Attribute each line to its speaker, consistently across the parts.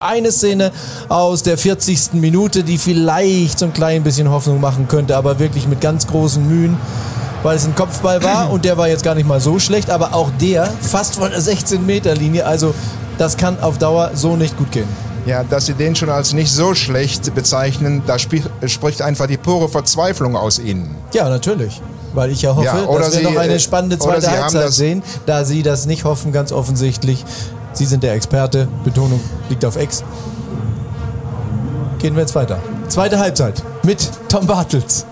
Speaker 1: eine Szene aus der 40. Minute, die vielleicht so ein klein bisschen Hoffnung machen könnte, aber wirklich mit ganz großen Mühen, weil es ein Kopfball war und der war jetzt gar nicht mal so schlecht, aber auch der fast von der 16-Meter-Linie. Also das kann auf Dauer so nicht gut gehen.
Speaker 2: Ja, dass sie den schon als nicht so schlecht bezeichnen, da spie- spricht einfach die pure Verzweiflung aus ihnen.
Speaker 1: Ja, natürlich. Weil ich ja hoffe,
Speaker 2: Ja, oder
Speaker 1: dass wir
Speaker 2: sie,
Speaker 1: noch eine
Speaker 2: äh,
Speaker 1: spannende
Speaker 2: oder
Speaker 1: zweite
Speaker 2: sie haben
Speaker 1: Halbzeit
Speaker 2: das-
Speaker 1: sehen, da Sie das nicht hoffen, ganz offensichtlich. Sie sind der Experte, Betonung liegt auf Ex. Gehen wir jetzt weiter. Zweite Halbzeit mit Tom Bartels.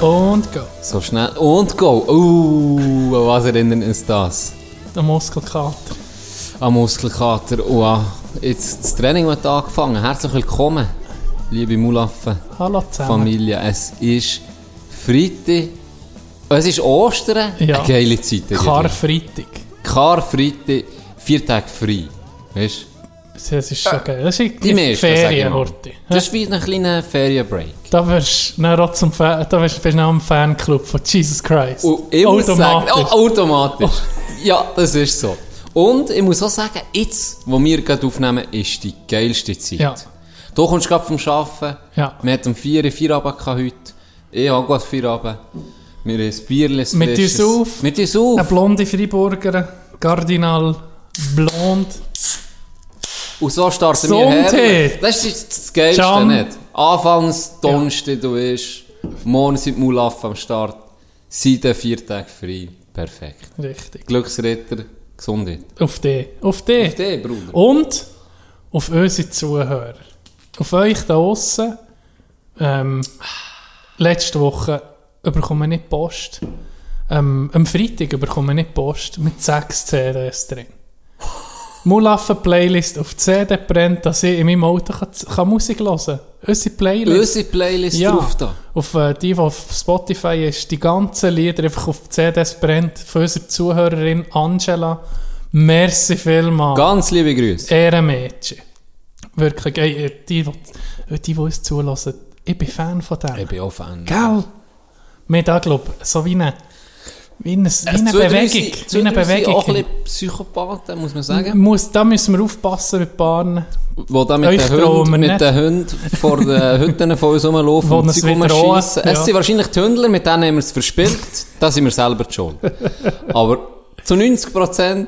Speaker 3: Und go.
Speaker 4: So schnell. Und go. Uh, an was erinnert uns das?
Speaker 3: Der Muskelkater.
Speaker 4: Am Muskelkater und an jetzt das Training hat angefangen. Herzlich willkommen, liebe Mulaffen.
Speaker 3: Hallo zusammen.
Speaker 4: Familie, es ist Freitag. Es ist Ostern.
Speaker 3: Ja.
Speaker 4: Eine geile Zeit. eigentlich.
Speaker 3: Karfreitag.
Speaker 4: Karfreitag, vier Tage frei. Weißt du?
Speaker 3: Das ist schon geil. Das ist
Speaker 4: Äh, Die meisten, sag ich
Speaker 3: Ferien,
Speaker 4: mal.
Speaker 3: Horti.
Speaker 4: Das ist wie ein kleiner Ferienbreak.
Speaker 3: Da wirst du dann auch zum Fan, da wirst, bist du auch im Fanclub von Jesus Christ.
Speaker 4: Und Oh, ich muss
Speaker 3: Automatisch.
Speaker 4: Sagen, oh, automatisch. Ja, das ist so. Und ich muss auch sagen, jetzt, wo wir gerade aufnehmen, ist die geilste Zeit.
Speaker 3: Ja.
Speaker 4: Du kommst gerade vom Arbeiten.
Speaker 3: Ja.
Speaker 4: Wir hatten um 4 Uhr Feierabend gehabt heute. Ich habe gerade Feierabend. Wir haben ein Bierchen. ein
Speaker 3: Mit uns
Speaker 4: frisches.
Speaker 3: auf.
Speaker 4: Mit uns auf.
Speaker 3: Eine blonde Freiburger, Cardinal, blond.
Speaker 4: Und so starten wir
Speaker 3: Sonntag.
Speaker 4: her. Das ist das Geilste,
Speaker 3: Can.
Speaker 4: nicht? Anfangs, Donnerstag, du bist. Morgen sind die Mulaffen am Start. Seit den vier Tagen frei. Perfekt.
Speaker 3: Richtig.
Speaker 4: Glücksritter, Gesundheit.
Speaker 3: Auf die. Auf die.
Speaker 4: Auf dich, Bruder.
Speaker 3: Und auf unsere Zuhörer. Auf euch da außen. Ähm, letzte Woche bekomme ich nicht Post. Ähm, am Freitag bekomme ich nicht Post mit sechs CDs drin. Mulaffen-Playlist auf CD brennt, dass ich in meinem Auto kann, kann Musik hören kann. Unsere Playlist.
Speaker 4: Unsere Playlist drauf da.
Speaker 3: Auf äh, die, die auf Spotify ist, die ganzen Lieder einfach auf die CDs brennt. Von unserer Zuhörerin Angela. Merci vielmals.
Speaker 4: Ganz liebe Grüße.
Speaker 3: Ehrenmädchen. Wirklich, ey, ey, die, äh, die, die, die uns zulassen, ich bin Fan von dem.
Speaker 4: Ich bin auch Fan.
Speaker 3: Gell? Mir da, glaube so wie eine, wie eine, wie
Speaker 4: Es
Speaker 3: eine
Speaker 4: zwei, drei
Speaker 3: Bewegung.
Speaker 4: sind-
Speaker 3: Wie
Speaker 4: zwei,
Speaker 3: eine
Speaker 4: drei sind
Speaker 3: Bewegung.
Speaker 4: auch ein bisschen Psychopathen, muss man sagen.
Speaker 3: Muss, da müssen wir aufpassen mit Paaren,
Speaker 4: Wo da mit
Speaker 3: Euch
Speaker 4: den
Speaker 3: trauen wir
Speaker 4: Hunden,
Speaker 3: nicht.
Speaker 4: mit den Hunden vor den Hütten von uns rumlaufen
Speaker 3: Wo
Speaker 4: und
Speaker 3: uns
Speaker 4: sie
Speaker 3: wieder
Speaker 4: rumschiessen.
Speaker 3: drohen,
Speaker 4: Es
Speaker 3: ja.
Speaker 4: sind wahrscheinlich die Hündler, mit denen haben wir es verspielt. da sind wir selber schon. Aber zu 90%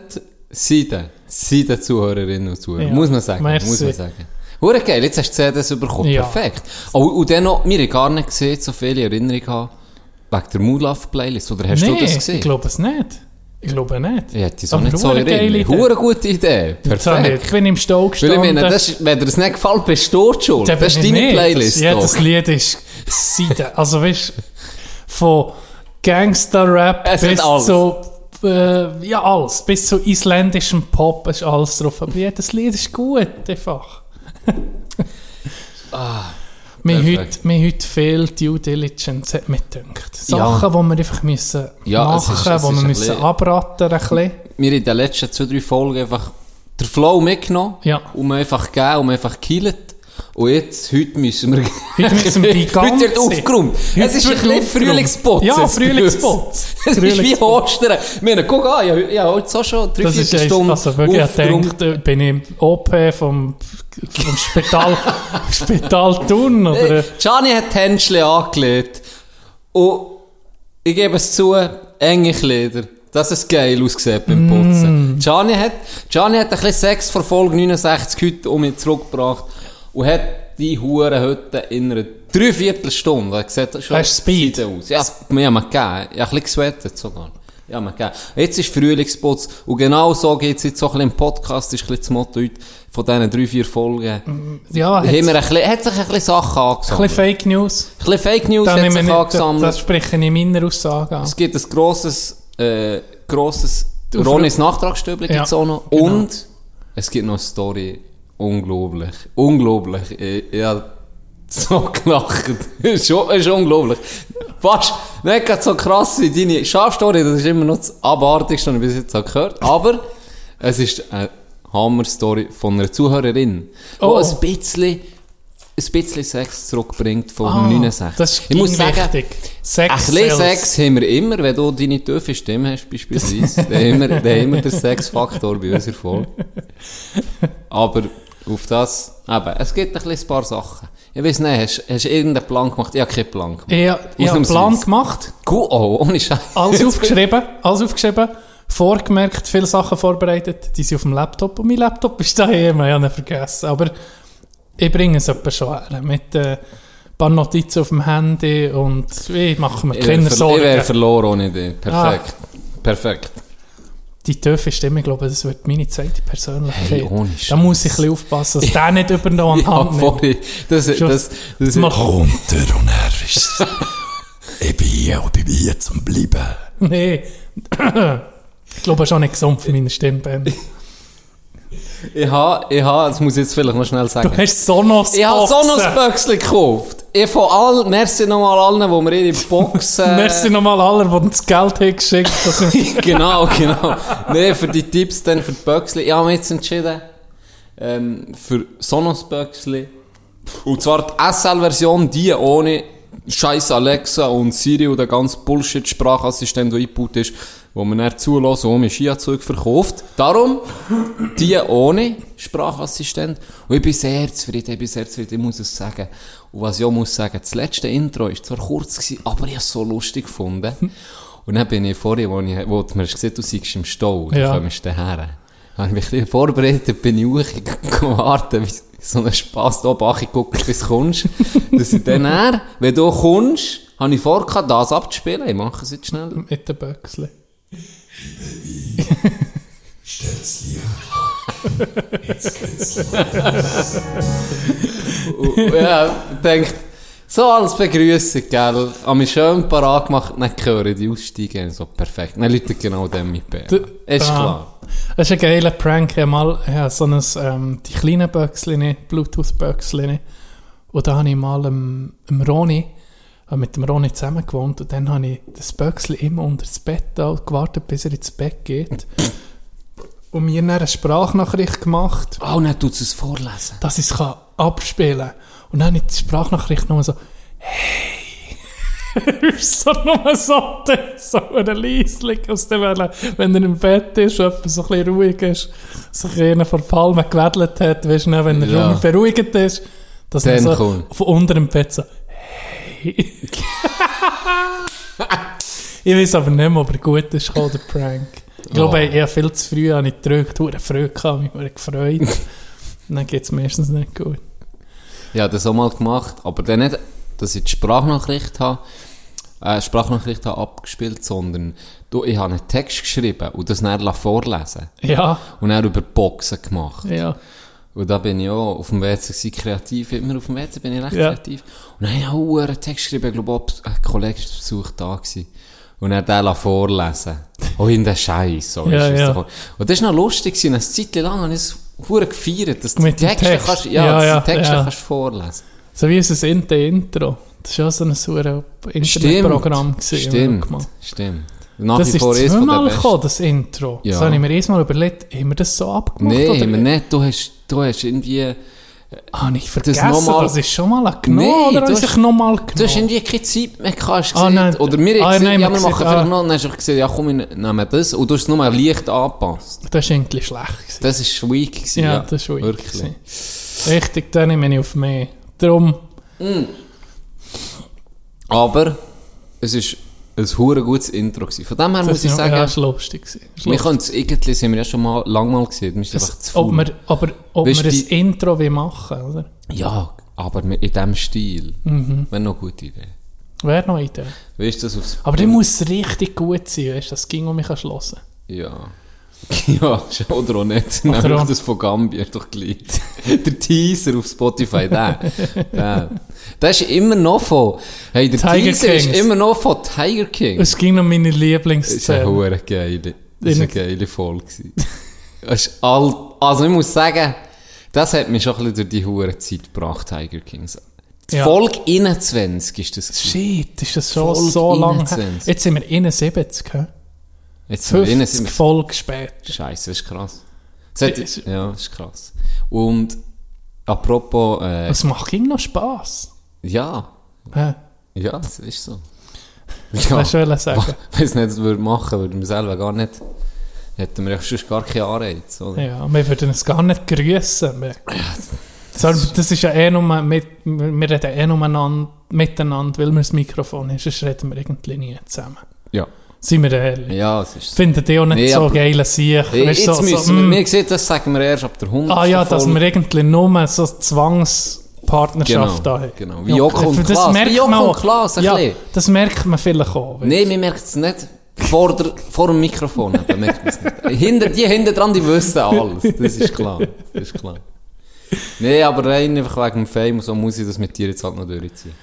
Speaker 4: sind die- sind die Zuhörerinnen und Zuhörer.
Speaker 3: Ja.
Speaker 4: Muss man sagen.
Speaker 3: Merci.
Speaker 4: Muss man sagen. Hure geil, jetzt hast du das bekommen.
Speaker 3: Ja.
Speaker 4: Perfekt. Oh, und dann noch, wir haben gar nicht gesehen, so viele Erinnerungen haben, wegen der Moodlove-Playlist. Oder hast
Speaker 3: Nein,
Speaker 4: du das gesehen?
Speaker 3: ich glaube es nicht. Ich glaube nicht.
Speaker 4: Ja, die so
Speaker 3: Aber
Speaker 4: nicht so
Speaker 3: verdammt geile
Speaker 4: erinnern.
Speaker 3: Idee.
Speaker 4: Hure gute Idee.
Speaker 3: Jetzt habe Ich ich
Speaker 4: Perfekt.
Speaker 3: bin im Stau
Speaker 4: Weil ich
Speaker 3: gestanden.
Speaker 4: meine, das, ist- wenn dir das nicht gefällt, bist du dort schon.
Speaker 3: Ja,
Speaker 4: Das ist
Speaker 3: bin ich
Speaker 4: deine
Speaker 3: nicht.
Speaker 4: Playlist.
Speaker 3: Ja,
Speaker 4: doch.
Speaker 3: das Lied ist Seite. Also weißt du, von Gangster-Rap
Speaker 4: Es hat
Speaker 3: bis
Speaker 4: alles.
Speaker 3: zu äh, ja, alles. Bis zu isländischem Pop ist alles drauf. Aber jedes Lied ist gut, einfach.
Speaker 4: Ah,
Speaker 3: Wir haben heute,
Speaker 4: perfekt.
Speaker 3: wir haben heute viel Due Diligence, hat mir gedacht. Sachen, die wir einfach müssen
Speaker 4: Ja, es
Speaker 3: machen
Speaker 4: ist-
Speaker 3: müssen, die
Speaker 4: es ist
Speaker 3: wir
Speaker 4: ein
Speaker 3: müssen
Speaker 4: bisschen-
Speaker 3: abrattern. Ein bisschen.
Speaker 4: Wir haben in den letzten zwei, drei Folgen einfach den Flow mitgenommen.
Speaker 3: Ja.
Speaker 4: Und wir einfach gegeben und wir einfach gekillt. Und jetzt, heute müssen wir...
Speaker 3: Heute müssen wir die ganze-
Speaker 4: Heute wird aufgeräumt.
Speaker 3: Heute
Speaker 4: es ist ein
Speaker 3: wird
Speaker 4: bisschen
Speaker 3: aufgeräumt.
Speaker 4: Frühlingsputz.
Speaker 3: Ja,
Speaker 4: jetzt bei uns.
Speaker 3: Frühlingsputz.
Speaker 4: Es ist wie
Speaker 3: Frühlingsputz.
Speaker 4: Ostern. Ich meine, guck an, ich, ich habe heute so schon drei,
Speaker 3: Das
Speaker 4: vier
Speaker 3: ist echt,
Speaker 4: Stunden
Speaker 3: also wirklich, ich
Speaker 4: aufgeräumt.
Speaker 3: denke, da bin ich im OP vom, vom Spital, Spital Thun, oder?
Speaker 4: Äh, Gianni hat die Händchen angelegt. Und ich gebe es zu, enge Kleider. Dass es geil aussieht beim
Speaker 3: Mm.
Speaker 4: Putzen. Gianni, hat, Gianni hat ein bisschen Sex vor Folge 69 heute um mich zurückgebracht und hat die Hure heute in einer Dreiviertelstunde. Er sieht schon
Speaker 3: Hast du Speed?
Speaker 4: Seite aus. Ja, mir haben wir gegeben. Ich habe ein bisschen gesweatet sogar. Ja, man, gell. Jetzt ist Frühlingsputz. Und genau so geht's jetzt so ein bisschen im Podcast, ist ein bisschen das Motto heute von diesen drei, vier Folgen.
Speaker 3: Ja,
Speaker 4: Haben
Speaker 3: hat's-
Speaker 4: wir ein bisschen, hat sich ein bisschen Sachen
Speaker 3: Ein
Speaker 4: angesammelt.
Speaker 3: bisschen Fake News.
Speaker 4: Ein bisschen Fake News
Speaker 3: Da
Speaker 4: hat
Speaker 3: nehmen wir
Speaker 4: sich
Speaker 3: nicht, das,
Speaker 4: angesammelt.
Speaker 3: das spreche ich in meiner Aussage an.
Speaker 4: Es gibt ein grosses, äh, grosses
Speaker 3: Du,
Speaker 4: Ronis Nachtragstöbli gibt's
Speaker 3: Ja,
Speaker 4: auch noch.
Speaker 3: genau.
Speaker 4: Und es gibt noch eine Story. Unglaublich. Unglaublich. Ich, ich hab so gelacht. ist, schon- ist unglaublich. Fast nicht grad so krass wie deine Schafstory. Das ist immer noch das Abartigste, was ich bis jetzt habe gehört Aber es ist eine Hammer-Story von einer Zuhörerin,
Speaker 3: Oh.
Speaker 4: die ein bisschen, ein bisschen Sex zurückbringt von
Speaker 3: Ah,
Speaker 4: 69.
Speaker 3: Das ist
Speaker 4: ich muss sagen,
Speaker 3: wichtig. Sex
Speaker 4: ein bisschen
Speaker 3: sells.
Speaker 4: Sex haben wir immer, wenn du deine tiefe Stimme hast, beispielsweise. dann haben wir, dann haben wir den Sexfaktor bei uns Erfolg. Aber auf das, eben, es gibt ein, bisschen ein paar Sachen. Ich weiß nicht, hast, hast du irgendeinen Plan gemacht? Ich habe keinen Plan gemacht.
Speaker 3: Ich, ha- ich habe einen
Speaker 4: Ausnahmsweise.
Speaker 3: Plan gemacht,
Speaker 4: Cool, oh, ohne Scheiß.
Speaker 3: alles aufgeschrieben, alles aufgeschrieben, vorgemerkt, viele Sachen vorbereitet, die sind auf dem Laptop und mein Laptop ist daheim, ich habe ihn vergessen. Aber ich bringe es etwa schon her, mit äh, ein paar Notizen auf dem Handy und ich mache mir
Speaker 4: Ich wäre
Speaker 3: keine
Speaker 4: ver ich wär
Speaker 3: Sorgen. Ah.
Speaker 4: verloren ohne dich. Perfekt. Perfekt.
Speaker 3: Die tiefe Stimme, ich glaube, das wird meine zweite Persönlichkeit.
Speaker 4: Hey, ohne
Speaker 3: da
Speaker 4: Scheiß.
Speaker 3: muss ich ein bisschen aufpassen, dass der nicht über den
Speaker 4: Ich
Speaker 3: Hand
Speaker 4: habe
Speaker 3: nimmt.
Speaker 4: vorhin, das, das,
Speaker 3: Schon-
Speaker 4: das, das,
Speaker 3: Mal komm.
Speaker 5: Runter und er ist. ich bin hier und ich bin hier zum Bleiben.
Speaker 3: Nee. Ich glaube, schon nicht gesund für meine Stimme. Ben.
Speaker 4: ich habe, ich habe, das muss ich jetzt vielleicht noch schnell sagen.
Speaker 3: Du hast Sonos
Speaker 4: Ich habe
Speaker 3: Boxen.
Speaker 4: Sonos-Böckchen gekauft. Ich von all, merci nochmal allen, die mir ihre Boxen...
Speaker 3: Merci nochmal aller, die uns das Geld haben geschickt haben.
Speaker 4: genau, genau. Nee, für die Tipps, dann für die Böckchen. Ich habe mich jetzt entschieden, ähm, für Sonos-Böckchen. Und zwar die SL-Version, die ohne scheiß Alexa und Siri und der ganze Bullshit-Sprachassistent, der eingebaut ist, wo man dann zulässt und mir Skianzug verkauft. Darum, die ohne Sprachassistent. Und ich bin sehr zufrieden, ich bin sehr zufrieden, ich muss es sagen. Und was ich auch muss sagen, das letzte Intro war zwar kurz, gewesen, aber ich habe es so lustig gefunden. Und dann bin ich vorhin, wo, ich, wo du mir hast gesehen du seist im Stau,
Speaker 3: Ja.
Speaker 4: ja. du kommst daher. Habe ich mich ein bisschen vorbereitet, bin ich hochgewartet, wie so ein Spass da oben angeguckt, bis du kommst. Dass ich dann, dann, wenn du kommst, habe ich vor, gehabt, das abzuspielen. Ich mache es jetzt schnell.
Speaker 3: Mit den Böckchen.
Speaker 5: Stell's Licht
Speaker 4: Und- ja, denkt, so als Begrüßung, gell. Hab mich schön parat gemacht, dann höre ich die aussteigen. und So, perfekt. Dann läutet genau dem mit B.
Speaker 3: Du-
Speaker 4: Ist
Speaker 3: Ah.
Speaker 4: klar.
Speaker 3: Das ist ein geiler Prank. Ich habe mal ich habe so ein, ähm, die kleinen Böckchen, Bluetooth-Böckchen. ne. Und da habe ich mal ähm, dem Roni, äh, mit dem Roni zusammen gewohnt. Und dann habe ich das Böckchen immer unter das Bett da und gewartet, bis er ins Bett geht. Und mir dann eine Sprachnachricht gemacht.
Speaker 4: Oh, dann tut es vorlesen.
Speaker 3: dass ich es kann abspielen kann. Und dann habe ich die Sprachnachricht nochmal so, hey. ist so nochmal so, so eine Leisling aus dem Wellen. Wenn er im Bett ist, jemand so ein bisschen ruhig ist, sich einer vor Palmen gewedelt hat, weißt du, nicht, wenn er
Speaker 4: Ja.
Speaker 3: schon beruhigt ist, dass er
Speaker 4: Dann
Speaker 3: so
Speaker 4: kommt.
Speaker 3: von unter dem Bett so, hey. ich weiß aber nicht mehr, ob er gut ist, gekommen, der Prank. Ich glaube,
Speaker 4: Oh.
Speaker 3: ich habe viel zu früh habe ich gedrückt, hure Freude gehabt, mich hure gefreut. Und Dann geht es meistens nicht gut.
Speaker 4: Ja, das auch mal gemacht, aber dann nicht, dass ich die Sprachnachricht habe, äh, Sprachnachricht habe abgespielt, sondern du, ich habe einen Text geschrieben und das dann lassen vorlesen
Speaker 3: Ja,
Speaker 4: und dann über Boxen gemacht.
Speaker 3: ja.
Speaker 4: Und da bin ich auch auf dem WC gewesen, kreativ, immer auf dem WC bin ich recht
Speaker 3: Ja.
Speaker 4: kreativ. Und dann habe ich auch einen Text geschrieben, ich glaube, auch ein Kollege ist zu Besuch da gewesen. Und er den lassen vorlesen. Oh, in den Scheiß. So,
Speaker 3: Ja,
Speaker 4: ist es
Speaker 3: ja.
Speaker 4: davon. Und das war noch lustig, gewesen. eine Zeit lang habe ich es verdammt gefeiert, dass du
Speaker 3: Mit dem
Speaker 4: Texte
Speaker 3: Text.
Speaker 4: kannst, ja,
Speaker 3: Ja,
Speaker 4: dass du
Speaker 3: ja,
Speaker 4: Texte
Speaker 3: ja.
Speaker 4: kannst vorlesen.
Speaker 3: So wie unser Inter Intro. Das war auch so ein super Internetprogramm. gewesen, das wir
Speaker 4: Stimmt,
Speaker 3: gemacht haben.
Speaker 4: stimmt. Nach
Speaker 3: Das
Speaker 4: wie
Speaker 3: ist
Speaker 4: vor eines von den
Speaker 3: zweimal
Speaker 4: besten.
Speaker 3: gekommen, das Intro.
Speaker 4: Ja.
Speaker 3: Das habe ich mir erstmal überlegt, haben wir das so abgemacht?
Speaker 4: Nein,
Speaker 3: oder?
Speaker 4: aber nicht. Du hast, du hast irgendwie,
Speaker 3: Habe ich Ah, vergessen, das,
Speaker 4: noch mal-
Speaker 3: ist schon mal eine genommen,
Speaker 4: Nein,
Speaker 3: oder
Speaker 4: du
Speaker 3: habe ich
Speaker 4: hast-
Speaker 3: es nochmal
Speaker 4: du hast
Speaker 3: genommen?
Speaker 4: irgendwie keine Zeit mehr gehabt, hast
Speaker 3: Ah,
Speaker 4: gesagt,
Speaker 3: nein,
Speaker 4: oder wir
Speaker 3: ah,
Speaker 4: haben gesagt,
Speaker 3: nein, wir
Speaker 4: ja,
Speaker 3: haben
Speaker 4: wir machen
Speaker 3: gesagt,
Speaker 4: vielleicht
Speaker 3: ah.
Speaker 4: noch, dann hast du gesagt, ja nou, komm, wir nehmen das, und du hast es nur leicht angepasst.
Speaker 3: Das war eigentlich schlecht. Gewesen.
Speaker 4: Das ist weak gewesen,
Speaker 3: ja, das war
Speaker 4: wirklich.
Speaker 3: wirklich. Richtig, dann nehme ich auf mehr. Darum,
Speaker 4: Aber, es ist ein hure gutes Intro gewesen. Von dem her muss ich
Speaker 3: ja,
Speaker 4: sagen,
Speaker 3: ja, das war lustig. gewesen. Das war
Speaker 4: wir
Speaker 3: lustig.
Speaker 4: können es irgendwie, sind wir ja schon mal, lang mal gesehen, wir sind einfach zu
Speaker 3: Ob
Speaker 4: faul.
Speaker 3: wir, aber ob
Speaker 4: Weißt
Speaker 3: wir ein
Speaker 4: du, die-
Speaker 3: Intro wie machen, oder?
Speaker 4: ah,
Speaker 3: Mhm.
Speaker 4: Ja, aber mit- in diesem Stil. Wäre noch eine gute Idee. dus
Speaker 3: Wäre noch eine Idee.
Speaker 4: Wie ist das aufs...
Speaker 3: Aber der muss richtig gut sein, weißt du, das ging um mich schlossen.
Speaker 4: Ja. Ja, oder auch nicht.
Speaker 3: Oder
Speaker 4: Nämlich
Speaker 3: auch-
Speaker 4: das von Gambia ist doch gleich. Der Teaser auf Spotify, der. Der, der ist immer noch von... Hey, der
Speaker 3: Tiger
Speaker 4: Teaser ist
Speaker 3: Kings.
Speaker 4: immer noch von Tiger King.
Speaker 3: Es ging um meine
Speaker 4: Das ist eine
Speaker 3: Lieblingsszene.
Speaker 4: hure geile, das ist eine
Speaker 3: In-
Speaker 4: geile Folge. gewesen. Es ist all, also ich muss sagen, das hat mich schon ein bisschen durch die hure Zeit gebracht, Tiger Kings. Die
Speaker 3: Ja.
Speaker 4: Folge 21 ist das. gewesen.
Speaker 3: Shit, ist das schon
Speaker 4: Folge
Speaker 3: so lange her.
Speaker 4: 21.
Speaker 3: Jetzt sind wir 71, hä?
Speaker 4: Jetzt sind wir,
Speaker 3: 50
Speaker 4: sind wir
Speaker 3: Folgen später.
Speaker 4: Scheiße, das ist krass. Das hat,
Speaker 3: Das ist-
Speaker 4: ja, das ist krass. Und apropos, äh,
Speaker 3: Es macht ihm noch Spass.
Speaker 4: ja,
Speaker 3: Hä?
Speaker 4: ja, das ist so.
Speaker 3: Ja.
Speaker 4: Ja,
Speaker 3: Das wollte ich sagen.
Speaker 4: wenn es nicht würde machen, würden wir selber gar nicht, hätten wir ja sonst gar keine Anreiz, oder?
Speaker 3: Ja, wir würden es gar nicht grüßen. Wir- Sondern Das ist ja eh nur, mit, wir reden eh nur an- miteinander, weil wir das Mikrofon haben. Sonst reden wir irgendwie nie zusammen.
Speaker 4: Ja,
Speaker 3: Seien wir ehrlich.
Speaker 4: ja es ist so.
Speaker 3: Finden die auch nicht
Speaker 4: Nee,
Speaker 3: so
Speaker 4: aber-
Speaker 3: geile Sieg.
Speaker 4: Hey,
Speaker 3: Weißt
Speaker 4: jetzt
Speaker 3: du, so,
Speaker 4: müssen
Speaker 3: so,
Speaker 4: wir,
Speaker 3: mm.
Speaker 4: mir sieht, das sagen wir erst ab der 100.
Speaker 3: Ah ja, dass
Speaker 4: Folge.
Speaker 3: wir irgendwie nur so Zwangspartnerschaft
Speaker 4: Genau,
Speaker 3: da haben.
Speaker 4: genau. Wie Joko und
Speaker 3: das
Speaker 4: Klaas.
Speaker 3: merkt
Speaker 4: Wie Joko
Speaker 3: man
Speaker 4: und
Speaker 3: auch.
Speaker 4: Klaas, ein
Speaker 3: ja,
Speaker 4: bisschen.
Speaker 3: Das merkt man vielleicht auch.
Speaker 4: Nein, wir merken es nicht vor, der, vor dem Mikrofon. Da merkt man's nicht. Hinter, die hinter dran, die wissen alles. Das ist klar. Das ist klar. Nein, aber rein einfach wegen dem Fame, und so muss ich das mit dir jetzt halt noch durchziehen.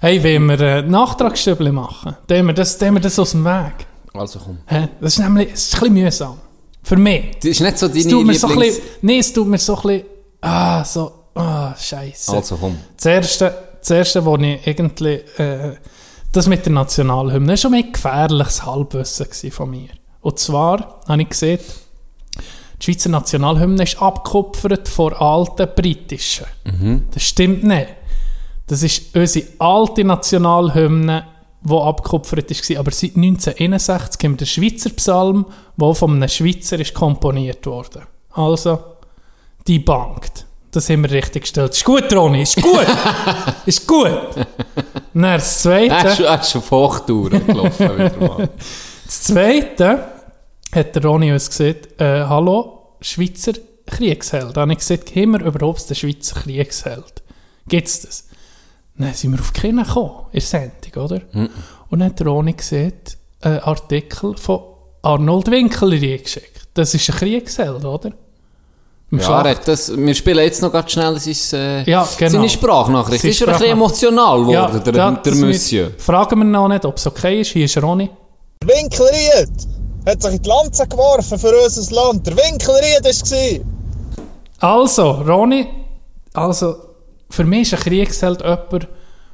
Speaker 3: Hey, wenn wir äh, Nachtragsstübli machen, dann haben wir das, dann haben wir das aus dem Weg.
Speaker 4: Also komm.
Speaker 3: Hä? Das ist nämlich das ist ein bisschen mühsam. Für mich.
Speaker 4: Das ist nicht so deine
Speaker 3: Es tut mir
Speaker 4: Lieblings...
Speaker 3: so ein bisschen, nee, es tut mir so ein bisschen, ah, so, ah, scheisse.
Speaker 4: also komm.
Speaker 3: Das erste, das erste, wo ich irgendwie, äh, das mit der Nationalhymne, das war schon mehr gefährliches Halbwissen gewesen von mir. Und zwar habe ich gesehen, die Schweizer Nationalhymne ist abgekupfert von alten britischen. Das stimmt nicht. Das ist unsere alte Nationalhymne, die abgekupfert war. Aber seit 1961 haben wir den Schweizer Psalm, der von einem Schweizer ist komponiert wurde. Also, die bankt. Das haben wir richtig gestellt. Ist gut, Ronny, ist gut! ist gut! Dann das
Speaker 4: Er ist,
Speaker 3: Zweite.
Speaker 4: er ist schon Fochtouren gelaufen wieder mal.
Speaker 3: Das Zweite hat der Ronny uns gesagt, äh, hallo, Schweizer Kriegsheld. Da habe ich gesagt, haben wir überhaupt den Schweizer Kriegsheld? Gibt es das? Dann sind wir auf die Kino gekommen, in der Sendung, oder?
Speaker 4: Mhm.
Speaker 3: Und dann hat der Ronny gesagt, einen Artikel von Arnold Winkel geschickt. Das ist ein Kriegsheld, oder? Im
Speaker 4: Ja,
Speaker 3: Schlacht-
Speaker 4: er hat das, wir spielen jetzt noch gerade schnell sein, äh,
Speaker 3: Ja, genau.
Speaker 4: seine Sprachnachricht.
Speaker 3: Seine
Speaker 4: ist er ein bisschen
Speaker 3: Sprachnachricht.
Speaker 4: emotional geworden, der,
Speaker 3: da-
Speaker 4: der
Speaker 3: das-
Speaker 4: Monsieur?
Speaker 3: wir- Fragen wir noch nicht, ob es okay ist. Hier ist Ronny.
Speaker 6: Der Winkelried hat sich in die Lanze geworfen für unser Land. Der Winkelried war
Speaker 3: Also, Ronny, also, für mich ist ein Kriegsheld jemand,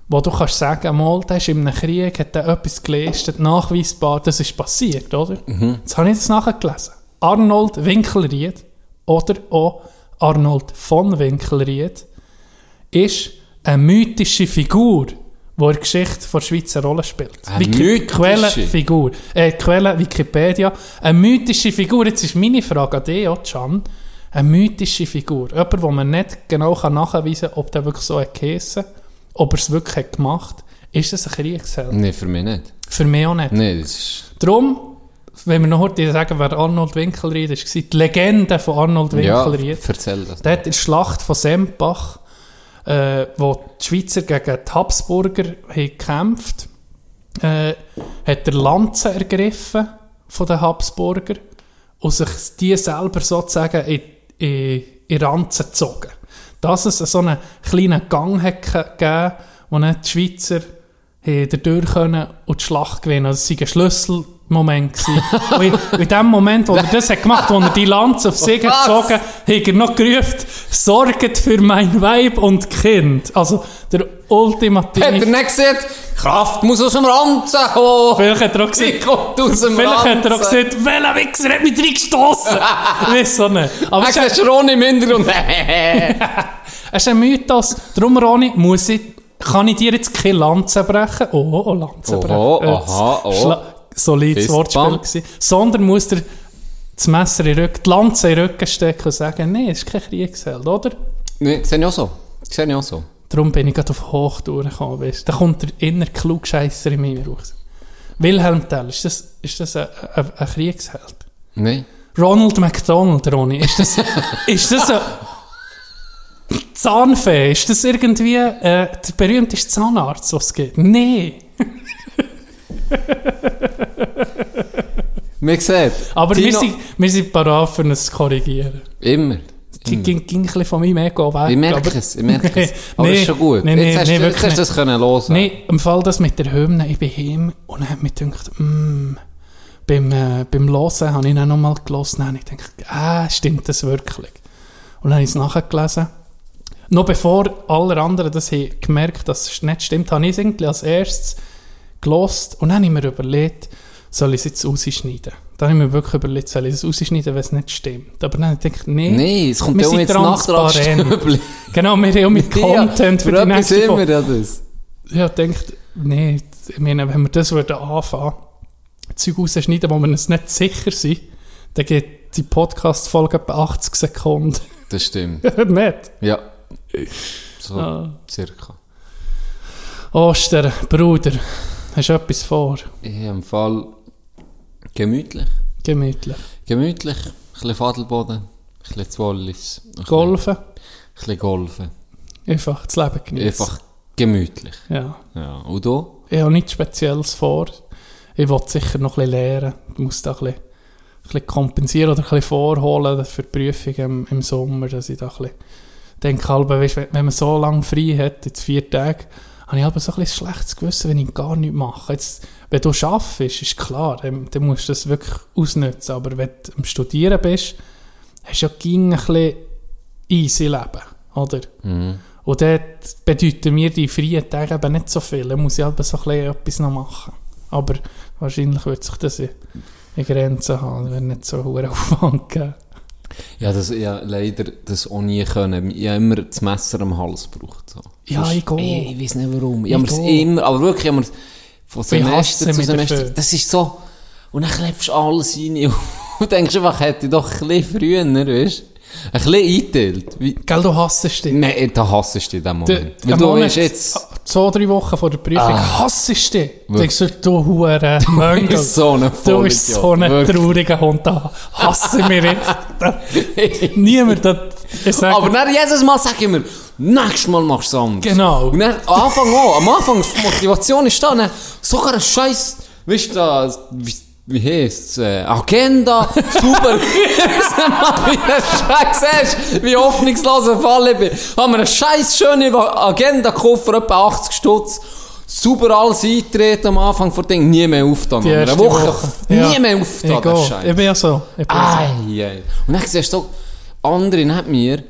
Speaker 3: wo du kannst sagen, mal, der ist in einem Krieg, hat der etwas geleistet, nachweisbar, das ist passiert, oder?
Speaker 4: Mhm.
Speaker 3: Jetzt habe ich das nachgelesen. Arnold Winkelried oder auch Arnold von Winkelried ist eine mythische Figur, die in der Geschichte der Schweiz eine Rolle spielt.
Speaker 4: Eine
Speaker 3: Wiki-
Speaker 4: mythische?
Speaker 3: Quellenfigur. Äh, Quelle Wikipedia. Eine mythische Figur. Jetzt ist meine Frage an dich, auch, Can. Eine mythische Figur. Jemand, wo man nicht genau kann nachweisen kann, ob der wirklich so hat geheissen, ob er es wirklich hat gemacht hat. Ist das ein Kriegsheld?
Speaker 4: Nein, für mich nicht.
Speaker 3: Für mich auch nicht.
Speaker 4: Nein, das ist...
Speaker 3: Darum, wenn wir noch heute sagen, wer Arnold Winkelried ist, war die Legende von Arnold Winkelried.
Speaker 4: Ja, erzähl das.
Speaker 3: Dort in der Schlacht von Sempach, äh, wo die Schweizer gegen die Habsburger haben gekämpft äh, hat er Lanzen ergriffen von den Habsburger und sich die selber sozusagen in, in, in Ranzen gezogen. Dass es so einen kleinen Gang hat ge- gegeben wo dann die Schweizer haben dadurch können und die Schlacht gewinnen Also es war ein Schlüsselmoment. gewesen. und in, in dem Moment, wo er das hat gemacht hat, wo er die Lanze auf sich hat gezogen hat, hat er noch gerufen, «Sorget für mein Weib und Kind». Also der ultimative...
Speaker 4: Hat er nicht gesehen? Kraft muss aus dem Ranzen kommen!
Speaker 3: Vielleicht hat er auch
Speaker 4: Sie
Speaker 3: gesagt,
Speaker 4: kommt aus dem
Speaker 3: vielleicht
Speaker 4: Ranzen!
Speaker 3: hat er auch gesagt, welcher Wichser hat mich reingestossen? Weiss auch nicht. Aber
Speaker 4: Er
Speaker 3: es ist,
Speaker 4: sieht schon im Hintergrund. Nein,
Speaker 3: es ist ein Mythos. Darum, Ronny, muss ich, kann ich dir jetzt keine Lanze brechen? Oh, oh, oh Lanze
Speaker 4: Oho,
Speaker 3: brechen.
Speaker 4: aha, oh.
Speaker 3: Schla- Solides
Speaker 4: Fistbump.
Speaker 3: Wortspiel gewesen. Sondern muss der das Messer in den Rücken, die Lanze in den Rücken stecken und sagen, nee, ist kein Kriegsheld, oder?
Speaker 4: sehe ich auch so. Sehe ich auch so.
Speaker 3: Darum bin ich gerade auf Hochtour gekommen, weißt du. Da kommt der inner Klugscheisser in mir raus. Wilhelm Tell, ist das, ist das ein, ein, ein Kriegsheld?
Speaker 4: Nein.
Speaker 3: Ronald McDonald, Ronny, ist das, ist das ein... Zahnfee, ist das irgendwie äh, der berühmteste Zahnarzt, was es gibt? Nein.
Speaker 4: Man sieht.
Speaker 3: Aber wir
Speaker 4: Tino-
Speaker 3: sind, wir sind parat für ein Korrigieren.
Speaker 4: Immer.
Speaker 3: Die ging, ging ein bisschen von meinem Ego weg.
Speaker 4: Ich merke
Speaker 3: aber-
Speaker 4: es, ich merke es. Aber
Speaker 3: Ah, Nee,
Speaker 4: ist schon gut.
Speaker 3: nee, nee,
Speaker 4: jetzt hast,
Speaker 3: nee,
Speaker 4: du, jetzt
Speaker 3: wirklich
Speaker 4: hast du das können hören.
Speaker 3: Nein, im Fall das mit der Hymne, ich bin heim und dann hab ich gedacht, mm, beim, äh, beim Hören habe ich dann nochmal gelesen und ich gedacht, ah, stimmt das wirklich? Und dann habe ich es nachgelesen. Noch bevor alle anderen das haben gemerkt dass es nicht stimmt, habe ich es irgendwie als erstes gelesen und dann habe ich mir überlegt, soll ich es jetzt rausschneiden? Dann habe ich mir wirklich überlegt, soll ich es rausschneiden, wenn es nicht stimmt. Aber dann habe ich gedacht, nee,
Speaker 4: Nein, es kommt
Speaker 3: wir
Speaker 4: ja
Speaker 3: sind
Speaker 4: auch jetzt nach der Abstübli.
Speaker 3: Genau, wir haben auch mit Content für die nächste
Speaker 4: Folge.
Speaker 3: Folge.
Speaker 4: immer ja das.
Speaker 3: Ja, denkt, nee, ich meine, wenn wir das würden anfangen, Zeug rausschneiden, wo wir uns nicht sicher sind, dann geht die Podcast-Folge etwa 80 Sekunden.
Speaker 4: Das stimmt.
Speaker 3: nicht?
Speaker 4: Ja. So,
Speaker 3: Ah.
Speaker 4: circa.
Speaker 3: Oster, Bruder, hast du etwas vor?
Speaker 4: Ich habe im Fall gemütlich.
Speaker 3: Gemütlich.
Speaker 4: Gemütlich. Ein bisschen Fadelboden. Ein bisschen Zwollis. Ein bisschen-
Speaker 3: Golfen?
Speaker 4: Ein bisschen Golfen.
Speaker 3: Einfach das Leben genießen.
Speaker 4: Einfach gemütlich.
Speaker 3: Ja.
Speaker 4: Ja. Und du?
Speaker 3: Ich habe nichts Spezielles vor. Ich will sicher noch ein bisschen lernen. Ich muss da ein bisschen, ein bisschen kompensieren oder ein bisschen vorholen für die Prüfung im, im Sommer, dass ich da ein bisschen denke, halb, weißt, wenn wenn man so lange frei hat, jetzt vier Tage, habe ich halb so ein bisschen ein schlechtes Gewissen, wenn ich gar nichts mache. Jetzt, wenn du arbeitest, ist klar, dann, dann musst du das wirklich ausnutzen. Aber wenn du am Studieren bist, hast du ja ging ein bisschen easy Leben, oder? Und dort bedeuten mir die freien Tage eben nicht so viel. Da muss ich halt so ein bisschen etwas noch machen. Aber wahrscheinlich wird sich das in in Grenzen haben. Es wird nicht so hohen Aufwand geben.
Speaker 4: Ja, das, ich habe leider das auch nie können. Ich habe immer das Messer am Hals gebraucht. So.
Speaker 3: Ja,
Speaker 4: Sonst-
Speaker 3: ich gehe.
Speaker 4: Ey, Ich weiß nicht warum. Ich habe mir's
Speaker 3: gehe.
Speaker 4: immer, aber wirklich, ich habe mir's von
Speaker 3: hasse
Speaker 4: Semester zu
Speaker 3: mich
Speaker 4: Semester.
Speaker 3: dafür.
Speaker 4: Das ist so. Und dann klebst du alles rein und denkst einfach, hätte ich doch ein bisschen früher, weißt du? Ein bisschen eingeteilt. Wie-
Speaker 3: Gell, du hasst dich.
Speaker 4: Nein, da hassest du in dem
Speaker 3: D-
Speaker 4: Moment. Weil
Speaker 3: am
Speaker 4: du
Speaker 3: Monat,
Speaker 4: weißt jetzt. Ah.
Speaker 3: ah, Zwei, drei Wochen vor der Prüfung hassest du dich. Du
Speaker 4: Wirklich.
Speaker 3: denkst du, du Huren Möngel.
Speaker 4: So ein
Speaker 3: äh, Oh, du bist
Speaker 4: Vollidiot.
Speaker 3: so ein
Speaker 4: Wirklich.
Speaker 3: trauriger Hund. Da hasse mich richtig. Niemand, das, ich sage,
Speaker 4: Aber dann jedes Mal sag ich mir, nächstes Mal machst du es anders.
Speaker 3: Genau.
Speaker 4: Und dann, am Anfang auch, am Anfang, die Motivation ist da, dann, sogar ein Scheiß, weißt du, da, wie, wie heisst's, äh, Agenda, super, wie ein Scheiß hast, wie hoffnungslos ein Fall ich bin. Haben wir eine scheiß schöne Agenda gekauft für etwa 80 Stutz. Super alles eintreten am Anfang von Ding, nie mehr aufgetan.
Speaker 3: die erste
Speaker 4: Eine Woche, nie mehr
Speaker 3: Ich,
Speaker 4: aufgetan, der
Speaker 3: gehe.
Speaker 4: Scheiß.
Speaker 3: ich bin ja so. Ich bin
Speaker 4: Ah,
Speaker 3: ja so.
Speaker 4: Ei, ei. Und dann siehst du, andere neben mir,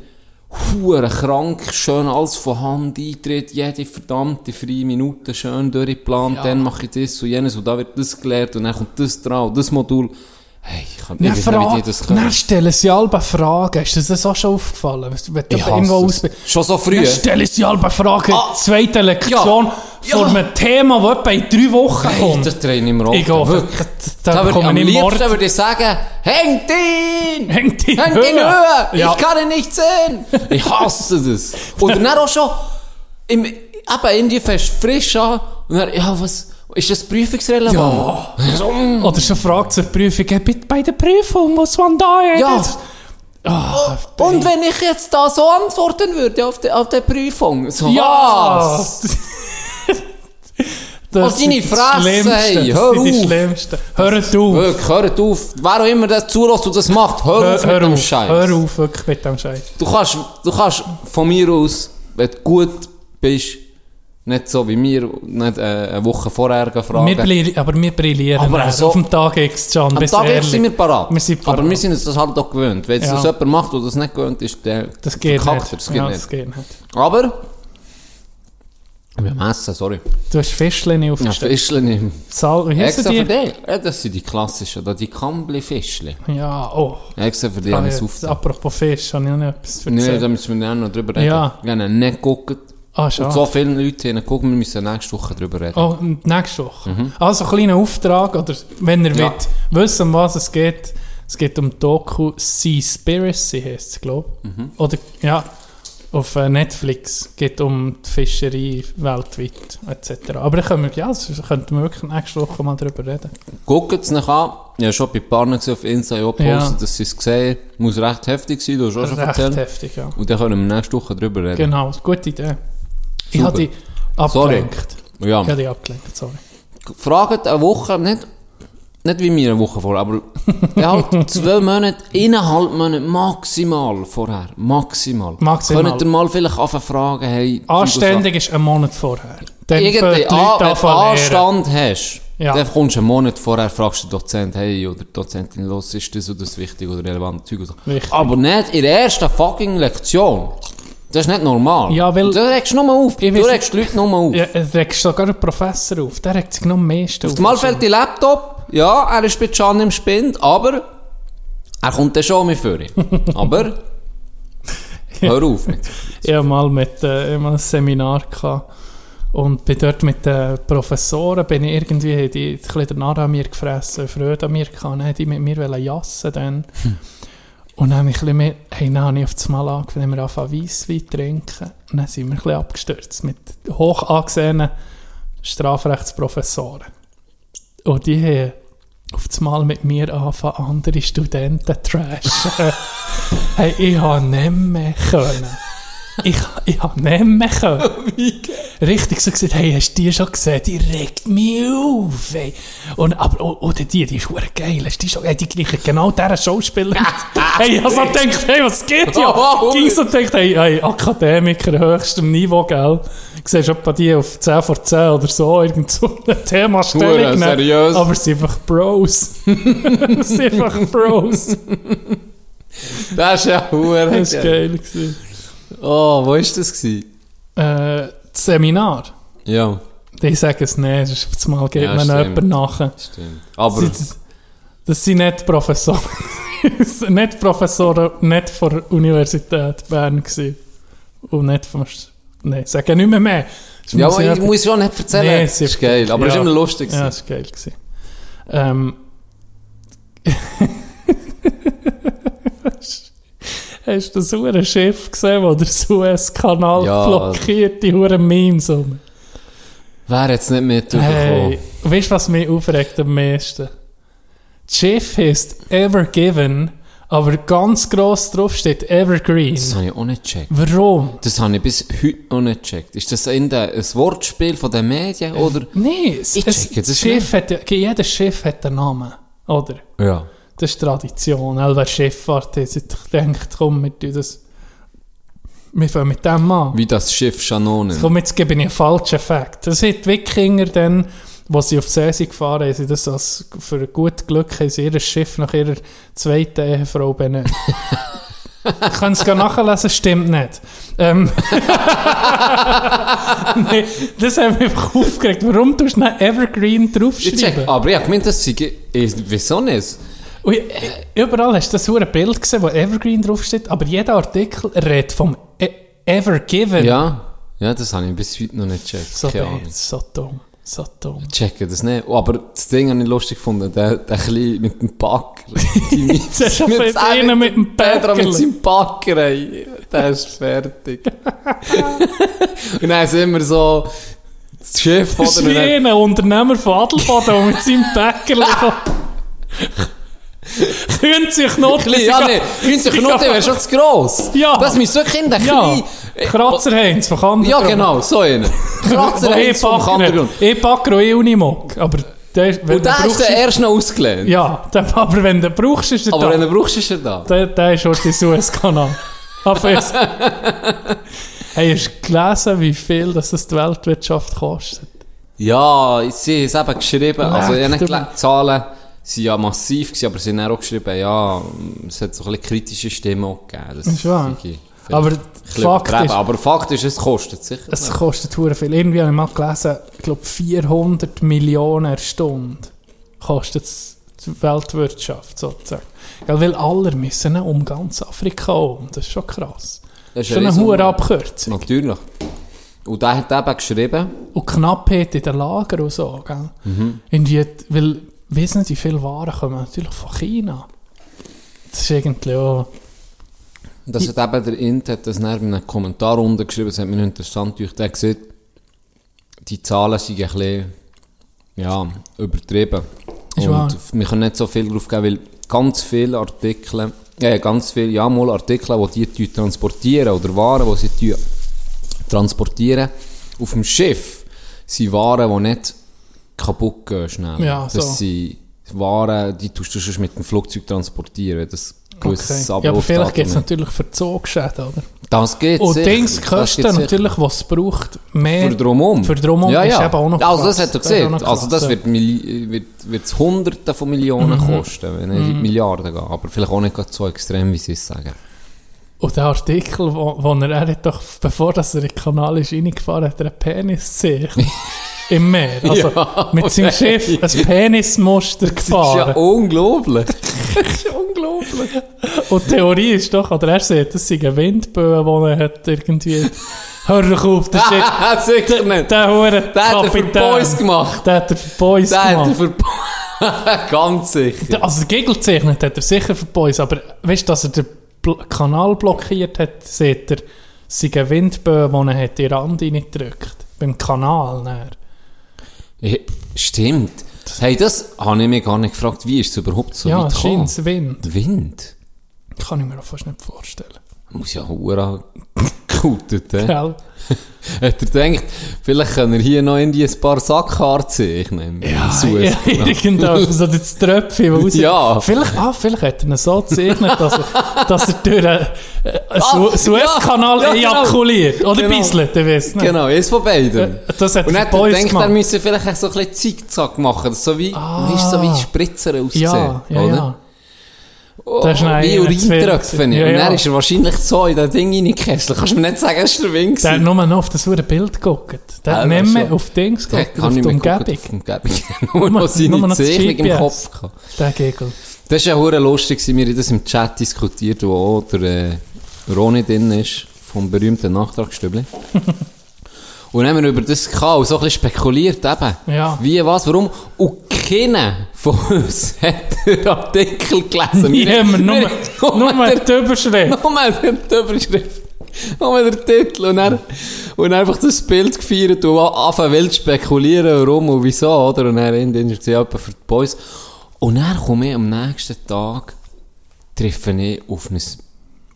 Speaker 4: hure krank, schön alles von Hand eintritt, jede verdammte freie Minute schön durchgeplant, dann mache ich das und jenes und da wird das gelehrt und dann kommt das dran und das Modul. Dus Hey, ich kann
Speaker 3: Dann,
Speaker 4: nicht, wissen, wie
Speaker 3: fra
Speaker 4: die das
Speaker 3: dann
Speaker 4: können.
Speaker 3: stellen sie alle Fragen. Ist dir das auch schon aufgefallen? Wenn du
Speaker 4: Ich
Speaker 3: irgendwo
Speaker 4: hasse
Speaker 3: aus
Speaker 4: es. Schon so früh?
Speaker 3: Dann stellen sie alle Fragen.
Speaker 4: Ah.
Speaker 3: Zweite Lektion
Speaker 4: Ja.
Speaker 3: vor
Speaker 4: Ja.
Speaker 3: einem Thema, das etwa in drei Wochen
Speaker 4: Hey,
Speaker 3: kommt.
Speaker 4: das drehe ich im Rot.
Speaker 3: ich gehe.
Speaker 4: Wirklich.
Speaker 3: Da,
Speaker 4: Da
Speaker 3: da
Speaker 4: würde ich am
Speaker 3: bekomme ich
Speaker 4: liebsten
Speaker 3: Mord.
Speaker 4: würde ich sagen, hängt ihn!
Speaker 3: Hängt ihn
Speaker 4: Hängt ihn
Speaker 3: höher.
Speaker 4: höher!
Speaker 3: Ja.
Speaker 4: Ich kann ihn nicht sehen! Ich hasse das! Oder dann auch schon, im, eben irgendwie fängst du frisch an und dann, ja, was, ist das prüfungsrelevant? Ja!
Speaker 3: Oder so fragt zur Prüfung, hey, bitte bei der Prüfung muss man da
Speaker 4: Ja.
Speaker 3: Ah,
Speaker 4: Und wenn ich jetzt da so antworten würde auf die, auf die Prüfung, so ah,
Speaker 3: ja!
Speaker 4: was?
Speaker 3: Das
Speaker 4: Oh, deine
Speaker 3: sind die
Speaker 4: Fresse,
Speaker 3: Schlimmsten.
Speaker 4: hey,
Speaker 3: Das
Speaker 4: hör
Speaker 3: sind die
Speaker 4: auf.
Speaker 3: Schlimmsten. Hört auf.
Speaker 4: Wirklich, hört auf! Wer auch immer das zulässt und das macht, hör,
Speaker 3: Hör,
Speaker 4: auf mit
Speaker 3: hör
Speaker 4: dem
Speaker 3: auf.
Speaker 4: Scheiß!
Speaker 3: Hör auf wirklich mit dem Scheiß.
Speaker 4: Du kannst, du kannst von mir aus, wenn du gut bist, nicht so wie mir, nicht äh, eine Woche vorher gehen fragen.
Speaker 3: Wir brilli- aber wir brillieren
Speaker 4: Aber
Speaker 3: aber
Speaker 4: also-
Speaker 3: auf dem Tag X, John,
Speaker 4: Am
Speaker 3: bist
Speaker 4: Tag
Speaker 3: ehrlich.
Speaker 4: jetzt sind wir parat.
Speaker 3: Wir sind parat.
Speaker 4: Aber wir sind uns das halt auch gewöhnt. Wenn
Speaker 3: Ja.
Speaker 4: es jemand macht, der das nicht gewöhnt ist, der
Speaker 3: das geht nicht.
Speaker 4: verkackt er, Das geht
Speaker 3: ja,
Speaker 4: nicht.
Speaker 3: das geht nicht.
Speaker 4: Aber... Wir messen, sorry.
Speaker 3: Du hast Fischchen
Speaker 4: Ja,
Speaker 3: aufgestellt.
Speaker 4: Fischchen im...
Speaker 3: Sal wie heissen
Speaker 4: Extra
Speaker 3: die?
Speaker 4: für dich. Ja, das sind die klassischen, da, die Kambli-Fischchen.
Speaker 3: Ja, oh.
Speaker 4: Extra für dich habe ich es aufgetan.
Speaker 3: apropos Fisch, habe ich noch nicht etwas
Speaker 4: Nee,
Speaker 3: erzählt.
Speaker 4: da müssen wir dann noch drüber reden.
Speaker 3: Ja.
Speaker 4: Wir haben ihn nicht geguckt.
Speaker 3: ah,
Speaker 4: Und
Speaker 3: schade.
Speaker 4: so viele Leute haben ihn geguckt, wir müssen nächste Woche drüber reden.
Speaker 3: Oh, und nächste Woche. Also, kleiner Auftrag, oder wenn ihr
Speaker 4: Mhm. Ja.
Speaker 3: wollt, wissen, um was es geht. Es geht um die Doku Seaspiracy, heisst es, glaube ich.
Speaker 4: Mhm.
Speaker 3: Oder, ja, auf äh, Netflix. geht um die Fischerei weltweit, etc. Aber da können wir, ja, das könnten wir wirklich nächste Woche mal drüber reden.
Speaker 4: Guckt es nicht an. Ich habe schon bei Pannen gesehen auf Insta ich habe auch
Speaker 3: Ja.
Speaker 4: gepostet, dass sie es gesehen haben. Muss recht heftig sein, du hast auch schon
Speaker 3: Recht
Speaker 4: erzählt.
Speaker 3: heftig, ja.
Speaker 4: Und dann können wir nächste Woche drüber reden.
Speaker 3: Genau, gute Idee. Ich
Speaker 4: Super.
Speaker 3: habe dich
Speaker 4: Sorry.
Speaker 3: abgelenkt.
Speaker 4: Ja.
Speaker 3: Ich habe dich abgelenkt, sorry.
Speaker 4: Fragt eine Woche, nicht, nicht wie mir eine Woche vorher, aber ja, halt zwölf Monate, eineinhalb Monate maximal vorher. Maximal.
Speaker 3: Maximal.
Speaker 4: Könnt ihr mal vielleicht anfangen fragen, hey.
Speaker 3: Anständig ist ein Monat vorher. Dann fangen die
Speaker 4: Irgendwie,
Speaker 3: Leute
Speaker 4: an,
Speaker 3: an
Speaker 4: wenn
Speaker 3: zu
Speaker 4: du
Speaker 3: lehren.
Speaker 4: Anstand hast,
Speaker 3: Ja.
Speaker 4: dann kommst du einen Monat vorher, fragst den Dozent, hey, oder Dozentin, los, ist das oder das wichtig oder relevant, Zeug und so.
Speaker 3: Richtig.
Speaker 4: Aber nicht in der ersten fucking Lektion. Das ist nicht normal.
Speaker 3: Ja, weil-
Speaker 4: Und Du regst nur auf.
Speaker 3: Ich
Speaker 4: du
Speaker 3: weiss-
Speaker 4: regst die Leute nur auf.
Speaker 3: Ja, äh, es regst sogar einen Professor auf. Der regt sich noch am meisten auf.
Speaker 4: Auf einmal fällt dein Laptop. Ja, er ist bei Can im Spind, aber er kommt dann schon mit vorne. aber hör auf mit.
Speaker 3: Ich habe mal, mit, äh, ich hab mal ein Seminar gehabt. und bin dort mit den Professoren, bin ich irgendwie, haben die ein bisschen den Narren an mir gefressen, Freude an mir gehabt, dann haben die mit mir wollen jassen dann.
Speaker 4: Hm.
Speaker 3: Und dann habe ich ein bisschen mehr, hey, dann habe ich auf das Mal angefangen, haben wir angefangen Weisswein zu trinken und dann sind wir ein bisschen abgestürzt mit hoch angesehenen Strafrechtsprofessoren. Und die haben auf das Mal mit mir anfangen, andere Studenten zu trashen. hey, ich habe nicht mehr können. Ich, ich habe nicht mehr können. Richtig so gesagt, hey, hast du die schon gesehen? Die regt mich auf, ey. Und, aber, oh, oh, die, die die ist hure geil. Hast du die schon, hey, die gleiche, genau dieser Schauspieler. hey, ich hab so gedacht, hey, was geht ja?
Speaker 4: Oh,
Speaker 3: ich hab so gedacht, hey, hey, Akademiker höchstem Niveau, gell? Du siehst etwa die auf 10 vor 10 oder so, irgend so eine Themastellung.
Speaker 4: Hure
Speaker 3: nehmen.
Speaker 4: seriös.
Speaker 3: Aber sie sind einfach Bros. sie sind einfach Bros.
Speaker 4: Das ist ja hure
Speaker 3: Das war
Speaker 4: geil.
Speaker 3: geil. gewesen.
Speaker 4: Oh, wo ist das gewesen?
Speaker 3: Äh, das Seminar.
Speaker 4: Ja,
Speaker 3: Ich sage es nicht, das ist auf das Mal geht
Speaker 4: Ja,
Speaker 3: man
Speaker 4: stimmt.
Speaker 3: jemanden nachher.
Speaker 4: stimmt. Aber
Speaker 3: Sie- Das, das sind nicht Professoren. Das sind nicht Professoren, nicht von der Universität Bern gewesen. Und nicht vom... Sch- Nein, sage nicht mehr mehr. Das
Speaker 4: ja,
Speaker 3: muss
Speaker 4: aber ich
Speaker 3: nicht-
Speaker 4: muss schon nicht erzählen.
Speaker 3: Nee,
Speaker 4: das
Speaker 3: sie-
Speaker 4: ist geil. Aber es
Speaker 3: ja.
Speaker 4: ist immer lustig.
Speaker 3: Ja,
Speaker 4: gewesen.
Speaker 3: das war geil. Gewesen. Ähm. Hast du das hure Schiff gesehen, wo der Suezkanal
Speaker 4: Ja.
Speaker 3: blockiert, die hure Memes um?
Speaker 4: Wer jetzt nicht mitbekommen?
Speaker 3: Hey,
Speaker 4: Hey.
Speaker 3: weißt du, was mich aufregt am meisten? Das Schiff heisst Ever Given, aber ganz gross drauf steht Evergreen.
Speaker 4: Das habe ich auch nicht gecheckt.
Speaker 3: Warum?
Speaker 4: Das habe ich bis heute auch nicht gecheckt. Ist das in der, ein Wortspiel von den Medien oder?
Speaker 3: Nein, es,
Speaker 4: Ich
Speaker 3: es,
Speaker 4: check jetzt,
Speaker 3: das
Speaker 4: es
Speaker 3: Schiff hat, ja- jedes Schiff hat einen Namen, oder?
Speaker 4: Ja.
Speaker 3: Das ist Tradition. Also, wer Schifffahrt ist, ich denkt, komm, wir tun das. Wir fangen mit dem an.
Speaker 4: Wie das Schiff Schanonen.
Speaker 3: Komm, jetzt gebe ich einen falschen Fakt. Das sind die Wikinger dann, wo sie auf See sind gefahren haben, sie das als, für gut Glück haben sie ihr Schiff nach ihrer zweiten Ehefrau benannt. Ich kann es gerne nachlesen, stimmt nicht. Ähm, nee, das hat mich einfach aufgeregt. Warum tust du nicht Evergreen
Speaker 4: Ich check,
Speaker 3: draufschreiben?
Speaker 4: aber ich habe gemeint, das sei, ich, wieso nicht?
Speaker 3: Und ich- überall hast du das hure Bild gesehen, wo Evergreen Ah, draufsteht, aber jeder Artikel redet vom e Evergiven.
Speaker 4: Ja, ja, das habe ich bis heute noch nicht gecheckt.
Speaker 3: So,
Speaker 4: Keine Ahnung.
Speaker 3: blöd, so dumm, so dumm.
Speaker 4: Ich Checke das nicht. Oh, aber das Ding habe ich lustig gefunden. Der, der Kleine mit dem Packer. Die mit-
Speaker 3: Der schafft jetzt
Speaker 4: seinem-
Speaker 3: einen mit dem
Speaker 4: Pedro
Speaker 3: Päckerli.
Speaker 4: mit seinem Packer. ey. Der ist fertig. Und dann sind wir so... Das Schiff,
Speaker 3: Das ist
Speaker 4: oder? Und
Speaker 3: wie
Speaker 4: dann-
Speaker 3: ein Unternehmer von Adelboden, der mit seinem Bäckerli Können sich noch
Speaker 4: Klein, ja, nee. 90 Minuten wäre schon zu gross.
Speaker 3: Ja.
Speaker 4: Das müssen so Kinder
Speaker 3: Ja,
Speaker 4: klein...
Speaker 3: Kratzerheinz von Kandergrund.
Speaker 4: Ja, genau, so einen. Kratzer eins vom Kandergrund.
Speaker 3: Ich packe auch eh Unimog, aber der, wenn
Speaker 4: Und der ist der erst noch ausgelehnt.
Speaker 3: Ja, der, aber wenn du ihn brauchst, ist er
Speaker 4: Aber
Speaker 3: da.
Speaker 4: wenn du brauchst, ist er da.
Speaker 3: Der, der ist heute Suezkanal. Auf es. Hey, hast du gelesen, wie viel das, das die Weltwirtschaft kostet?
Speaker 4: Ja, ich- sie haben es eben geschrieben. Also, ich habe nicht
Speaker 3: du-
Speaker 4: gelesen. die Zahlen waren ja massiv, gewesen, aber sie haben dann auch geschrieben, ja, es hat so ein bisschen kritische Stimmen auch gegeben. Das
Speaker 3: Ist wahr.
Speaker 4: sei vielleicht
Speaker 3: Aber
Speaker 4: ein bisschen
Speaker 3: Fakt
Speaker 4: übertrieben.
Speaker 3: ist-
Speaker 4: aber Fakt ist, es kostet sicher.
Speaker 3: Es kostet hure viel. Irgendwie habe ich mal gelesen, ich glaube 400 Millionen pro Stunde kostet es die Weltwirtschaft sozusagen. Gell, weil alle müssen um ganz Afrika um. Das ist schon krass.
Speaker 4: Das
Speaker 3: Schon eine
Speaker 4: riesen-
Speaker 3: hohe Abkürzung.
Speaker 4: Natürlich. Und der hat eben geschrieben,
Speaker 3: Und Knappheit in den Lager und so. Gell?
Speaker 4: Mhm.
Speaker 3: Irgendwie, weil, ich weiss nicht, wie viele Waren kommen natürlich von China. Das ist irgendwie auch...
Speaker 4: das hat eben der Int hat das dann in einem Kommentar untergeschrieben, das hat mich noch interessant durch der gesagt, die Zahlen sind ein bisschen, ja, übertrieben.
Speaker 3: Ist
Speaker 4: und
Speaker 3: wahr.
Speaker 4: wir können nicht so viel drauf geben, weil ganz viele Artikel, äh, ganz viele, ja mal Artikel, die die tun transportieren oder Waren, die sie tun transportieren, auf dem Schiff sind Waren, die nicht kaputt gehen schnell.
Speaker 3: Ja,
Speaker 4: das
Speaker 3: so.
Speaker 4: sind Waren, die tust du schon mit dem Flugzeug transportieren, das
Speaker 3: Okay.
Speaker 4: gewisses
Speaker 3: Ja, aber vielleicht
Speaker 4: Abwurfdatum
Speaker 3: gibt es
Speaker 4: hat.
Speaker 3: natürlich Verzogsschäden, oder?
Speaker 4: Das geht
Speaker 3: Und
Speaker 4: sicher,
Speaker 3: Dings
Speaker 4: das geht
Speaker 3: kosten
Speaker 4: sicher.
Speaker 3: natürlich, was es braucht, mehr.
Speaker 4: Für drumum.
Speaker 3: Für drumum ist eben auch noch
Speaker 4: Also das
Speaker 3: krass.
Speaker 4: hat er
Speaker 3: ist auch
Speaker 4: gesehen.
Speaker 3: noch
Speaker 4: Also das
Speaker 3: krass,
Speaker 4: wird, Milli- wird, wird's Hunderte von Millionen
Speaker 3: Mhm.
Speaker 4: kosten, wenn nicht in die Milliarden gehen. Aber vielleicht auch nicht gerade so extrem, wie sie es sagen.
Speaker 3: Und der Artikel, wo, wo er, er hat doch, bevor dass er in den Kanal ist, reingefahren, hat er einen Penis gesehen. Im Meer. Also
Speaker 4: Ja,
Speaker 3: mit seinem
Speaker 4: okay.
Speaker 3: Schiff ein Penismuster
Speaker 4: Das ist
Speaker 3: gefahren.
Speaker 4: ja unglaublich.
Speaker 3: unglaublich. Und die Theorie ist doch, oder er sagt, das sind Windböen, die er hat irgendwie... Hör doch auf, das ist
Speaker 4: Sicher nicht.
Speaker 3: der Huren
Speaker 4: Der hat er für
Speaker 3: Kapitän.
Speaker 4: Boys gemacht.
Speaker 3: Der hat er für Boys
Speaker 4: Der hat er
Speaker 3: gemacht.
Speaker 4: für Ganz sicher.
Speaker 3: Also gegengezeichnet hat er sicher für Boys, aber weißt du, dass er den Bl- Kanal blockiert hat, seht ihr, sind Windböen, die er hat in den Rand reingedrückt. Beim Kanal näher.
Speaker 4: Ja, Stimmt. Hey, das habe ich mich gar nicht gefragt. Wie ist es überhaupt so
Speaker 3: ja,
Speaker 4: weit gekommen?
Speaker 3: scheint Wind.
Speaker 4: Der Wind.
Speaker 3: Kann ich mir auch fast nicht vorstellen.
Speaker 4: Muss ja hure gekultet, eh?
Speaker 3: Gell?
Speaker 4: Hat er gedacht, vielleicht können wir hier noch irgendwie ein paar Sackhaare zeichnen? Ja,
Speaker 3: Ja,
Speaker 4: ne?
Speaker 3: genau. irgendetwas, so das Tröpfchen, wo raus-
Speaker 4: Ja.
Speaker 3: Vielleicht, ah, vielleicht hat er ihn so gezeichnet, dass er, dass er durch einen, einen Su
Speaker 4: Ah,
Speaker 3: Suezkanal
Speaker 4: ja, ja, genau.
Speaker 3: ejakuliert. Oder
Speaker 4: Genau.
Speaker 3: bisselt, du weißt nicht.
Speaker 4: Genau, eins von beiden.
Speaker 3: Äh, Das hat
Speaker 4: Und
Speaker 3: er
Speaker 4: dann
Speaker 3: für Boys
Speaker 4: denkt er,
Speaker 3: gemacht.
Speaker 4: müssen vielleicht auch so ein bisschen Zickzack machen, dass so wie,
Speaker 3: Ah.
Speaker 4: weißt, so wie Spritzer aussehen,
Speaker 3: Ja, ja,
Speaker 4: oder?
Speaker 3: ja.
Speaker 4: Oh,
Speaker 3: Das ist nein,
Speaker 4: wie
Speaker 3: ja, zu viel
Speaker 4: Urintröpfen.
Speaker 3: gewesen. Ja,
Speaker 4: und dann
Speaker 3: ja.
Speaker 4: ist er wahrscheinlich so in das Ding reingekesselt. Kannst du mir nicht sagen, es war der Wind.
Speaker 3: Der hat
Speaker 4: gewesen.
Speaker 3: nur noch auf das verdammte Bild geguckt. Der hat
Speaker 4: Ja,
Speaker 3: nicht
Speaker 4: das
Speaker 3: mehr
Speaker 4: schon.
Speaker 3: auf Dings
Speaker 4: Der
Speaker 3: geguckt,
Speaker 4: kann
Speaker 3: auf
Speaker 4: nicht
Speaker 3: die
Speaker 4: mehr gucken,
Speaker 3: Umgebung.
Speaker 4: auf die Umgebung. Nur
Speaker 3: Nur-
Speaker 4: noch seine
Speaker 3: nur noch das
Speaker 4: Zeichnung im
Speaker 3: GPS.
Speaker 4: Kopf gehabt.
Speaker 3: Der Gegel.
Speaker 4: Das ist ja hure lustig, gewesen. wir haben das im Chat diskutiert, wo auch der äh, Ronny drin ist, vom berühmten Nachtragstübli. und dann haben wir über das gehabt und so ein bisschen spekuliert eben.
Speaker 3: Ja.
Speaker 4: Wie, was, warum. Und keiner von uns hat den Artikel gelesen.
Speaker 3: Niemand, nur,
Speaker 4: nur,
Speaker 3: nur, nur
Speaker 4: der,
Speaker 3: die Überschrift.
Speaker 4: nur der Überschrift. Nur der Titel. Und, dann, und einfach das Bild gefeiert und anfangen wild zu spekulieren, warum und wieso, oder? Und dann in den ja etwa für die Boys. Und dann komme ich am nächsten Tag, treffe ich auf ein,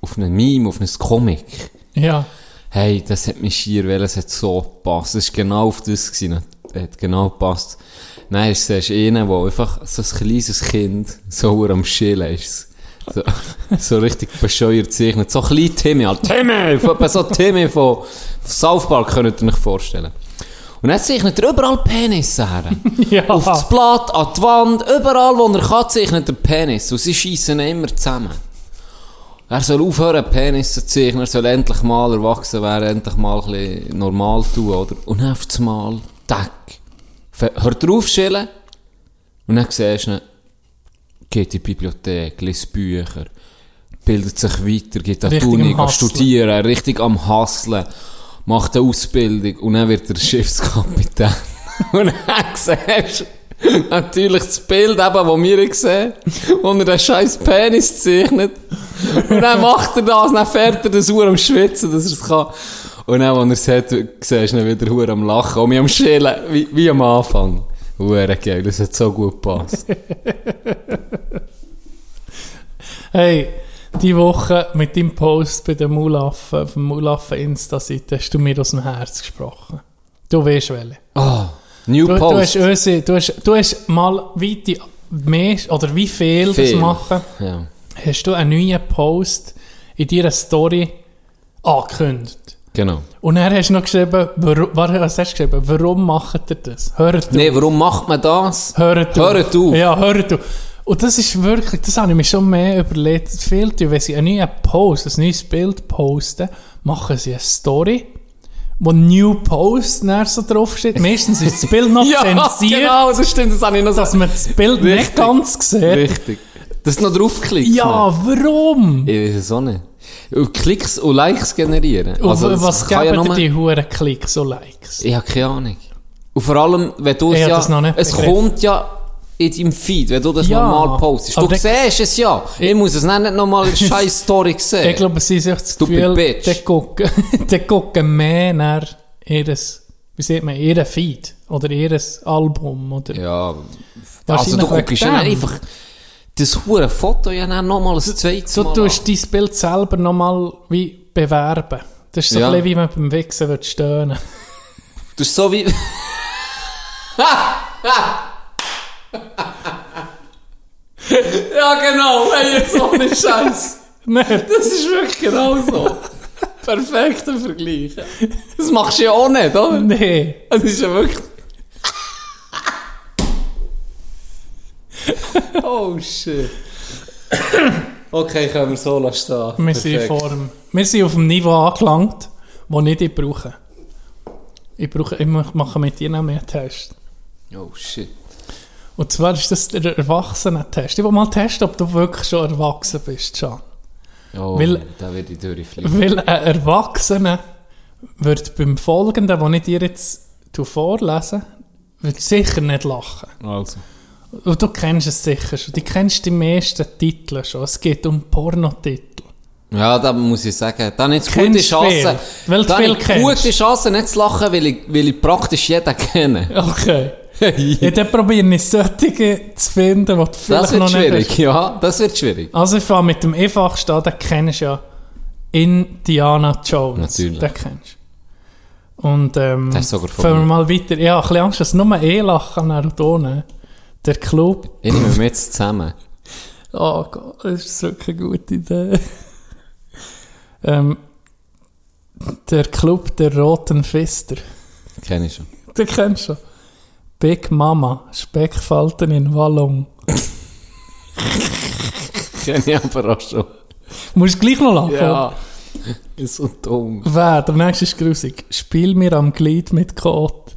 Speaker 4: auf ein Meme, auf ein Comic.
Speaker 3: Ja.
Speaker 4: Hey, das hat mich schier weil es hat so gepasst. Es war genau auf das gewesen. Es hat genau gepasst. Nein, es ist einen, der einfach so ein kleines Kind so hure am Chillen ist. So, so richtig bescheuert zeichnet. So klein Timmy, halt. Timmy! Von- etwa So Timmy von von South Park könnt ihr euch vorstellen. Und dann zeichnet er überall Penisse her.
Speaker 3: Ja.
Speaker 4: Auf das Blatt, an die Wand, überall, wo er kann, zeichnet er Penis. Und sie schießen immer zusammen. Er soll aufhören, Penis zu zeichnen, er soll endlich mal erwachsen werden, endlich mal ein bisschen normal tun, oder? Und dann auf das Mal, tack. Fe- Hört auf, schillen. Und dann siehst du ihn, geht in die Bibliothek, liest Bücher, bildet sich weiter, geht an die
Speaker 3: Richtig am
Speaker 4: Uni, geht
Speaker 3: Hustlen.
Speaker 4: studieren, richtig am Hasseln, macht eine Ausbildung und dann wird er Schiffskapitän. und dann siehst du natürlich das Bild, eben, das wir sehen, wo er den scheiß Penis zeichnet. Und dann macht er das, dann fährt er das Uhr am Schwitzen, dass er es kann. Und dann, wenn er es hat, siehst du ihn wieder Uhr am Lachen und mich am Schillen, wie, wie am Anfang. Uhr geil, das hat so gut gepasst.
Speaker 3: Hey, die Woche mit deinem Post bei den Mulaffen, auf der Mulaffen-Insta-Seite, hast du mir aus dem Herz gesprochen. Du weißt welche.
Speaker 4: Ah, New
Speaker 3: Oh, Du, du, hast
Speaker 4: Post.
Speaker 3: unsere, du, hast, du hast mal, wie, die, mehr, oder wie viel, das
Speaker 4: Viel.
Speaker 3: machen,
Speaker 4: ja.
Speaker 3: hast du einen neuen Post in deiner Story angekündigt.
Speaker 4: Genau.
Speaker 3: Und dann hast du noch geschrieben, warum, was hast du geschrieben? Warum macht ihr das? Hört auf.
Speaker 4: Nee, warum macht man das?
Speaker 3: Hört auf.
Speaker 4: Hört auf.
Speaker 3: Ja, hört auf. Und das ist wirklich, das habe ich mir schon mehr überlegt. Es Fehlt dir, wenn sie einen neuen Post, ein neues Bild posten, machen sie eine Story, wo New Post näher so draufsteht. Meistens ist das Bild noch zensiert,
Speaker 4: genau, das stimmt, das habe ich noch
Speaker 3: dass man das Bild nicht
Speaker 4: Richtig.
Speaker 3: ganz sieht.
Speaker 4: Richtig. Das noch draufklickt.
Speaker 3: Ja, warum?
Speaker 4: Ich weiß es auch nicht. Und Klicks und Likes generieren.
Speaker 3: Also,
Speaker 4: das
Speaker 3: was
Speaker 4: kann
Speaker 3: geben dir
Speaker 4: nur-
Speaker 3: die Huren Klicks und Likes?
Speaker 4: Ich habe keine Ahnung. Und vor allem, wenn du
Speaker 3: Ich
Speaker 4: es
Speaker 3: hab
Speaker 4: ja...
Speaker 3: das noch nicht
Speaker 4: es
Speaker 3: begriffen.
Speaker 4: kommt ja in deinem Feed, wenn du das
Speaker 3: Ja,
Speaker 4: normal postest. Du
Speaker 3: aber der-
Speaker 4: siehst es ja. Ich muss es nicht nicht nochmal in scheiß Story sehen.
Speaker 3: Ich glaube, sie sind sich das
Speaker 4: Stupid
Speaker 3: Gefühl,
Speaker 4: bitch.
Speaker 3: die gucken, die gucken mehr nach ihres, wie sieht man, ihren Feed. Oder ihres Album. Oder
Speaker 4: Ja, also
Speaker 3: wahrscheinlich
Speaker 4: du guckst
Speaker 3: wegen
Speaker 4: ja dann
Speaker 3: dem.
Speaker 4: einfach das hure Foto ja dann nochmal ein zweites
Speaker 3: Du
Speaker 4: Mal
Speaker 3: tust dein Bild selber nochmal wie bewerben. Das ist so
Speaker 4: Ja.
Speaker 3: ein bisschen wie wenn man beim Wichsen wird stöhnen.
Speaker 4: an. Du bist so Dus wie... ja genau, hey, jetzt ohne Scheiß.
Speaker 3: Nein,
Speaker 4: Das ist wirklich genau so. Perfekter Vergleich. Das machst du ja auch nicht, oder?
Speaker 3: nein.
Speaker 4: Das Also ist ja wirklich... oh shit. Okay, können wir so lassen stehen.
Speaker 3: Wir sind,
Speaker 4: Perfekt.
Speaker 3: vor dem, wir sind auf dem Niveau angelangt, das nicht ich brauche. Ich, brauche, ich mach- mache mit dir noch mehr Tests.
Speaker 4: Oh shit.
Speaker 3: Und zwar ist das der Erwachsenen-Test. Ich will mal testen, ob du wirklich schon erwachsen bist, Can.
Speaker 4: Oh,
Speaker 3: Weil-
Speaker 4: da wird ich durchfliegen.
Speaker 3: Weil ein Erwachsener wird beim Folgenden, das ich dir jetzt tu vorlese, wird sicher nicht lachen.
Speaker 4: Also.
Speaker 3: Und du kennst es sicher schon. Du kennst die meisten Titel schon. Es geht um Pornotitel.
Speaker 4: Ja, da muss ich sagen, da habe ich jetzt gute
Speaker 3: Kennst
Speaker 4: Chancen.
Speaker 3: viel, weil du
Speaker 4: da habe
Speaker 3: viel
Speaker 4: ich
Speaker 3: kennst.
Speaker 4: gute Chancen, nicht zu lachen, weil ich, weil ich praktisch jeden kenne.
Speaker 3: Okay. ja, dann probiere ich solche zu finden, die du vielleicht
Speaker 4: Das wird
Speaker 3: noch nicht
Speaker 4: schwierig,
Speaker 3: hast.
Speaker 4: ja, das wird schwierig.
Speaker 3: Also ich fange mit dem einfachsten an, den kennst du ja. Indiana Jones.
Speaker 4: Natürlich.
Speaker 3: Den kennst du. Und ähm,
Speaker 4: Der ist sogar von
Speaker 3: fangen wir
Speaker 4: mir.
Speaker 3: mal weiter. Ja, ein bisschen Angst, dass nur eh lachen nach unten. Der Club.
Speaker 4: Ich nehme mich jetzt zusammen.
Speaker 3: Oh Gott, das ist wirklich eine gute Idee. ähm, der Club der Roten Fister.
Speaker 4: Kenne ich schon.
Speaker 3: Den kennst du schon. Big Mama, Speckfalten in Wallung.
Speaker 4: Kenne ich aber auch schon.
Speaker 3: Musst du gleich noch lachen?
Speaker 4: Ja. Ist so dumm.
Speaker 3: Wer? Der nächste ist grusig. Spiel mir am Glied mit Kot.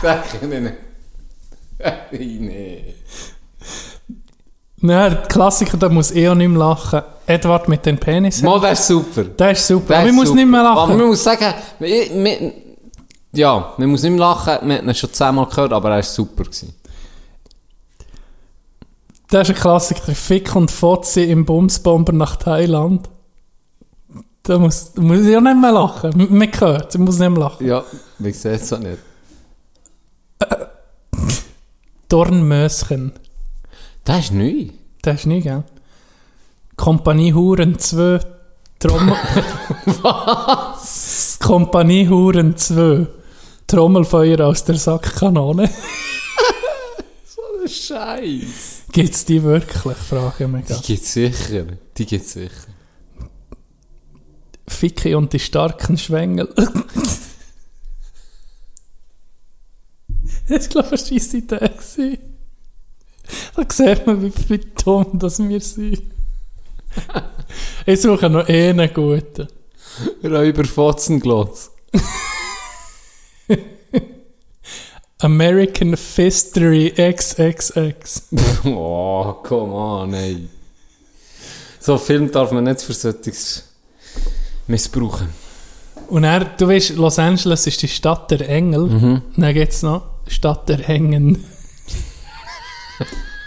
Speaker 4: Das kenne ich nicht. nee.
Speaker 3: Nein, der Klassiker, da muss eh auch nicht mehr lachen. Edward mit den Penis.
Speaker 4: Mal, das ist super.
Speaker 3: Der ist super.
Speaker 4: Das
Speaker 3: Aber ich
Speaker 4: ist
Speaker 3: muss
Speaker 4: super.
Speaker 3: nicht mehr
Speaker 4: Aber man
Speaker 3: lachen.
Speaker 4: muss sagen, ich, mir- ja, man muss nicht mehr lachen. Wir haben ihn schon zehnmal gehört, aber er war super. Gewesen.
Speaker 3: Der ist ein Klassiker. Fick und Fotze im Bumsbomber nach Thailand. Da muss, da muss ich auch nicht mehr lachen. M- Man hört, ich muss nicht mehr lachen.
Speaker 4: Ja, wir sehen es auch nicht.
Speaker 3: Dornmöschen.
Speaker 4: Das ist neu.
Speaker 3: Das ist nie, gell? Kompanie Huren 2. Trommel. Was? Kompanie Huren 2. Trommelfeuer aus der Sackkanone.
Speaker 4: Scheiße.
Speaker 3: Gibt's die wirklich? Frage ich mich.
Speaker 4: Die
Speaker 3: gerade.
Speaker 4: geht's sicher. Die geht's sicher.
Speaker 3: Ficke und die starken Schwengel. das war, glaube ich, eine scheisse Idee. gewesen. Da sieht man, wie, wie dumm das wir sind. Ich suche noch einen guten.
Speaker 4: Räuber Fotzenglotz.
Speaker 3: American Fistory XXX.
Speaker 4: Oh, come on, ey. So einen Film darf man nicht für solches missbrauchen.
Speaker 3: Und er, du weißt, Los Angeles ist die Stadt der Engel.
Speaker 4: Mhm.
Speaker 3: Dann gibt es noch Stadt der Hängen.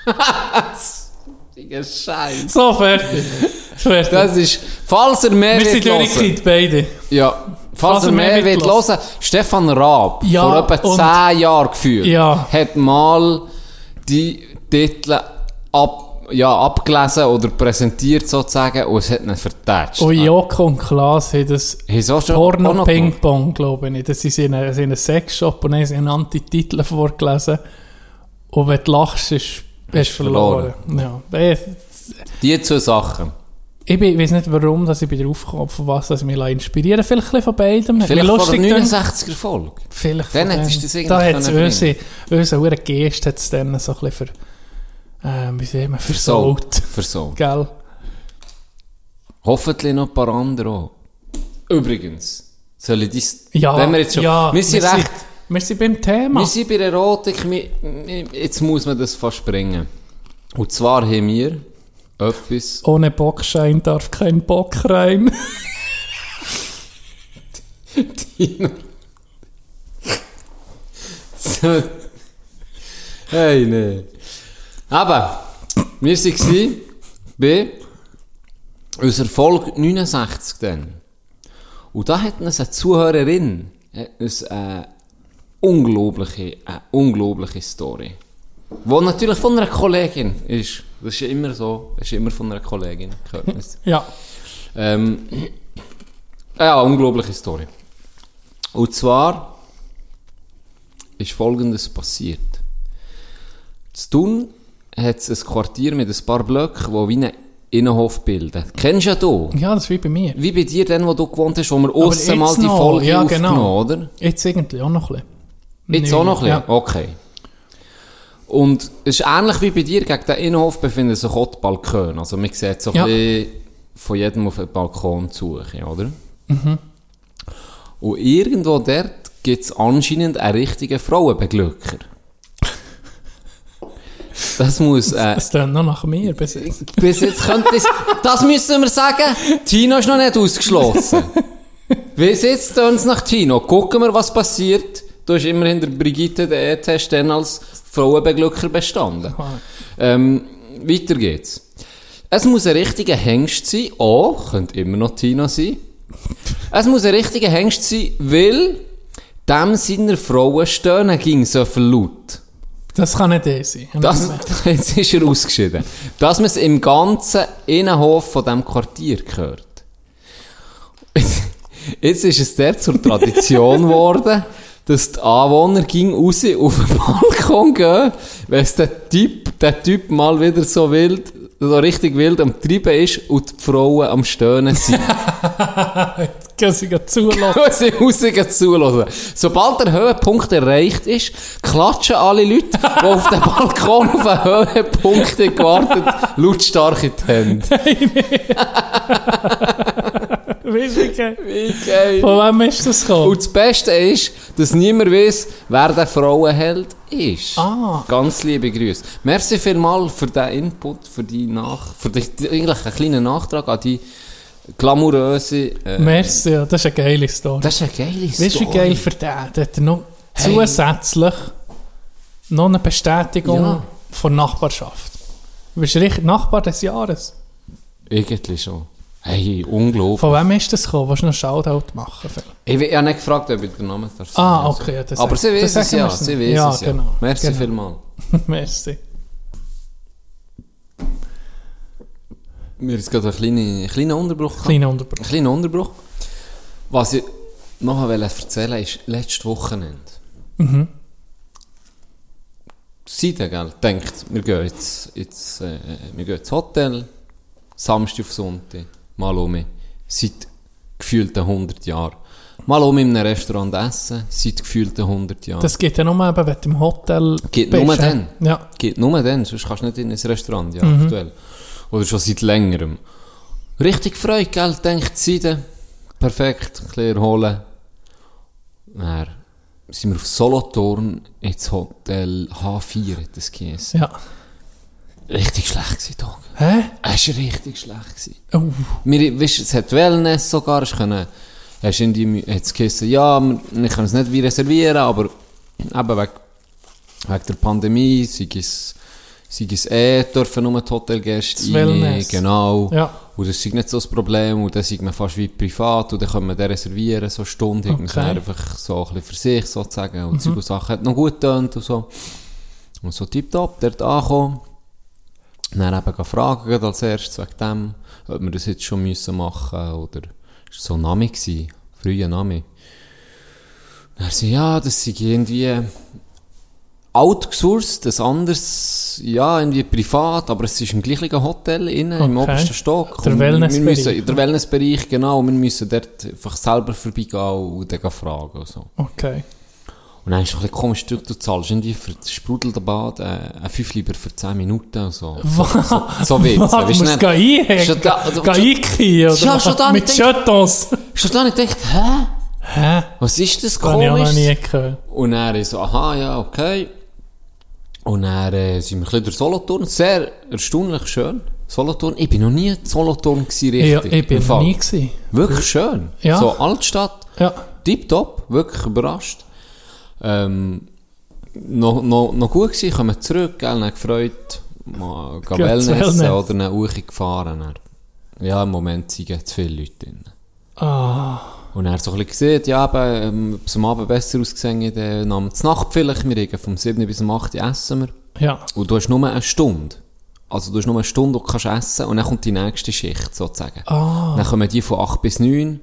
Speaker 4: Scheiße.
Speaker 3: So, fertig. fertig.
Speaker 4: Das ist, falls er mehr
Speaker 3: wir sind
Speaker 4: wollt hören-
Speaker 3: durchgekriegt, beide.
Speaker 4: Ja, falls ihr mehr wollt
Speaker 3: wollt
Speaker 4: hören, Stefan Raab,
Speaker 3: Ja,
Speaker 4: vor etwa 10 Jahren geführt,
Speaker 3: Ja.
Speaker 4: hat mal die Titel ab, ja, abgelesen oder präsentiert sozusagen und es hat ihn vertätscht.
Speaker 3: Und Joko und Klaas haben das
Speaker 4: Haben sie auch schon- Also auch noch gemacht?
Speaker 3: Porno-Ping-Pong, glaube ich. Das ist in einem, in einem Sexshop und haben sie einen Titel vorgelesen. Und wenn du lachst, ist, hast du verloren. Ja. Ich,
Speaker 4: Die zwei Sachen.
Speaker 3: ich bin- weiß nicht, warum dass ich bin drauf komme, von was dass ich mich inspirieren lasse. Vielleicht ein bisschen von beidem. Hat
Speaker 4: Vielleicht
Speaker 3: mich
Speaker 4: vor der
Speaker 3: dünkt.
Speaker 4: 69er Folge.
Speaker 3: Vielleicht
Speaker 4: Dann
Speaker 3: von
Speaker 4: hättest
Speaker 3: dem.
Speaker 4: du das irgendwie
Speaker 3: Da hat es
Speaker 4: können bringen.
Speaker 3: unsere, unsere hohe Geste hat's dann so ein bisschen ver, ähm, wie sagt man, versaut.
Speaker 4: Versaut. Versaut.
Speaker 3: Gell?
Speaker 4: Hoffentlich noch ein paar andere auch. Übrigens, soll ich dies,
Speaker 3: Ja,
Speaker 4: wenn wir jetzt schon,
Speaker 3: ja,
Speaker 4: wir sind recht,
Speaker 3: wir sind beim Thema.
Speaker 4: Wir sind bei der Erotik, wir, wir- jetzt muss man das fast bringen. Und zwar haben wir etwas.
Speaker 3: Ohne Bockschein darf kein Bock rein.
Speaker 4: So. hey, nee. Aber, wir waren bei unserer Folge 69 dann. Und da hat uns eine Zuhörerin hat uns, äh, unglaubliche, eine unglaubliche Story. Wo natürlich von einer Kollegin ist. Das ist ja immer so. Das ist immer von einer Kollegin. Gehört man es.
Speaker 3: Ja.
Speaker 4: Ähm, ja, unglaubliche Story. Und zwar ist Folgendes passiert. Zu Thun hat es ein Quartier mit ein paar Blöcken, die wie einen Innenhof bilden. Kennst du ja du?
Speaker 3: ja, das ist wie bei mir.
Speaker 4: Wie bei dir, dann, wo du gewohnt hast, wo wir
Speaker 3: Aber
Speaker 4: aussen
Speaker 3: jetzt
Speaker 4: mal die
Speaker 3: noch,
Speaker 4: Folge
Speaker 3: ja,
Speaker 4: aufgenommen
Speaker 3: genau.
Speaker 4: oder?
Speaker 3: Jetzt irgendwie auch noch ein bisschen.
Speaker 4: Jetzt auch noch ein bisschen?
Speaker 3: Ja.
Speaker 4: Okay. Und es ist ähnlich wie bei dir, gegen den Innenhof befinden sich auch die Balkone. Also man sieht so
Speaker 3: Ja.
Speaker 4: ein bisschen von jedem auf den Balkon zu, oder?
Speaker 3: Mhm.
Speaker 4: Und irgendwo dort gibt es anscheinend einen richtigen Frauenbeglücker. Das muss... Äh,
Speaker 3: Es tönt noch nach mir bis jetzt.
Speaker 4: bis jetzt könnte es... Das müssen wir sagen, Tino ist noch nicht ausgeschlossen. Bis jetzt tun es nach Tino. Gucken wir, was passiert. Du hast immerhin der Brigitte den E-Test dann als Frauenbeglücker bestanden. Ähm, weiter geht's. Es muss ein richtiger Hengst sein. Oh, könnte immer noch Tina sein. Es muss ein richtiger Hengst sein, weil dem seiner Frauen stöhnen ging so viel laut.
Speaker 3: Das kann nicht der sein.
Speaker 4: Das, jetzt ist er ausgeschieden. Dass man es im ganzen Innenhof von diesem Quartier gehört. Jetzt ist es dort zur Tradition geworden, dass die Anwohner ging raus auf den Balkon gehen, wenn es der Typ, der Typ mal wieder so wild, so richtig wild am Treiben ist und die Frauen am Stöhnen sind.
Speaker 3: Gehen Sie gleich zulassen.
Speaker 4: Muss ich rausgehen zuhören. Sobald der Höhepunkt erreicht ist, klatschen alle Leute, die auf dem Balkon auf den Höhepunkt haben gewartet lautstark in die Hände.
Speaker 3: Weißt du, wie-
Speaker 4: Wie geil.
Speaker 3: von wem ist das gekommen?
Speaker 4: Und das Beste ist, dass niemand weiß, wer der Frauenheld ist.
Speaker 3: Ah.
Speaker 4: Ganz liebe Grüße. Merci vielmals für den Input, für die Nach für die, eigentlich einen kleinen Nachtrag an die glamouröse... Äh,
Speaker 3: Merci, ja, das ist eine geile Story.
Speaker 4: das ist eine geile Story.
Speaker 3: Weißt du, wie geil für den? Der hat er noch
Speaker 4: Hey.
Speaker 3: zusätzlich noch eine Bestätigung
Speaker 4: Ja.
Speaker 3: von Nachbarschaft. Du bist richtig Nachbar des Jahres.
Speaker 4: Irgendwie schon. Hey, unglaublich.
Speaker 3: Von wem ist das gekommen? Willst du noch einen Shoutout machen? vielleicht?
Speaker 4: Ich we- ich habe nicht gefragt, ob ich den Namen darf. sagen.
Speaker 3: Ah,
Speaker 4: Also.
Speaker 3: okay, ja, das
Speaker 4: Aber
Speaker 3: sag-
Speaker 4: sie
Speaker 3: das
Speaker 4: weiß es
Speaker 3: sagen
Speaker 4: ja,
Speaker 3: wir es
Speaker 4: sie
Speaker 3: nicht.
Speaker 4: weiß
Speaker 3: Ja,
Speaker 4: es ja.
Speaker 3: genau,
Speaker 4: Merci
Speaker 3: genau.
Speaker 4: vielmals.
Speaker 3: Merci.
Speaker 4: Mir ist gerade ein kleiner, kleiner Unterbruch. gehabt.
Speaker 3: Kleiner
Speaker 4: Ein
Speaker 3: Unterbruch.
Speaker 4: kleiner Unterbruch. Was ich noch wollte erzählen ist, letztes Wochenende. Mhm. Seite, gell, denkt, wir gehen jetzt, jetzt, äh, wir gehen ins Hotel, Samstag auf Sonntag, mal um, seit gefühlten 100 Jahren. Mal um in einem Restaurant essen, seit gefühlten 100 Jahren.
Speaker 3: Das geht ja nur eben, wenn du im Hotel
Speaker 4: Geht
Speaker 3: bist,
Speaker 4: nur
Speaker 3: ja.
Speaker 4: dann.
Speaker 3: Ja.
Speaker 4: Geht nur dann, sonst kannst du nicht in ein Restaurant, ja, aktuell. Oder schon seit längerem. Richtig Freude, gell? Denkt Seiden. Perfekt, ein bisschen erholen. Dann sind wir auf Solothurn ins Hotel H4, hat das geheißen.
Speaker 3: ja.
Speaker 4: Richtig schlecht gewesen, Tag.
Speaker 3: Hä?
Speaker 4: Es war richtig schlecht gewesen.
Speaker 3: Oh,
Speaker 4: Wir, weißt, es hat Wellness sogar, es können, hast in die, Mü- hat's geheißen, ja, wir, wir können es nicht wie reservieren, aber eben wegen, wegen der Pandemie, sei es, sei es eh, dürfen nur die Hotelgäste
Speaker 3: Das
Speaker 4: rein,
Speaker 3: Wellness.
Speaker 4: genau.
Speaker 3: ja.
Speaker 4: Und das ist nicht so das Problem, und dann sind wir fast wie privat, und dann können wir den reservieren, so eine Stunde, okay. man
Speaker 3: Okay.
Speaker 4: kann einfach so ein bisschen für sich sozusagen, und mhm. Sachen hat noch gut getönt und so. Und so tipptopp, dort angekommen. Dann eben gehen fragen gerade als erstes wegen dem, ob wir das jetzt schon müssen machen oder es war so Name gsi, früher Name. Dann sie, ja, das sei irgendwie outgesourced, das anders, ja, irgendwie privat, aber es ist im gleichen Hotel innen, im
Speaker 3: Okay.
Speaker 4: obersten Stock.
Speaker 3: Der
Speaker 4: Und wir-
Speaker 3: Wellnessbereich.
Speaker 4: Wir müssen, der Wellnessbereich, genau, und wir müssen dort einfach selber vorbeigehen und dann gehen fragen und so.
Speaker 3: Okay.
Speaker 4: Und dann ist es ein bisschen komisch, du, du zahlst irgendwie für das sprudelte Bad äh, ein 5 lieber für 10 Minuten und so.
Speaker 3: Was?
Speaker 4: so Witze,
Speaker 3: Was?
Speaker 4: weißt
Speaker 3: Du
Speaker 4: du
Speaker 3: musst
Speaker 4: nicht?
Speaker 3: gehen
Speaker 4: Schon
Speaker 3: einhängen.
Speaker 4: da- also-
Speaker 3: Gehen einkriegen, oder?
Speaker 4: Ja, schon da
Speaker 3: Mit
Speaker 4: nicht denk-
Speaker 3: Schöttons.
Speaker 4: Schon da nicht gedacht, hä?
Speaker 3: Hä?
Speaker 4: Was ist das
Speaker 3: Das habe ich auch noch nie
Speaker 4: komisch?
Speaker 3: gehört.
Speaker 4: Und er ist so, aha, ja, okay. Und dann äh, sind wir ein bisschen durch Solothurn. Sehr erstaunlich schön. Solothurn. Ich bin noch nie in Solothurn gewesen,
Speaker 3: Ja,
Speaker 4: richtig.
Speaker 3: ich bin
Speaker 4: Im
Speaker 3: noch
Speaker 4: Fall.
Speaker 3: nie gewesen.
Speaker 4: Wirklich schön.
Speaker 3: Ja.
Speaker 4: So Altstadt.
Speaker 3: Ja.
Speaker 4: Tipptopp, wirklich überrascht. Ähm, noch, noch, noch gut gewesen, kommen zurück, gell, dann gefreut, mal gehen
Speaker 3: Gehen
Speaker 4: Wellness,
Speaker 3: zu Wellness.
Speaker 4: oder eine Uche gefahren. Dann. Ja, im Moment sind zu viele Leute drin.
Speaker 3: Ah.
Speaker 4: Und er hat so ein bisschen gesehen, ja, eben, ähm, ob es am Abend besser ausgesehen hat, äh, namens Nacht vielleicht. Wir haben vom 7. bis zum 8. essen wir.
Speaker 3: Ja.
Speaker 4: Und du hast nur eine Stunde. Also du hast nur eine Stunde, wo du kannst essen und dann kommt die nächste Schicht sozusagen. Dann kommen die von 8 bis 9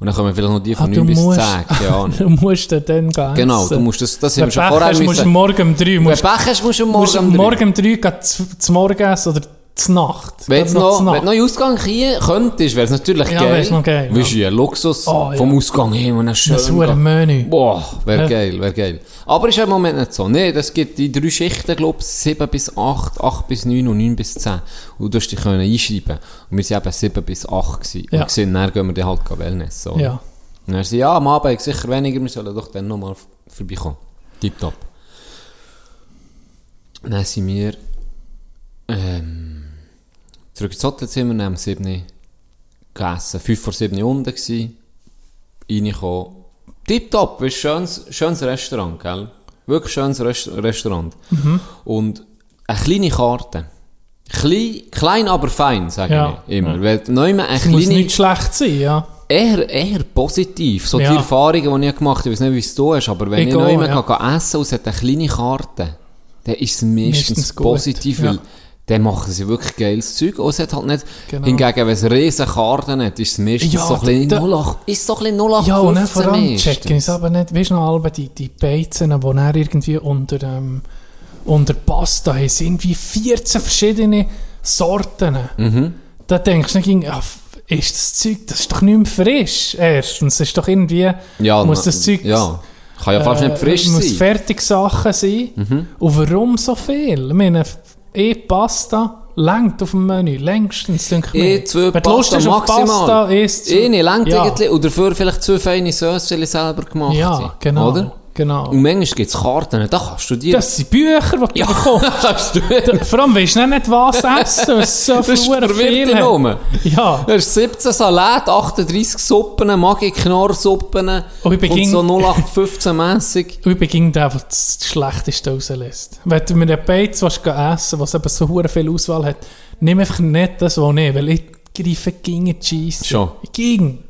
Speaker 4: und dann kommen vielleicht noch die von
Speaker 3: Ah,
Speaker 4: 9
Speaker 3: du
Speaker 4: bis 10.
Speaker 3: musst,
Speaker 4: Keine Ahnung.
Speaker 3: du musst dann dann gehen.
Speaker 4: genau,
Speaker 3: essen.
Speaker 4: du musst das, das haben
Speaker 3: Wenn
Speaker 4: wir schon
Speaker 3: Pech
Speaker 4: vorher
Speaker 3: hast, musst du
Speaker 4: müssen.
Speaker 3: morgen um 3
Speaker 4: Wenn
Speaker 3: musst,
Speaker 4: du Pech hast, musst du
Speaker 3: musst
Speaker 4: morgen
Speaker 3: du
Speaker 4: um drei.
Speaker 3: morgen um 3 gehen zu- zum Morgen essen oder zum Nacht.
Speaker 4: Wenn du
Speaker 3: Oder
Speaker 4: noch,
Speaker 3: zu
Speaker 4: wenn
Speaker 3: Nacht.
Speaker 4: du noch in den Ausgang hier könntest, wäre es natürlich
Speaker 3: Ja,
Speaker 4: geil.
Speaker 3: wär's noch geil,
Speaker 4: Weißt du, ja, Luxus
Speaker 3: Oh, ja.
Speaker 4: vom Ausgang hin und dann schön.
Speaker 3: Das hure
Speaker 4: gehen.
Speaker 3: Menü.
Speaker 4: Boah, wäre
Speaker 3: Ja.
Speaker 4: geil, wäre geil. Aber ist ja im Moment nicht so. Nee, das gibt die drei Schichten, glaub ich, 7 bis 8, 8 bis 9 und 9 bis 10. Und du hast dich können einschreiben. Und wir waren eben 7 bis 8 gewesen.
Speaker 3: Ja.
Speaker 4: Und gesehen, dann gehen wir dann halt gehen Wellness. So.
Speaker 3: Ja.
Speaker 4: Und er sagt, ja, am Abend ist sicher weniger, wir sollen doch dann nochmal vorbeikommen. Tipptopp. Dann sind wir ähm, zurück ins Hotelzimmer, dann haben wir 7 Uhr gegessen. 5 vor 7 Uhr unten gewesen, reingekommen. Tipptopp, ist schönes, schönes Restaurant, gell? Wirklich schönes Rest Restaurant.
Speaker 3: Mhm.
Speaker 4: Und eine kleine Karte. Klein, klein aber fein, sage
Speaker 3: Ja.
Speaker 4: ich immer. Wenn du neu eine
Speaker 3: Muss
Speaker 4: kleine
Speaker 3: nicht schlecht sein, ja.
Speaker 4: eher, eher positiv. So
Speaker 3: Ja.
Speaker 4: die Erfahrungen, die ich gemacht habe, ich weiß nicht, wie es du hast, aber wenn
Speaker 3: Ich
Speaker 4: ich,
Speaker 3: auch,
Speaker 4: noch immer
Speaker 3: ja.
Speaker 4: ja. essen und es hat eine kleine Karte, dann ist es meistens,
Speaker 3: Meistens gut,
Speaker 4: positiv,
Speaker 3: ja.
Speaker 4: weil dann machen sie wirklich geiles Zeug und es hat halt nicht...
Speaker 3: Genau.
Speaker 4: Hingegen, wenn es riesige Karten hat, ist es meistens
Speaker 3: Ja,
Speaker 4: so ein bisschen
Speaker 3: da-
Speaker 4: 08... Ist so ein bisschen 08
Speaker 3: Ja, und dann vor
Speaker 4: 15
Speaker 3: allem
Speaker 4: meistens.
Speaker 3: checken ist aber nicht, weißt du noch, alle die, die Beizen, die er irgendwie unter, ähm, unter Pasta haben, sind wie 14 verschiedene Sorten.
Speaker 4: Mhm.
Speaker 3: Da denkst du nicht, ah, f- ist das Zeug, das ist doch nicht mehr frisch. Erstens, es ist doch irgendwie,
Speaker 4: Ja,
Speaker 3: muss
Speaker 4: na-
Speaker 3: das Zeug,
Speaker 4: Ja, kann ja fast
Speaker 3: äh,
Speaker 4: nicht frisch
Speaker 3: muss
Speaker 4: sein. Mhm.
Speaker 3: fertig Sachen sein. Und warum so viel? Ich meine, eh Pasta längt auf dem Menü, längstens, denke ich.
Speaker 4: Eh
Speaker 3: mir.
Speaker 4: zwei
Speaker 3: Wenn du Lust
Speaker 4: Pasta
Speaker 3: hast auf
Speaker 4: maximal.
Speaker 3: Pasta, isst
Speaker 4: Eh, nicht längt
Speaker 3: Ja.
Speaker 4: irgendwie. Und dafür vielleicht zwei feine Söschen selber gemacht sind,
Speaker 3: Ja, genau.
Speaker 4: Oder?
Speaker 3: genau.
Speaker 4: Und manchmal gibt es Karten, da kannst du dir...
Speaker 3: Das Oh. sind Bücher, die du
Speaker 4: Mm. ja,
Speaker 3: bekommst.
Speaker 4: kannst du dir...
Speaker 3: Vor allem weisst du dann nicht, was essen, weil es so
Speaker 4: Das ist
Speaker 3: verdammt
Speaker 4: verwirrt
Speaker 3: viel hat.
Speaker 4: genommen.
Speaker 3: Ja,
Speaker 4: Du hast 17 Salat, 38 Suppen, Maggi-Knorr-Suppen.
Speaker 3: Oh, ich bin
Speaker 4: und
Speaker 3: ging-
Speaker 4: so 0815-mässig.
Speaker 3: ich bin der, der das Schlechteste rauslässt. Wenn du mit einem Beiz willst gehen essen was eben so verdammt viel Auswahl hat, nimm einfach nicht das, was nicht, weil ich greife gegen Cheese.
Speaker 4: Schon.
Speaker 3: Ich ging.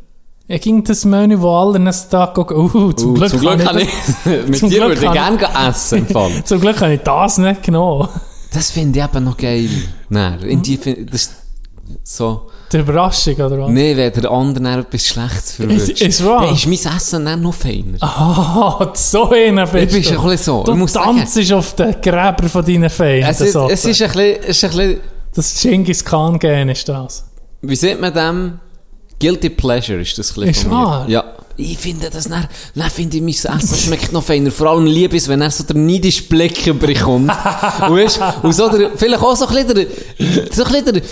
Speaker 3: Ich ging das Menü, das alle nächsten Tag gucken, uh, zum Glück,
Speaker 4: zum Glück
Speaker 3: habe
Speaker 4: kann ich...
Speaker 3: das-
Speaker 4: mit
Speaker 3: Zum
Speaker 4: dir
Speaker 3: Glück
Speaker 4: würde ich
Speaker 3: kann
Speaker 4: gerne essen, im Fall.
Speaker 3: Zum Glück habe ich das nicht genommen.
Speaker 4: Das finde ich eben noch geil. Nein, in die find, das ist so...
Speaker 3: Die Überraschung, oder was?
Speaker 4: Nein, wenn der andere dann etwas Schlechtes verwirrt.
Speaker 3: Ist- ist wahr.
Speaker 4: Dann ist mein Essen dann noch feiner.
Speaker 3: Ah, so einer bist
Speaker 4: Ich bin schon ein bisschen so.
Speaker 3: Du
Speaker 4: Ich muss sagen-
Speaker 3: tanzt auf den Gräber von deinen Feinden.
Speaker 4: es, ist, es
Speaker 3: sozusagen.
Speaker 4: ist ein bisschen... Es ist ein bisschen
Speaker 3: Das Genghis Khan Gen ist das.
Speaker 4: wie sieht man dem? Guilty Pleasure dus ist das ein
Speaker 3: Ist
Speaker 4: bisschen von mir.
Speaker 3: wahr?
Speaker 4: Ja. Ich finde das dann, dann finde ich mein Essen schmeckt noch feiner. Vor allem liebe ich es, wenn er so den neidischen Blick bekommt. weißt, und so der, vielleicht auch so ein bisschen der, so ein bisschen der,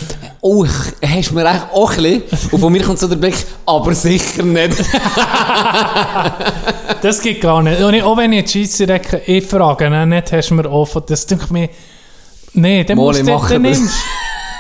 Speaker 4: oh, ich- hast du mir eigentlich auch ein bisschen, und von mir kommt so der Blick, aber sicher nicht.
Speaker 3: Das geht gar nicht. Und ich, auch wenn ich die Schiedsrichter ich frage, ne, nicht, hast du mir offen, das denke mir, nee, dann
Speaker 4: Mal,
Speaker 3: musst
Speaker 4: ich
Speaker 3: du
Speaker 4: mache
Speaker 3: den
Speaker 4: das.
Speaker 3: nimmst.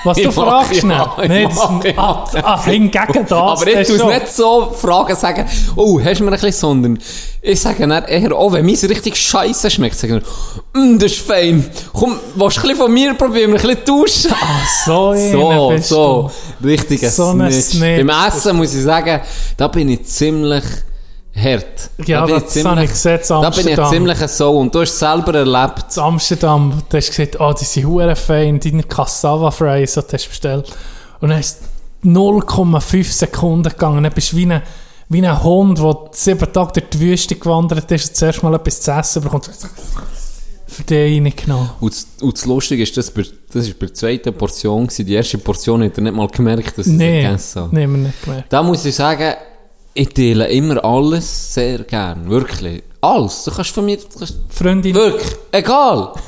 Speaker 3: Was
Speaker 4: Ich
Speaker 3: du
Speaker 4: mache,
Speaker 3: fragst,
Speaker 4: ja, ich
Speaker 3: ne? Nicht,
Speaker 4: mache, ich
Speaker 3: ah,
Speaker 4: mache.
Speaker 3: ah, hingegen das.
Speaker 4: aber ich
Speaker 3: das
Speaker 4: tue es
Speaker 3: schon.
Speaker 4: nicht so Fragen sagen, oh, hast du mir ein bisschen, sondern ich sage dann eher, oh, wenn meins richtig scheiße schmeckt, sage ich, mm, das ist fein. Komm, willst du ein bisschen von mir probieren, ein bisschen tauschen?
Speaker 3: Ah, So,
Speaker 4: So,
Speaker 3: einer bist
Speaker 4: so. Richtiger
Speaker 3: So ein
Speaker 4: Snitch.
Speaker 3: Snitch.
Speaker 4: Beim Essen muss ich sagen, da bin ich ziemlich hart.
Speaker 3: Ja,
Speaker 4: da bin
Speaker 3: das habe ich gesehen, in
Speaker 4: Da bin ich
Speaker 3: Amsterdam.
Speaker 4: ziemlich so und du hast es selber erlebt.
Speaker 3: du. In Amsterdam, da hast du gesagt, oh, die sind hure fein, deine Cassava Fries, die hast du bestellt. Und dann ist 0,5 Sekunden gegangen. Dann bist du wie ein, wie ein Hund, der sieben Tage durch die Wüste gewandert ist und zuerst mal etwas zu essen bekommt. Für den reingenommen.
Speaker 4: Und, das- und das Lustige ist, das, bei- das ist bei der zweiten Portion gewesen. Die erste Portion hat er nicht mal gemerkt, dass ich es
Speaker 3: Nein,
Speaker 4: gegessen habe.
Speaker 3: nehmen wir nicht gemerkt.
Speaker 4: Da muss ich sagen, ich teile immer alles sehr gern. Wirklich. Alles. Du kannst von mir, du kannst,
Speaker 3: Freundin,
Speaker 4: wirklich. Egal.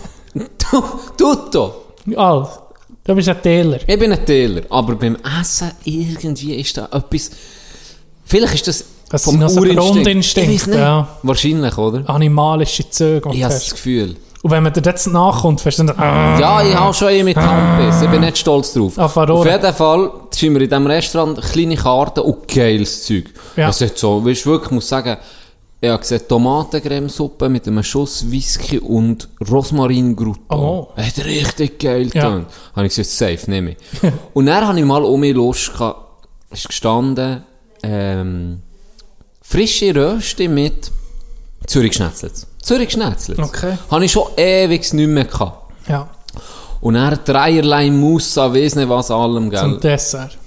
Speaker 4: Du, tutto.
Speaker 3: alles. Du bist ein Täler.
Speaker 4: Ich bin ein Teiler, aber beim Essen irgendwie ist da etwas. Vielleicht ist das,
Speaker 3: Das sind also Grundinstinkte,
Speaker 4: Ich weiß nicht.
Speaker 3: ja. Ah,
Speaker 4: Wahrscheinlich, oder?
Speaker 3: Animalische Züge.
Speaker 4: Ich
Speaker 3: Und,
Speaker 4: habe das
Speaker 3: hast.
Speaker 4: Gefühl.
Speaker 3: und wenn man dir jetzt nachkommt, fährst du dann...
Speaker 4: Ja, ich habe schon einen mit Handbiss. Ich bin nicht stolz drauf.
Speaker 3: Auf Varroa.
Speaker 4: jeden Fall sind wir in diesem Restaurant kleine Karten und geiles Zeug.
Speaker 3: Ja.
Speaker 4: Es hat so, weißt du, wirklich, ich muss sagen, ich habe gesehen, Tomatencremesuppe mit einem Schuss Whisky und Rosmarin Crouton.
Speaker 3: Oh.
Speaker 4: Hat richtig geil
Speaker 3: Ja.
Speaker 4: getan. Habe ich gesagt, safe, nehme ich. und dann habe ich mal um mich Lust gehabt, ist gestanden, ähm, Frische Röste mit Zürichschnetzlitz. Zürichschnetzlitz.
Speaker 3: Okay.
Speaker 4: Habe ich schon ewig nicht mehr gehabt.
Speaker 3: Ja,
Speaker 4: Und er dreierlei Mousse, weiss nicht was allem, gell?
Speaker 3: zum Dessert.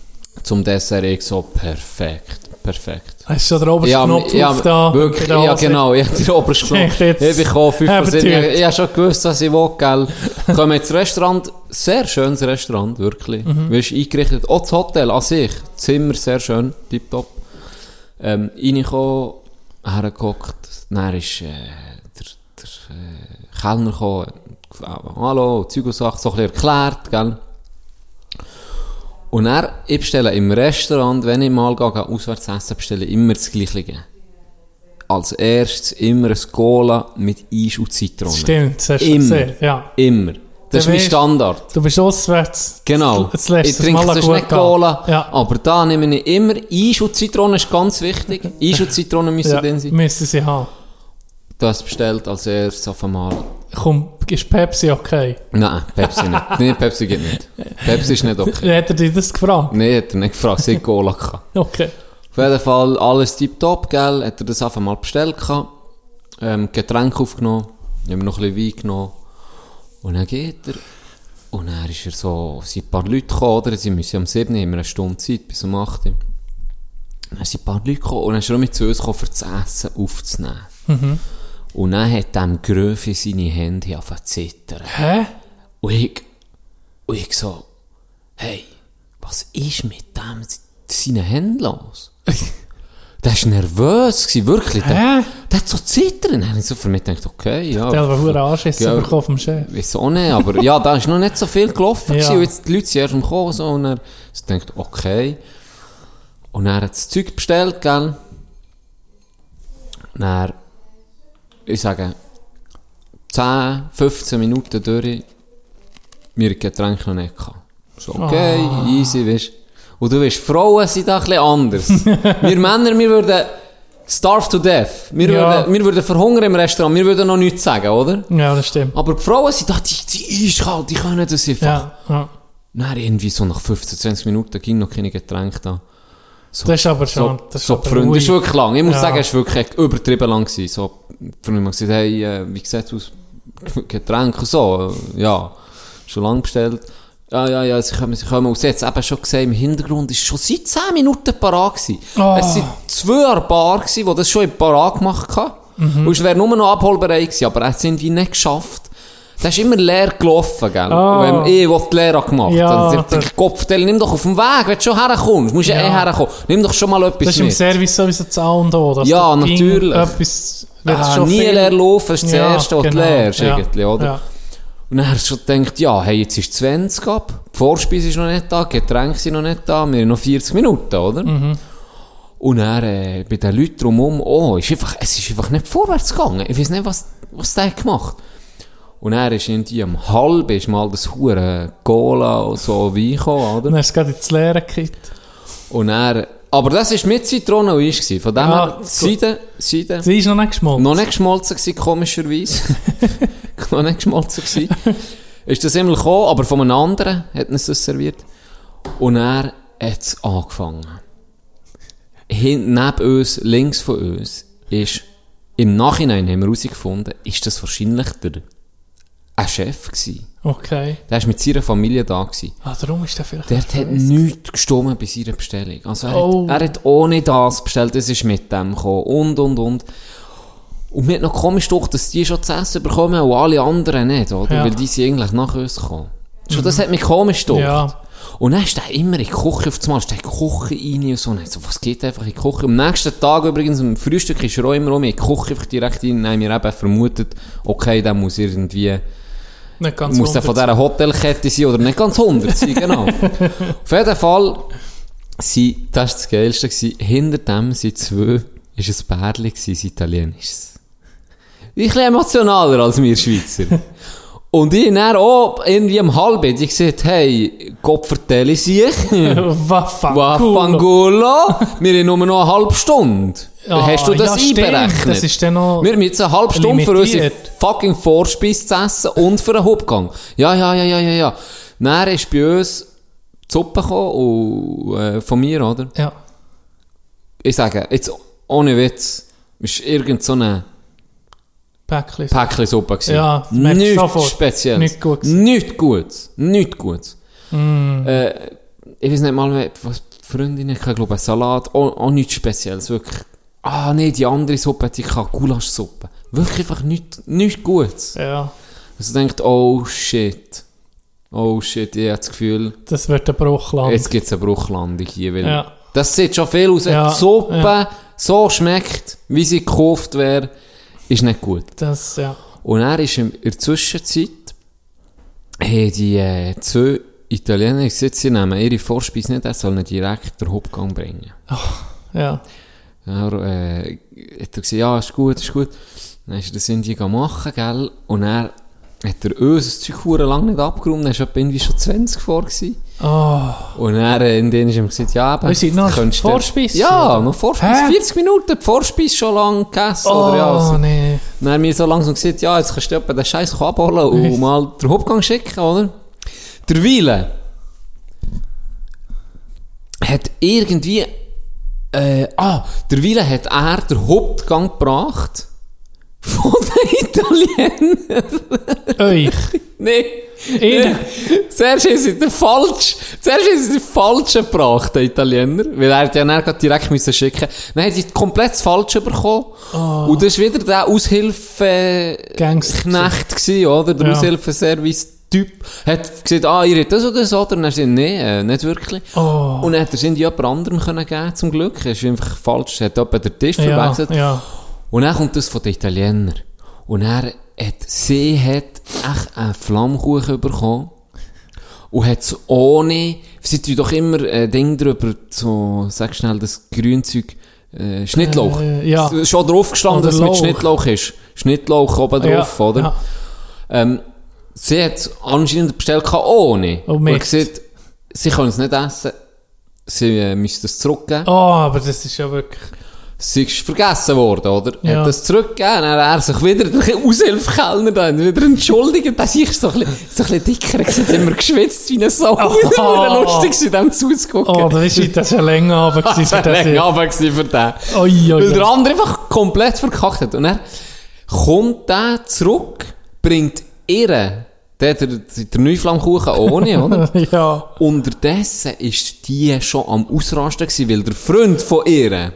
Speaker 4: Zum Dessert ich so perfekt, perfekt.
Speaker 3: Hast du schon den obersten
Speaker 4: Ja,
Speaker 3: Knopf
Speaker 4: ja,
Speaker 3: auf da?
Speaker 4: wirklich,
Speaker 3: bei der
Speaker 4: ja
Speaker 3: Hose?
Speaker 4: genau, ich habe den obersten Knopf.
Speaker 3: Ich jetzt-
Speaker 4: Ich bekomme fünf
Speaker 3: Eben
Speaker 4: Prozent. Ich,
Speaker 3: tut.
Speaker 4: ich habe schon gewusst, was ich will, gell. Kommen ins Restaurant, sehr schönes Restaurant, wirklich. Mhm. Wirst eingerichtet, auch das Hotel an sich, Zimmer sehr schön, tipptopp. Ähm, reingekommen, hergeguckt, dann ist äh, der, der äh, Kellner gekommen, äh, hallo, Zeug und Sachen, so ein bisschen erklärt, gell. Und er, ich bestelle im Restaurant, wenn ich mal gehe, gehe auswärts essen, bestelle ich immer das Gleiche. Als erstes immer ein Cola mit Eis und Zitrone.
Speaker 3: Stimmt, das hast du
Speaker 4: Immer.
Speaker 3: gesehen. Ja.
Speaker 4: Immer. Das ist
Speaker 3: Dann
Speaker 4: mein
Speaker 3: weisst-
Speaker 4: Standard.
Speaker 3: Du bist auswärts.
Speaker 4: Genau.
Speaker 3: Das lässt
Speaker 4: ich trinke
Speaker 3: mal
Speaker 4: sonst
Speaker 3: gut
Speaker 4: nicht
Speaker 3: gehen.
Speaker 4: Cola, Ah,
Speaker 3: Ja.
Speaker 4: aber da nehme ich immer Eis und Zitrone, ist ganz wichtig. Eis und Zitrone müssen
Speaker 3: ja,
Speaker 4: drin sein.
Speaker 3: müssen sie haben.
Speaker 4: Das bestellt als erstes auf einmal.
Speaker 3: Komm, ist Pepsi okay?
Speaker 4: Nein, Pepsi nicht. Nein, Pepsi geht nicht. Pepsi ist nicht okay.
Speaker 3: Hat er dich das gefragt?
Speaker 4: Nein, hat er nicht gefragt, sie hat Cola gehabt.
Speaker 3: Okay.
Speaker 4: Auf jeden Fall alles tiptop, gell? Hat er das einfach mal bestellt gehabt. Ähm, Getränk aufgenommen. Ich habe noch ein bisschen Wein genommen. Und dann geht er. Und dann ist er so, es sind ein paar Leute gekommen, oder? Sie müssen am 7. haben wir eine Stunde Zeit, bis um 8. Uhr. Dann sind ein paar Leute gekommen und dann ist er auch mit zu uns gekommen, um das Essen aufzunehmen. Und dann hat dem Gröfe seine Hände angefangen zu zittern.
Speaker 3: Hä?
Speaker 4: Und ich, und ich so, hey, was ist mit dem, seinen Händen los? der war nervös, gewesen, wirklich. Der,
Speaker 3: Hä?
Speaker 4: der hat so zittern. Dann habe ich so für mich gedacht, okay, ja.
Speaker 3: Der hat einen Anschiss
Speaker 4: Oh, Ja.
Speaker 3: bekommen vom Chef.
Speaker 4: Weiß auch nicht, aber ja, da ist noch nicht so viel
Speaker 3: Ja.
Speaker 4: gelaufen. gewesen. Und jetzt die Leute sind erst am Kommen so, und er so denkt, okay. Und er hat das Zeug bestellt, gell. Und er, ich sage, 10, 15 Minuten durch, mir hat Getränk noch nicht gehabt. So, okay,
Speaker 3: Ah.
Speaker 4: easy, weißt Und du weißt, Frauen sind da ein bisschen anders. wir Männer, wir würden starve to death. Wir,
Speaker 3: Ja.
Speaker 4: würden, wir würden verhungern im Restaurant, wir würden noch nichts sagen, oder?
Speaker 3: Ja, das stimmt.
Speaker 4: Aber die Frauen sind da, die, die ist kalt, die können das einfach.
Speaker 3: Ja, ja.
Speaker 4: Dann irgendwie so nach 15, 20 Minuten ging noch keine Getränke da. So,
Speaker 3: Das ist aber schon-
Speaker 4: So,
Speaker 3: das ist
Speaker 4: so
Speaker 3: aber
Speaker 4: die Freunde,
Speaker 3: ruhig.
Speaker 4: ist wirklich lang. Ich muss
Speaker 3: Ja.
Speaker 4: sagen, es war wirklich übertrieben lang. Gewesen. So, die Freunde haben gesagt, hey, äh, wie sieht es aus? Getränke und so. äh, Ja, schon lang bestellt. Ja, ja, ja, sie kommen, sie kommen. Und sie hat es eben schon gesehen, im Hintergrund ist schon seit 10 Minuten parat gewesen.
Speaker 3: Oh.
Speaker 4: Es sind zwei an der Bar gewesen, die das schon in parat gemacht haben.
Speaker 3: Mhm.
Speaker 4: Und es wäre nur noch abholberei gewesen, aber er hat es irgendwie nicht geschafft. Das ist immer leer gelaufen, gell?
Speaker 3: Ah.
Speaker 4: Und wenn ich will die Lehre gemacht
Speaker 3: Ja,
Speaker 4: dann sagt der
Speaker 3: das-
Speaker 4: Kopf, nimm doch auf dem Weg, wenn du schon herkommst, musst du
Speaker 3: Ja.
Speaker 4: eh herkommen. Nimm doch schon mal etwas
Speaker 3: Das ist im
Speaker 4: mit.
Speaker 3: Service sowieso das A und O. dass
Speaker 4: Ja,
Speaker 3: du
Speaker 4: natürlich.
Speaker 3: Etwas, wenn du
Speaker 4: Ah,
Speaker 3: schon
Speaker 4: nie
Speaker 3: viel-
Speaker 4: leer laufen ist das Erste, was du lernst
Speaker 3: ja.
Speaker 4: eigentlich, oder?
Speaker 3: Ja.
Speaker 4: Und dann hast du schon gedacht, ja, hey, jetzt ist 20 ab, die Vorspeise ist noch nicht da, die Getränke sind noch nicht da, wir haben noch 40 Minuten, oder?
Speaker 3: Mhm.
Speaker 4: Und dann äh, bei den Leuten drumherum, oh, ist einfach, es ist einfach nicht vorwärts gegangen. Ich weiß nicht, was, was der hat gemacht Und er ist irgendwie am halben ist mal das hure Cola und so Wein gekommen, oder?
Speaker 3: Dann hast du gerade ins Leere gekippt.
Speaker 4: Und er, aber das war mit Zitrone und Eis. gewesen. Von dem
Speaker 3: Ah,
Speaker 4: her,
Speaker 3: gut.
Speaker 4: Seiden, Seiden.
Speaker 3: Sie ist noch nicht geschmolzen.
Speaker 4: Noch nicht geschmolzen gewesen, komischerweise. noch nicht geschmolzen gewesen. Ist das immer gekommen, aber von einem anderen hat uns das serviert. Und er hat es angefangen. Hinten neben uns, links von uns, ist, im Nachhinein haben wir herausgefunden, ist das wahrscheinlich der, ein Chef gewesen.
Speaker 3: Okay.
Speaker 4: Der war mit seiner Familie da gewesen.
Speaker 3: Ah, darum ist der vielleicht
Speaker 4: Der
Speaker 3: nicht
Speaker 4: hat
Speaker 3: böse.
Speaker 4: nichts gestummen bei seiner Bestellung. Also er,
Speaker 3: Oh.
Speaker 4: hat, er hat ohne das bestellt, es ist mit dem gekommen und, und, und. Und mir hat noch komisch durch, dass die schon zu essen bekommen und alle anderen nicht, oder?
Speaker 3: Ja. Mhm.
Speaker 4: Weil die sind eigentlich nach uns gekommen. Schon das hat mich komisch durch.
Speaker 3: Ja.
Speaker 4: Und dann ist der immer in die Küche auf einmal, ist der in die Küche rein und so. Und dann so, was geht einfach in die Küche? Am nächsten Tag übrigens, am Frühstück ist er auch immer um in die Küche einfach direkt rein. Dann haben wir eben vermutet, okay, der muss irgendwie
Speaker 3: Nicht ganz
Speaker 4: muss ja von
Speaker 3: hundert.
Speaker 4: dieser Hotelkette sein oder nicht ganz 100 sein, genau. Auf jeden Fall, sie, das war das Geilste, gewesen, hinter dem sind zwei, ist ein Pärchen gewesen, ein italienisches. Ein bisschen emotionaler als wir Schweizer. Und ich dann auch irgendwie am halben, ich gesagt, hey, Gott vertelle sich.
Speaker 3: Waffangulo.
Speaker 4: Waffangulo. Wir haben nur noch eine halbe Stunde.
Speaker 3: Ah,
Speaker 4: Hast du das
Speaker 3: ja, stimmt.
Speaker 4: einberechnet?
Speaker 3: Das ist dann noch
Speaker 4: Wir haben jetzt eine halbe Stunde für unsere
Speaker 3: limitiert.
Speaker 4: fucking Vorspeise zu essen und für einen Hauptgang. Ja, ja, ja, ja, ja, ja. Dann ist bei uns die Suppe gekommen, und, äh, von mir, oder?
Speaker 3: Ja.
Speaker 4: Ich sage, jetzt Ohne Witz. Ist irgend so eine
Speaker 3: Päckchen.
Speaker 4: Päckchen Suppe gewesen.
Speaker 3: Ja, das merkst du
Speaker 4: Nichts
Speaker 3: sofort.
Speaker 4: Spezielles.
Speaker 3: Nicht gut gewesen. Mm.
Speaker 4: Nichts Gutes. Nichts Gutes. Äh, ich weiß nicht mal, wer- was die Freundin, ich glaube, einen Salat. Auch, auch nichts Spezielles. Wirklich. Ah, nee, die andere Suppe hatte ich gehabt. Gulaschsuppe. Wirklich einfach nichts, nichts Gutes.
Speaker 3: Ja,
Speaker 4: Also denkt, oh shit. Oh shit, ich habe das Gefühl,
Speaker 3: das wird ein Bruchland.
Speaker 4: jetzt gibt es eine Bruchlandung hier. Weil
Speaker 3: Ja.
Speaker 4: Das sieht schon viel aus.
Speaker 3: Ja,
Speaker 4: Die Suppe
Speaker 3: ja.
Speaker 4: so schmeckt, wie sie gekauft wäre, ist nicht gut.
Speaker 3: Das, ja.
Speaker 4: Und er ist im- in der Zwischenzeit, haben die äh, zwei Italiener gesagt, sie nehmen ihre Vorspeise nicht, er soll ihnen direkt den Hauptgang bringen.
Speaker 3: Ja.
Speaker 4: Er äh, hat er gesagt, ja, ist gut, ist gut. Dann ist er das Indien gegangen machen, gell? Und er hat er uns das Zeug hure lang nicht abgeräumt, dann war er irgendwie schon 20 vor. Gewesen.
Speaker 3: Oh,
Speaker 4: Und er äh, in denen ist ihm gesagt, ja, aber...
Speaker 3: Wir sind noch
Speaker 4: könntest du-
Speaker 3: Vorspeise,
Speaker 4: Ja,
Speaker 3: oder?
Speaker 4: noch Vorspeise,
Speaker 3: Hä?
Speaker 4: 40 Minuten, die Vorspeise schon lang gegessen,
Speaker 3: oh
Speaker 4: oder ja, also, so.
Speaker 3: nee.
Speaker 4: Und Dann haben wir so langsam gesagt, ja, jetzt kannst du etwa den Scheiß abholen
Speaker 3: Echt?
Speaker 4: und mal den Hauptgang schicken, oder? Der Wiele hat irgendwie, äh, ah, der Wiele hat er den Hauptgang gebracht von den Italienern.
Speaker 3: Euch.
Speaker 4: Nein.
Speaker 3: Ihnen.
Speaker 4: Zuerst ist sie der falsch, zuerst ist sie der falsche gebracht, der Italiener. Weil er hat ja dann grad direkt müssen schicken. Dann hat sie komplett das falsche bekommen. Und das war wieder der dus Aushilfe,
Speaker 3: Ah. Gangster.
Speaker 4: Knecht gewesen, oder? Der
Speaker 3: Ja.
Speaker 4: Aushilfeservice-Typ. Hat gesagt, ah, ihr habt das oder das, oder? Und er sagt, nee, äh, nicht wirklich.
Speaker 3: Oh.
Speaker 4: Und dann hat er es irgendwie jemand anderem können geben, zum Glück. Er ist einfach falsch, hat jemand den Tisch
Speaker 3: Ja,
Speaker 4: verwechselt.
Speaker 3: ja.
Speaker 4: Und dann kommt das von den Italienern. Und er hat, sie hat echt einen Flammkuchen bekommen. Und hat es ohne, sie tun doch immer äh, Ding drüber, so, sag schnell, das Grünzeug, äh, Schnittlauch.
Speaker 3: Äh, ja.
Speaker 4: Es ist Schon draufgestanden,
Speaker 3: Oder
Speaker 4: dass es mit
Speaker 3: Lauch.
Speaker 4: Schnittlauch ist. Schnittlauch oben drauf,
Speaker 3: ja,
Speaker 4: oder?
Speaker 3: Ja.
Speaker 4: Ähm, sie hat es anscheinend bestellt gehabt, ohne.
Speaker 3: Oh,
Speaker 4: und
Speaker 3: Mist.
Speaker 4: gesagt, sie können es nicht essen. Sie äh, müssen es zurückgeben.
Speaker 3: Oh, aber das ist ja wirklich.
Speaker 4: Sie ist vergessen worden, oder?
Speaker 3: Ja.
Speaker 4: Hat das zurückgegeben, dann hat er sich wieder, der Aushilfskellner da, hat wieder entschuldigt, dass ich so ein bisschen, so ein bisschen dicker gewesen, hat immer geschwitzt wie ein Sau. Das war lustig, gewesen, dem zuzugucken.
Speaker 3: Oh, da ist ich, das ist ja länger aber gewesen für das. Oh, hier.
Speaker 4: Länger Abend gewesen für den.
Speaker 3: Oi, oi,
Speaker 4: Weil der
Speaker 3: oi.
Speaker 4: andere einfach komplett verkackt hat. Und er kommt der zurück, bringt ihre, der, der, der Neuflammkuchen ohne, oder?
Speaker 3: Ja.
Speaker 4: Unterdessen ist die schon am Ausrasten gewesen, weil der Freund von ihr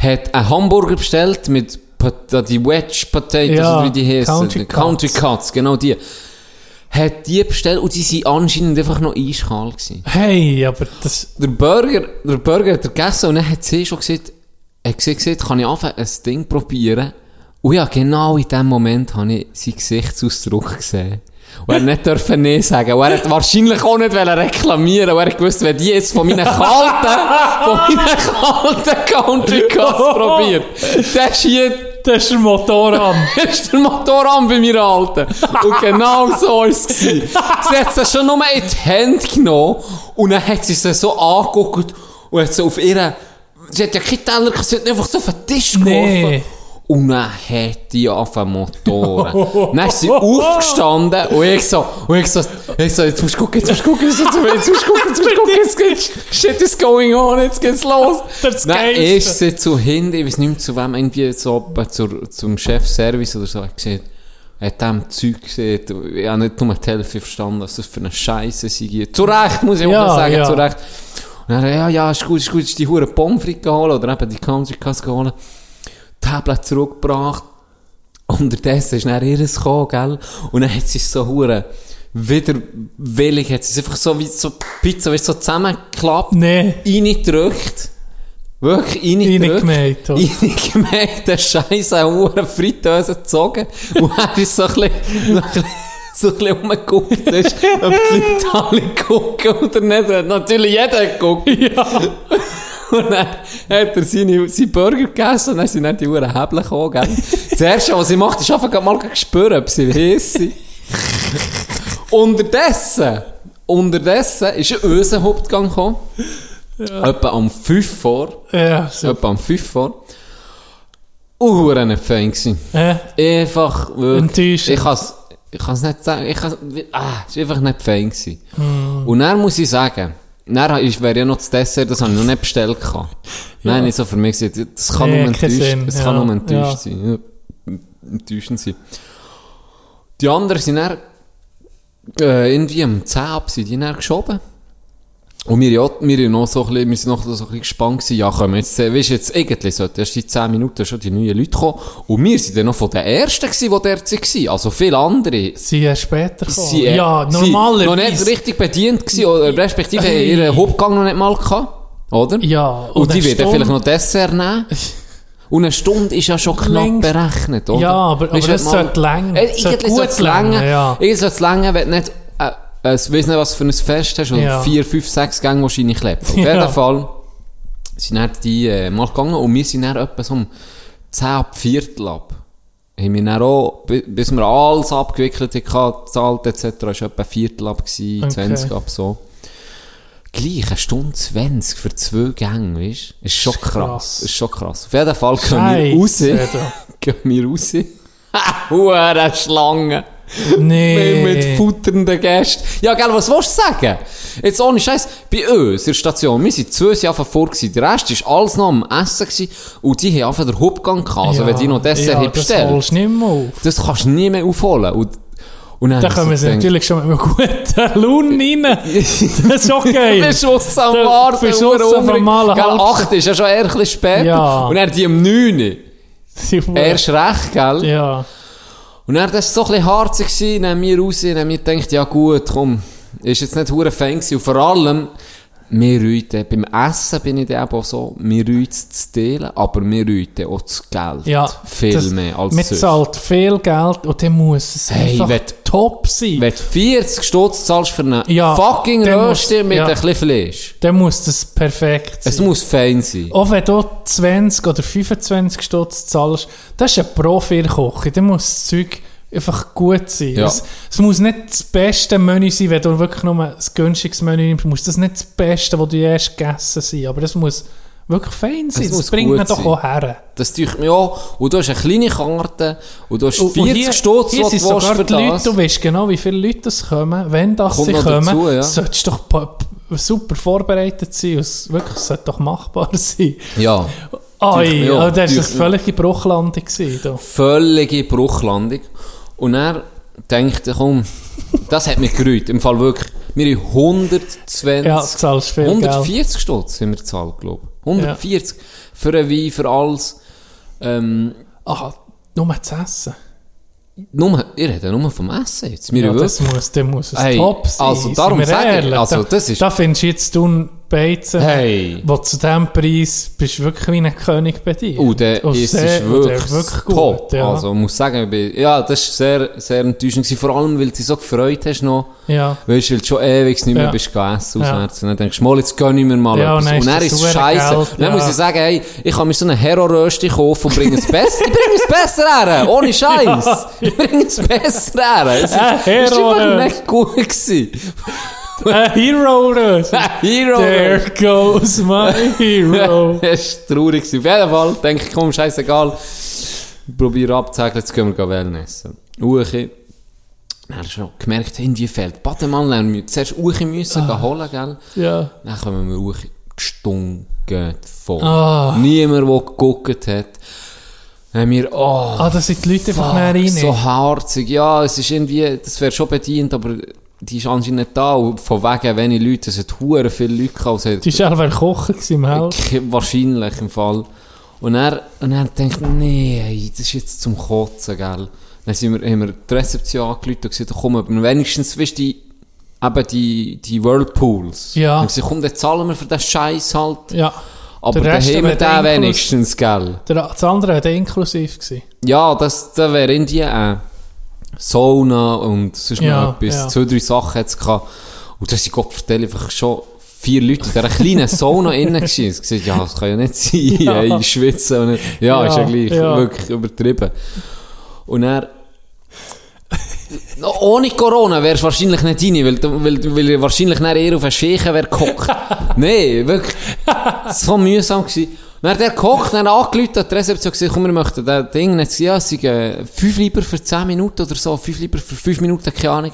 Speaker 4: hat einen Hamburger bestellt mit Pata- die Wedge Potatoes,
Speaker 3: Ja,
Speaker 4: oder wie die heißen.
Speaker 3: Country Cuts.
Speaker 4: Country Cuts, genau die. Hat die bestellt und die sind anscheinend einfach noch eiskalt gewesen.
Speaker 3: Hey, aber das.
Speaker 4: Der Burger, der Burger hat er gegessen und dann hat sie schon gesagt, hat sie gesagt, kann ich anfangen, ein Ding probieren? Und ja, genau in dem Moment habe ich seinen Gesichtsausdruck gesehen. Und er nicht dürfen nee sagen. Und er hat wahrscheinlich auch nicht wollen reklamieren Und er hat gewusst, wenn die jetzt von meinen kalten, von meinen kalten Country Cuts probiert, dann schießt
Speaker 3: Das ist ein Motorrad.
Speaker 4: ist der Motor an bei mir alten. Und genau so war es. gewesen. Sie hat sie schon nur in die Hände genommen und dann hat sie sie so angeguckt und hat sie auf ihren, sie hat ja keinen Teller, gehabt, sie hat ihn einfach so auf den Tisch geworfen.
Speaker 3: Nee.
Speaker 4: Und dann hat die auf den Motoren. dann ist sie aufgestanden und ich so, und ich so, ich so, jetzt musst du gucken, jetzt musst du gucken, jetzt musst du gucken, jetzt musst du gucken, jetzt musst du gucken, jetzt geht's, shit is going on, jetzt geht's los.
Speaker 3: Das ist das
Speaker 4: Dann
Speaker 3: Geilste.
Speaker 4: ist sie zu hinten, ich weiß nicht mehr zu wem, irgendwie so, äh, zur, zum Chefservice oder so, hat gesagt, hat dem Zeug gesehen, ich habe nicht nur die Hälfte verstanden, was das für eine Scheiße sei. Zu Recht, muss ich auch
Speaker 3: Ja,
Speaker 4: mal sagen,
Speaker 3: ja.
Speaker 4: zu Recht. Und dann, ja, ja, ist gut, ist gut, ist die hure Pommes frites geholt, oder eben die Country Cuts geholt. Tablet zurückgebracht. Unterdessen ist dann ihres gekommen, gell? Und dann hat sie es so hure widerwillig, hat sie es einfach so wie so Pizza, weißt du, so zusammengeklappt,
Speaker 3: Nee.
Speaker 4: reingedrückt. Wirklich reingedrückt.
Speaker 3: Reingemäht. oder?
Speaker 4: Reingemäht, den Scheiß an hure Fritteuse gezogen. Und er ist so ein bisschen, so ein bisschen so ein bisschen rumgeguckt ist, ob die Leute alle gucken oder nicht. Hat Natürlich jeder geguckt.
Speaker 3: Ja.
Speaker 4: Und dann hat er seine, seinen Burger gegessen und dann sind dann die Uhren Hebel gekommen, gell? Das Erste, was sie macht, ist einfach mal zu spüren, ob sie heiß sind. unterdessen, unterdessen ist unser Hauptgang gekommen. Etwa am 5 vor.
Speaker 3: Ja, so.
Speaker 4: Etwa am 5 vor. Und Huren nicht fein gewesen.
Speaker 3: Äh,
Speaker 4: Einfach wirklich.
Speaker 3: Enttäuschend.
Speaker 4: Ich kann's, ich kann's nicht sagen. Ich kann's, ah, es war einfach nicht fein. Gewesen. Und dann muss ich sagen, Dann ist- wäre ja noch das Dessert, das habe ich noch nicht bestellt. gehabt. Nein, ich so für mich gesagt, das kann
Speaker 3: Nee,
Speaker 4: nur
Speaker 3: kein
Speaker 4: enttäuscht,
Speaker 3: Sinn,
Speaker 4: es kann
Speaker 3: ja,
Speaker 4: nur enttäuscht
Speaker 3: ja.
Speaker 4: sein. Ja, enttäuschend sein. Die anderen sind dann äh, irgendwie um 10 ab, sind die dann geschoben. Und wir, ja, wir, sind noch so ein bisschen, wir sind noch so ein bisschen gespannt gewesen, ja komm, jetzt, äh, weisst du, jetzt eigentlich sollten erst in 10 Minuten schon die neuen Leute kommen. Und wir sind dann noch von den Ersten gewesen, die dort waren. Also viele andere
Speaker 3: Sie sind später gekommen.
Speaker 4: Sie, äh,
Speaker 3: ja,
Speaker 4: Sie noch nicht
Speaker 3: normalerweise.
Speaker 4: richtig bedient gewesen, oder respektive
Speaker 3: Ei.
Speaker 4: ihren Hauptgang noch nicht mal gehabt, oder?
Speaker 3: Ja,
Speaker 4: Und,
Speaker 3: und
Speaker 4: die
Speaker 3: eine
Speaker 4: werden
Speaker 3: Stunde-
Speaker 4: vielleicht noch Dessert nehmen. Und eine Stunde ist ja schon knapp
Speaker 3: Längst-
Speaker 4: berechnet, oder?
Speaker 3: Ja, aber-
Speaker 4: Weisst
Speaker 3: aber
Speaker 4: du,
Speaker 3: es
Speaker 4: wenn man-
Speaker 3: sollte länger.
Speaker 4: Äh,
Speaker 3: Es sollte
Speaker 4: Eigentlich
Speaker 3: gut
Speaker 4: sollte es länger.
Speaker 3: länger, ja.
Speaker 4: Eigentlich sollte es länger, wenn du nicht, äh, äh, ich weiss nicht, was für ein Fest hast, und
Speaker 3: Ja.
Speaker 4: vier, fünf, sechs Gänge wahrscheinlich lebt. Auf
Speaker 3: Ja.
Speaker 4: jeden Fall sind dann die äh, mal gegangen und wir sind dann etwa so um 10 ab Viertel ab. Haben wir dann auch, bi- bis wir alles abgewickelt hatten, gezahlt etc., war etwa Viertel ab, gewesen,
Speaker 3: Okay.
Speaker 4: 20 ab so. Gleich eine Stunde 20 für zwei Gänge, weißt du? Ist schon krass.
Speaker 3: krass.
Speaker 4: Ist schon krass. Auf jeden Fall gehen wir raus.
Speaker 3: Scheisse,
Speaker 4: gehen wir raus. Hure Schlange.
Speaker 3: Nee.
Speaker 4: Mit, mit futternden Gästen. Ja, gell, was willst du sagen? Jetzt ohne Scheiß, bei uns in der Station, wir sind zwei Jahre vor, gewesen. der Rest war alles noch am Essen gewesen, und die haben einfach den Hauptgang gehabt. Also,
Speaker 3: Ja,
Speaker 4: wenn die noch Dessert
Speaker 3: ja,
Speaker 4: haben
Speaker 3: Das
Speaker 4: bestellt,
Speaker 3: holst du nicht mehr auf.
Speaker 4: das kannst du nie mehr aufholen. Und, und dann
Speaker 3: Da
Speaker 4: hab ich
Speaker 3: kommen
Speaker 4: so
Speaker 3: sie
Speaker 4: gedacht,
Speaker 3: natürlich schon mit einem guten Lohn rein. Das ist auch
Speaker 4: Ich
Speaker 3: geil.
Speaker 4: bin Schuss am
Speaker 3: Da-
Speaker 4: Warten.
Speaker 3: bist du
Speaker 4: verdammt
Speaker 3: Schuss am
Speaker 4: hungrig.
Speaker 3: normalen
Speaker 4: Gell,
Speaker 3: Hals.
Speaker 4: 8 ist ja schon eher ein bisschen später.
Speaker 3: Ja.
Speaker 4: Und dann die um 9.
Speaker 3: Sie-
Speaker 4: Erst recht, gell?
Speaker 3: Ja.
Speaker 4: Und dann war das so ein bisschen harzig, gewesen, dann haben wir raus, dann haben wir gedacht, ja gut, komm, ist jetzt nicht hure Fan gewesen. Und vor allem, wir reuten, beim Essen bin ich dann eben auch so, wir reuten zu teilen, aber wir reuten auch das Geld.
Speaker 3: Ja,
Speaker 4: Viel
Speaker 3: das-
Speaker 4: mehr als
Speaker 3: Man
Speaker 4: sonst.
Speaker 3: zahlt viel Geld und dann muss es
Speaker 4: Hey,
Speaker 3: einfach
Speaker 4: wenn-
Speaker 3: top sein.
Speaker 4: Wenn du 40 Stutz zahlst für eine
Speaker 3: Ja,
Speaker 4: fucking
Speaker 3: dann muss-
Speaker 4: Rösti mit
Speaker 3: ja.
Speaker 4: ein bisschen Fleisch.
Speaker 3: Dann muss das perfekt sein.
Speaker 4: Es muss fein sein.
Speaker 3: Auch wenn du 20 oder 25 Stutz zahlst, das ist ein Profi-Koche. Dann muss das Zeug einfach gut sein.
Speaker 4: Ja.
Speaker 3: Es, es muss nicht das beste Menü sein, wenn du wirklich nur ein günstiges Menü nimmst. Muss das nicht das Beste, was du erst gegessen hast, sein. Aber es muss wirklich fein sein.
Speaker 4: muss
Speaker 3: Das bringt
Speaker 4: gut
Speaker 3: man doch
Speaker 4: sein.
Speaker 3: auch her.
Speaker 4: Das täuscht mich auch. Und du hast eine kleine Karte und du hast 40 Stutz,
Speaker 3: hier
Speaker 4: die du
Speaker 3: sind sogar
Speaker 4: willst für
Speaker 3: die Leute,
Speaker 4: das.
Speaker 3: du weißt genau, wie viele Leute das kommen. Wenn das
Speaker 4: Kommt
Speaker 3: sie
Speaker 4: noch
Speaker 3: kommen,
Speaker 4: dazu, ja.
Speaker 3: solltest du doch pa- super vorbereitet sein. und Es wirklich, es sollte doch machbar sein.
Speaker 4: Ja.
Speaker 3: Ai,
Speaker 4: ja,
Speaker 3: oh, das war eine
Speaker 4: natürlich, ja.
Speaker 3: völlige Bruchlandung. gewesen, da.
Speaker 4: völlige Bruchlandung. Und er denkt, komm, das hat mich gerührt. Im Fall wirklich. Wir haben 120,
Speaker 3: Ja, du zahlst viel
Speaker 4: 140 Stutz haben wir gezahlt, glaube ich. 140 für einen Wein, für alles. Ähm,
Speaker 3: Aha, nur zu essen.
Speaker 4: nur, ihr redet nur vom Essen jetzt. Wir
Speaker 3: Ja,
Speaker 4: haben
Speaker 3: das
Speaker 4: wirklich,
Speaker 3: muss, dann muss es
Speaker 4: Hey,
Speaker 3: top sein.
Speaker 4: also
Speaker 3: sind
Speaker 4: darum
Speaker 3: wir
Speaker 4: sage ich,
Speaker 3: ehrlich.
Speaker 4: also
Speaker 3: Da-
Speaker 4: das ist-
Speaker 3: Da findest du jetzt du Beizen,
Speaker 4: Hey.
Speaker 3: wo zu diesem Preis bist du wirklich wie ein König bei dir.
Speaker 4: und der ist es
Speaker 3: sehr- und der
Speaker 4: wirklich,
Speaker 3: ist wirklich
Speaker 4: dus top.
Speaker 3: gut. Ja.
Speaker 4: Also, ich muss sagen, ich bin, ja, das war sehr, sehr enttäuschend. gewesen. Vor allem, weil du dich so gefreut hast noch.
Speaker 3: ja.
Speaker 4: Weißt du, weil du schon ewig nicht mehr
Speaker 3: Ja.
Speaker 4: bist gegessen
Speaker 3: Ja.
Speaker 4: auswärts. Und dann denkst du, mal, jetzt gönn ich mir mal
Speaker 3: Ja,
Speaker 4: etwas.
Speaker 3: und dann
Speaker 4: Und
Speaker 3: ist
Speaker 4: dann
Speaker 3: das
Speaker 4: ist es
Speaker 3: verdammte
Speaker 4: scheiße.
Speaker 3: Geld,
Speaker 4: Und dann
Speaker 3: ja.
Speaker 4: muss ich sagen, hey, ich kann mir so eine Hero-Rösti kaufen und bringe es besser. ich bringe es besser her. Ohne Scheiß. Ich bringe es besser her. Es ist,
Speaker 3: Ein
Speaker 4: es ist einfach
Speaker 3: Äh, Hero-Rösti.
Speaker 4: nicht gut gewesen. Äh,
Speaker 3: A hero Rösti. There
Speaker 4: Hero-Rösti.
Speaker 3: goes my hero.
Speaker 4: Es ist traurig. gewesen. Auf jeden Fall denke ich, komm, scheißegal. Ich probiere abzuhäkeln, jetzt gehen wir Wellness essen. Uchi. Dann hast du schon gemerkt, in die fehlt Bademann. Dann müssen wir zuerst Uchi müssen
Speaker 3: Ah.
Speaker 4: gehen holen, gell?
Speaker 3: ja.
Speaker 4: Dann kommen wir hoch, gestunken voll.
Speaker 3: Ah.
Speaker 4: Niemand, der geguckt hat. Dann haben wir, oh,
Speaker 3: Ah, da sind die Leute einfach mehr rein.
Speaker 4: so harzig. Ja, es ist irgendwie, das wäre schon bedient, aber die ist anscheinend nicht da. Und von wegen wenig Leute, es hat hure viele Leute gehabt. Es hat-
Speaker 3: Die war selber Kocher gewesen im Hell.
Speaker 4: Ke- Wahrscheinlich im Fall. Und er, und er denkt, nee, ey, das ist jetzt zum Kotzen, gell. Dann sind wir, haben wir die Rezeption angerufen und gesagt, komm, aber wenigstens, weißt du, die, eben die, die Whirlpools.
Speaker 3: Ja.
Speaker 4: Und gesagt, komm, dann zahlen wir für den Scheiß halt.
Speaker 3: Ja.
Speaker 4: Aber
Speaker 3: Der
Speaker 4: dann
Speaker 3: Rest
Speaker 4: haben wir
Speaker 3: wird
Speaker 4: den
Speaker 3: inklusive.
Speaker 4: wenigstens, gell.
Speaker 3: Der, das andere war inklusiv. Gewesen.
Speaker 4: Ja, das, da wäre in die, äh, Sauna und sonst
Speaker 3: Ja,
Speaker 4: noch etwas.
Speaker 3: ja.
Speaker 4: Zwei, drei Sachen hat's gehabt. Und da sind Gott vertell einfach schon vier Leute in dieser kleinen Sauna innen gewesen. Ich gesagt, ja, das kann ja nicht sein,
Speaker 3: Ja.
Speaker 4: ey, schwitzen und nicht. Ja,
Speaker 3: Ja,
Speaker 4: ist ja gleich.
Speaker 3: ja.
Speaker 4: Wirklich übertrieben. Und er, No, Nou, ohne Corona wärst du wahrscheinlich nicht rein, weil, du- weil, du- weil ihr wahrscheinlich nicht eher auf einen Schächen wär gehockt. Nein, wirklich. Es war so mühsam. Gewesen. Dann hat er gekocht, dann angelüht an die Rezeption gesagt, komm, wir möchten das Ding. Dann hat sie gesagt, ja, es sind äh, fünf lieber für zehn Minuten oder so, fünf lieber für fünf Minuten, keine Ahnung.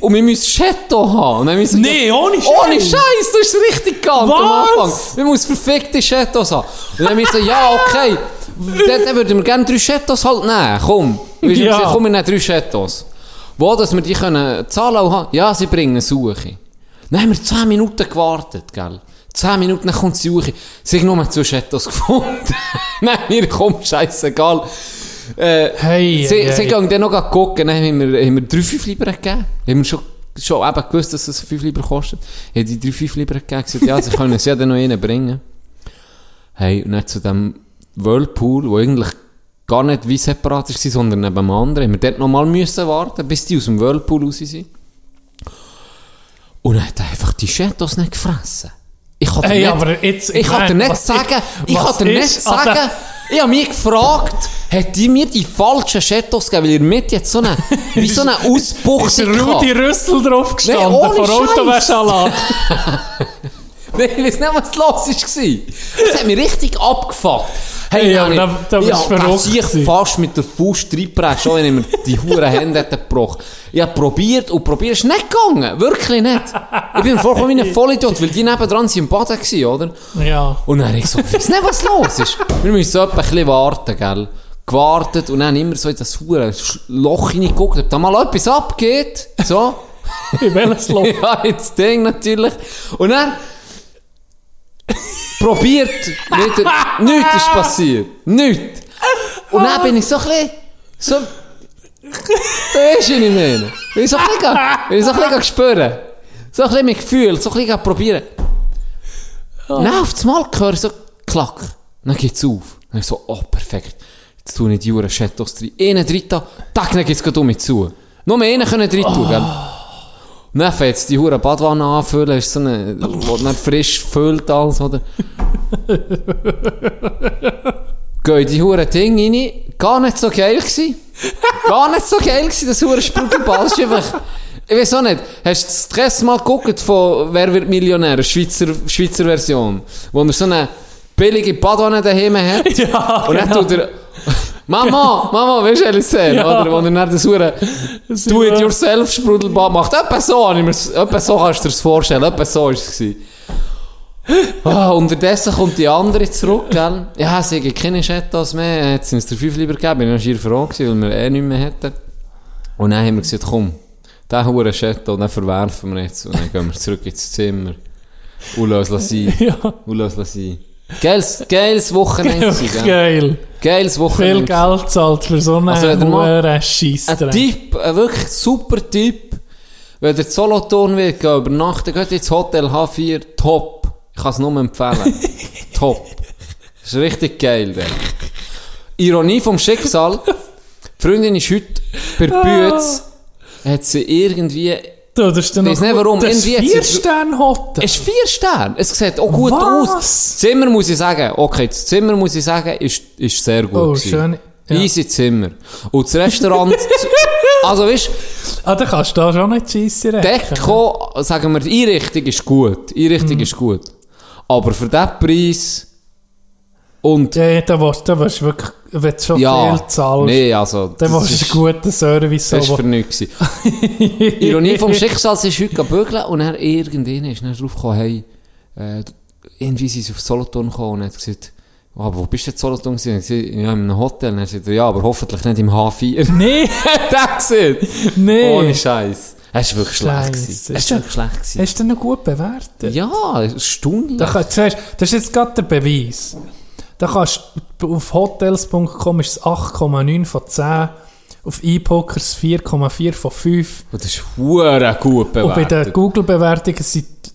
Speaker 4: Und wir müssen Shadow haben. Und dann müssen wir-
Speaker 3: Nee, ohne Scheiß.
Speaker 4: Ohne Scheiß, das ist richtig ganz am
Speaker 3: Was?
Speaker 4: Anfang. Wir müssen verfickte Shadows haben. Und dann haben wir gesagt, ja, okay. Dann, dann würden wir gerne drei Shadows halt nehmen. Komm. Wir haben
Speaker 3: Ja.
Speaker 4: gesagt, komm, wir nehmen drei Shadows. Wo, dass wir die können zahlen und haben? Ja, sie bringen Suche. Dann haben wir zehn Minuten gewartet, gell? Zehn Minuten, dann kommt die Suche. Sie haben nur zwei Shadows gefunden. Nein, mir kommt scheißegal. Äh,
Speaker 3: Hey,
Speaker 4: sie,
Speaker 3: hey,
Speaker 4: sie
Speaker 3: hey.
Speaker 4: gehen dann noch gucken, dann haben wir, haben wir drei Fünflibern gegeben. Haben wir schon, schon eben gewusst, dass es Fünfliber kostet. Haben die drei Fünflibern gegeben, gesagt, ja, sie können es ja dann noch reinbringen. Hey, und dann zu dem Whirlpool, wo eigentlich gar nicht wie separat war, sondern neben dem anderen, haben wir dort nochmal müssen warten, bis die aus dem Whirlpool raus Oh, sind. Und dann hat er einfach die Shadows nicht gefressen. Ich kann dir
Speaker 3: Hey,
Speaker 4: nicht,
Speaker 3: aber jetzt-
Speaker 4: ich kann dir
Speaker 3: nein,
Speaker 4: nicht
Speaker 3: was-
Speaker 4: sagen, ich
Speaker 3: was
Speaker 4: kann dir nicht
Speaker 3: ist an
Speaker 4: sagen, ich habe mich gefragt, hat die mir die falschen Shadows gegeben, weil ihr mit jetzt so eine, wie so eine Ausbuchtung
Speaker 3: Ist der Rudi Rüssel drauf gestanden,
Speaker 4: ohne
Speaker 3: vor
Speaker 4: Scheiß.
Speaker 3: Autowäschanlage.
Speaker 4: Nein, ich weiß nicht, was los war. Das hat mich richtig abgefuckt.
Speaker 3: Hey,
Speaker 4: dann
Speaker 3: aber
Speaker 4: hab
Speaker 3: da- da
Speaker 4: ich
Speaker 3: bist du
Speaker 4: hab
Speaker 3: verrückt
Speaker 4: den Sieg
Speaker 3: gewesen.
Speaker 4: fast mit der Faust reingepresst, schon wenn ich mir die huren Hände hätte gebrochen. Ich hab probiert und probiert, es ist nicht gegangen. Wirklich nicht. Ich bin vorgekommen wie ein Vollidiot, weil die nebendran sind im Baden gewesen, oder?
Speaker 3: Ja.
Speaker 4: Und dann habe ich so, ich weiss nicht, was los ist. Wir müssen so etwa ein bisschen warten, gell. Gewartet und dann immer so in das hure Sch- Loch hineingeguckt, ob da mal etwas abgeht. So.
Speaker 3: In welches Loch?
Speaker 4: Ja, jetzt Ding natürlich. Und dann probiert wieder. Nichts ist passiert. Nichts. Und dann bin ich so ein bisschen. So. Da ist ich nicht mehr. Bin ich so ein bisschen, bin ich so ein bisschen gespürt. So ein bisschen mit Gefühl, so ein bisschen probieren. Und dann auf das Mal höre ich so klack. Dann geht's auf. Dann ich so, oh, perfekt. Jetzt tue ich die Jura Shadows drin. Einen dritten, tack, dann geht's gerade um mich zu. Nur mehr einen können drin tun, gell? Und dann fängt die hure Badwanne anfüllen, ist so eine, wo dann frisch füllt alles, oder? Gehen die hure Ding rein, gar nicht so geil gsi. Gar nicht so geil gsi, das hure Sprudelball ist einfach, ich weiß auch nicht, hast du das Stress mal geguckt von Wer wird Millionär, eine Schweizer, Schweizer Version, wo man so eine billige Badwanne daheim hat.
Speaker 3: Ja,
Speaker 4: Und dann
Speaker 3: genau.
Speaker 4: tut er, Mama, Mama, weißt du, Elisabeth,
Speaker 3: Ja.
Speaker 4: oder? Wo er dann das hure Do-it-yourself-Sprudelbad macht. Etwa so, habe ich mir's- etwa so kannst du dir das vorstellen. Etwa so war es. gewesen. Ah, unterdessen kommt die andere zurück, gell? Ja, sie gibt keine Chattos mehr. Jetzt sind es der fünf lieber gegeben. Ich war schier froh, gewesen, weil wir eh nichts mehr hätten. Und dann haben wir gesagt, komm, den hohen Chatto, den verwerfen wir jetzt. Und dann gehen wir zurück ins Zimmer. Und lassen es sein.
Speaker 3: Ja.
Speaker 4: Und lassen es sein. Geiles, geiles Wochenende. gewesen, gell?
Speaker 3: Geil.
Speaker 4: Geiles
Speaker 3: Viel
Speaker 4: Wochenende.
Speaker 3: Geld zahlt eh, für so einen
Speaker 4: Also, wenn ihr mal-
Speaker 3: hohen Scheiss
Speaker 4: Ein
Speaker 3: drin.
Speaker 4: Typ, ein wirklich super Typ. Wenn ihr Solothurn wird, geht übernachten, geht ins Hotel H4, top. Ich kann es nur empfehlen. top. Ist richtig geil, der. Ironie vom Schicksal. Die Freundin ist heute bei
Speaker 3: Ah.
Speaker 4: Bütz. Hat sie irgendwie,
Speaker 3: Du, das ist dann
Speaker 4: Weiss nicht warum,
Speaker 3: Das
Speaker 4: irgendwie hat sie-
Speaker 3: Vier-Sterne-Hotel.
Speaker 4: es ist vier Sterne. Es sieht auch gut
Speaker 3: Was?
Speaker 4: aus. Das Zimmer muss ich sagen, okay, das Zimmer muss ich sagen, ist, ist sehr gut.
Speaker 3: Oh,
Speaker 4: gewesen.
Speaker 3: schön. Ja.
Speaker 4: Easy Zimmer. Und das Restaurant, also weißt
Speaker 3: Ah, dann kannst du da schon nicht scheissen rechnen.
Speaker 4: Deko, sagen wir, die Einrichtung ist gut. Die Einrichtung ist gut. Aber für den Preis und ja,
Speaker 3: Ja, da willst da willst du wirklich, wenn du schon viel zahlst,
Speaker 4: nee, also
Speaker 3: dann
Speaker 4: das
Speaker 3: willst du
Speaker 4: ist,
Speaker 3: einen guten Service
Speaker 4: das ist für
Speaker 3: haben.
Speaker 4: nichts. Ironie vom Schicksal, sie ist heute gebügelt und er irgendwann ist dann draufgekommen, hey, äh, irgendwie sind sie auf Solothurn gekommen und hat gesagt, «Ah, aber wo bist du jetzt Solothurn gewesen? Und sie, ja, in einem Hotel. Und er sagt, er, ja, aber hoffentlich nicht im H4.
Speaker 3: Nee,
Speaker 4: That's it!
Speaker 3: nee.
Speaker 4: Ohne Scheiß. Es war wirklich schlecht.
Speaker 3: Scheiße.
Speaker 4: gewesen. Es war wirklich schlecht. gewesen.
Speaker 3: Hast du den noch gut bewertet?
Speaker 4: Ja, stundenlang.
Speaker 3: Da kannst, siehst, das ist jetzt gerade der Beweis. Da kannst, auf hotels.com ist es 8,9 von 10, auf iPokers 4,4 von 5
Speaker 4: Und das ist hure gut
Speaker 3: und bei den
Speaker 4: bewertet.
Speaker 3: Google-Bewertungen sind die-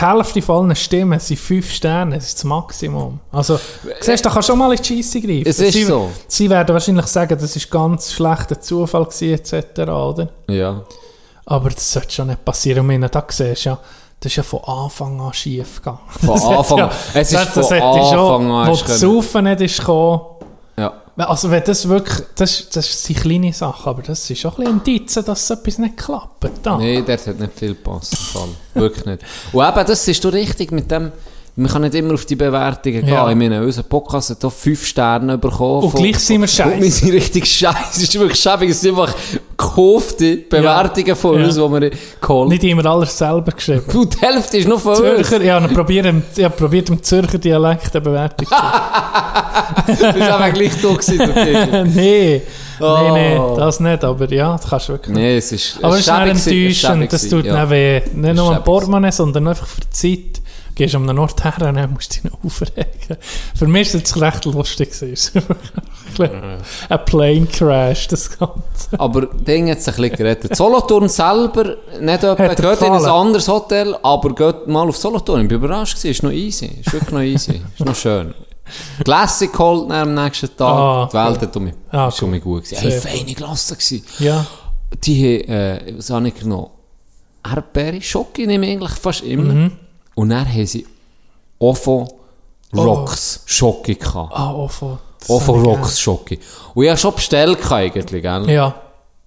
Speaker 3: die Hälfte von allen Stimmen sind 5 Sterne, das ist das Maximum. Also, siehst, du, da kannst du schon mal in die Scheisse greifen.
Speaker 4: Es ist
Speaker 3: sie,
Speaker 4: so.
Speaker 3: Sie werden wahrscheinlich sagen, das ist ganz schlechter Zufall gewesen, etc., oder?
Speaker 4: Ja.
Speaker 3: Aber das sollte schon nicht passieren. Und wenn du da siehst, ja, das ist ja von Anfang an schief gegangen.
Speaker 4: Von
Speaker 3: Das hat
Speaker 4: Anfang an. Es ist
Speaker 3: das-
Speaker 4: von
Speaker 3: das hätte
Speaker 4: Anfang
Speaker 3: schon,
Speaker 4: an
Speaker 3: Wo
Speaker 4: ist
Speaker 3: das
Speaker 4: können.
Speaker 3: Saufen nicht ist gekommen.
Speaker 4: ja.
Speaker 3: Also wenn das wirklich, das, das sind kleine Sachen, aber das ist schon ein bisschen Indizen, dass so etwas nicht klappt. Da.
Speaker 4: Nee, der hat nicht viel gepasst. im Fall. Wirklich nicht. Und eben, das ist du richtig mit dem, Man kann nicht immer auf die Bewertungen gehen.
Speaker 3: Ja.
Speaker 4: Ich meine, unser Podcast hat hier fünf Sterne bekommen.
Speaker 3: Und gleich sind wir
Speaker 4: Und wir
Speaker 3: scheiße.
Speaker 4: sind richtig scheiße. Es ist wirklich schäbig. Es sind einfach gekaufte Bewertungen von
Speaker 3: Ja.
Speaker 4: uns, die wir geholt haben.
Speaker 3: Nicht immer alles selber geschrieben.
Speaker 4: Und die Hälfte ist noch von uns.
Speaker 3: Zürcher, ja, ich habe probiert, im Zürcher Dialekt eine Bewertung zu
Speaker 4: Du bist einfach gleich da gewesen. der Titel.
Speaker 3: Nee, nee,
Speaker 4: Oh.
Speaker 3: nee, das nicht, aber ja, das kannst du wirklich.
Speaker 4: Nee, es ist
Speaker 3: aber es
Speaker 4: es
Speaker 3: ist dann
Speaker 4: schäbig gewesen, es ist schäbig
Speaker 3: enttäuschend, das
Speaker 4: gewesen,
Speaker 3: tut
Speaker 4: ja.
Speaker 3: dann weh. Nicht nur
Speaker 4: schäbig
Speaker 3: am Portemonnaie, sondern einfach für die Zeit. Du Gehst am Nord her und dann musst du dich noch aufregen. Für mich war es recht lustig. gewesen. Ein Plane Crash, das Ganze.
Speaker 4: Aber Ding hat sich ein bisschen gerettet. Solothurn selber, nicht etwa,
Speaker 3: Hat dir
Speaker 4: geht in ein
Speaker 3: gefallen?
Speaker 4: anderes Hotel, aber geht mal auf Solothurn. Ich bin überrascht gewesen, ist noch easy. Ist wirklich noch easy. Ist noch schön. Classic geholt dann am nächsten Tag.
Speaker 3: Ah,
Speaker 4: die Welt hat um mich,
Speaker 3: Ah,
Speaker 4: ist um mich gut gewesen.
Speaker 3: Sehr
Speaker 4: Hey,
Speaker 3: gut.
Speaker 4: feine Klasse gewesen.
Speaker 3: Ja,
Speaker 4: Die haben, äh, was habe ich genommen? Erdbeere, Schocke nehme ich eigentlich fast immer.
Speaker 3: Mhm.
Speaker 4: Und dann haben sie Ovo Rocks Schocke gehabt.
Speaker 3: Oh. ah, Ofo. Das
Speaker 4: Ovo
Speaker 3: habe ich
Speaker 4: Rocks Schocke. Und ich habe schon bestellt gehabt eigentlich, gell?
Speaker 3: gern. Ja,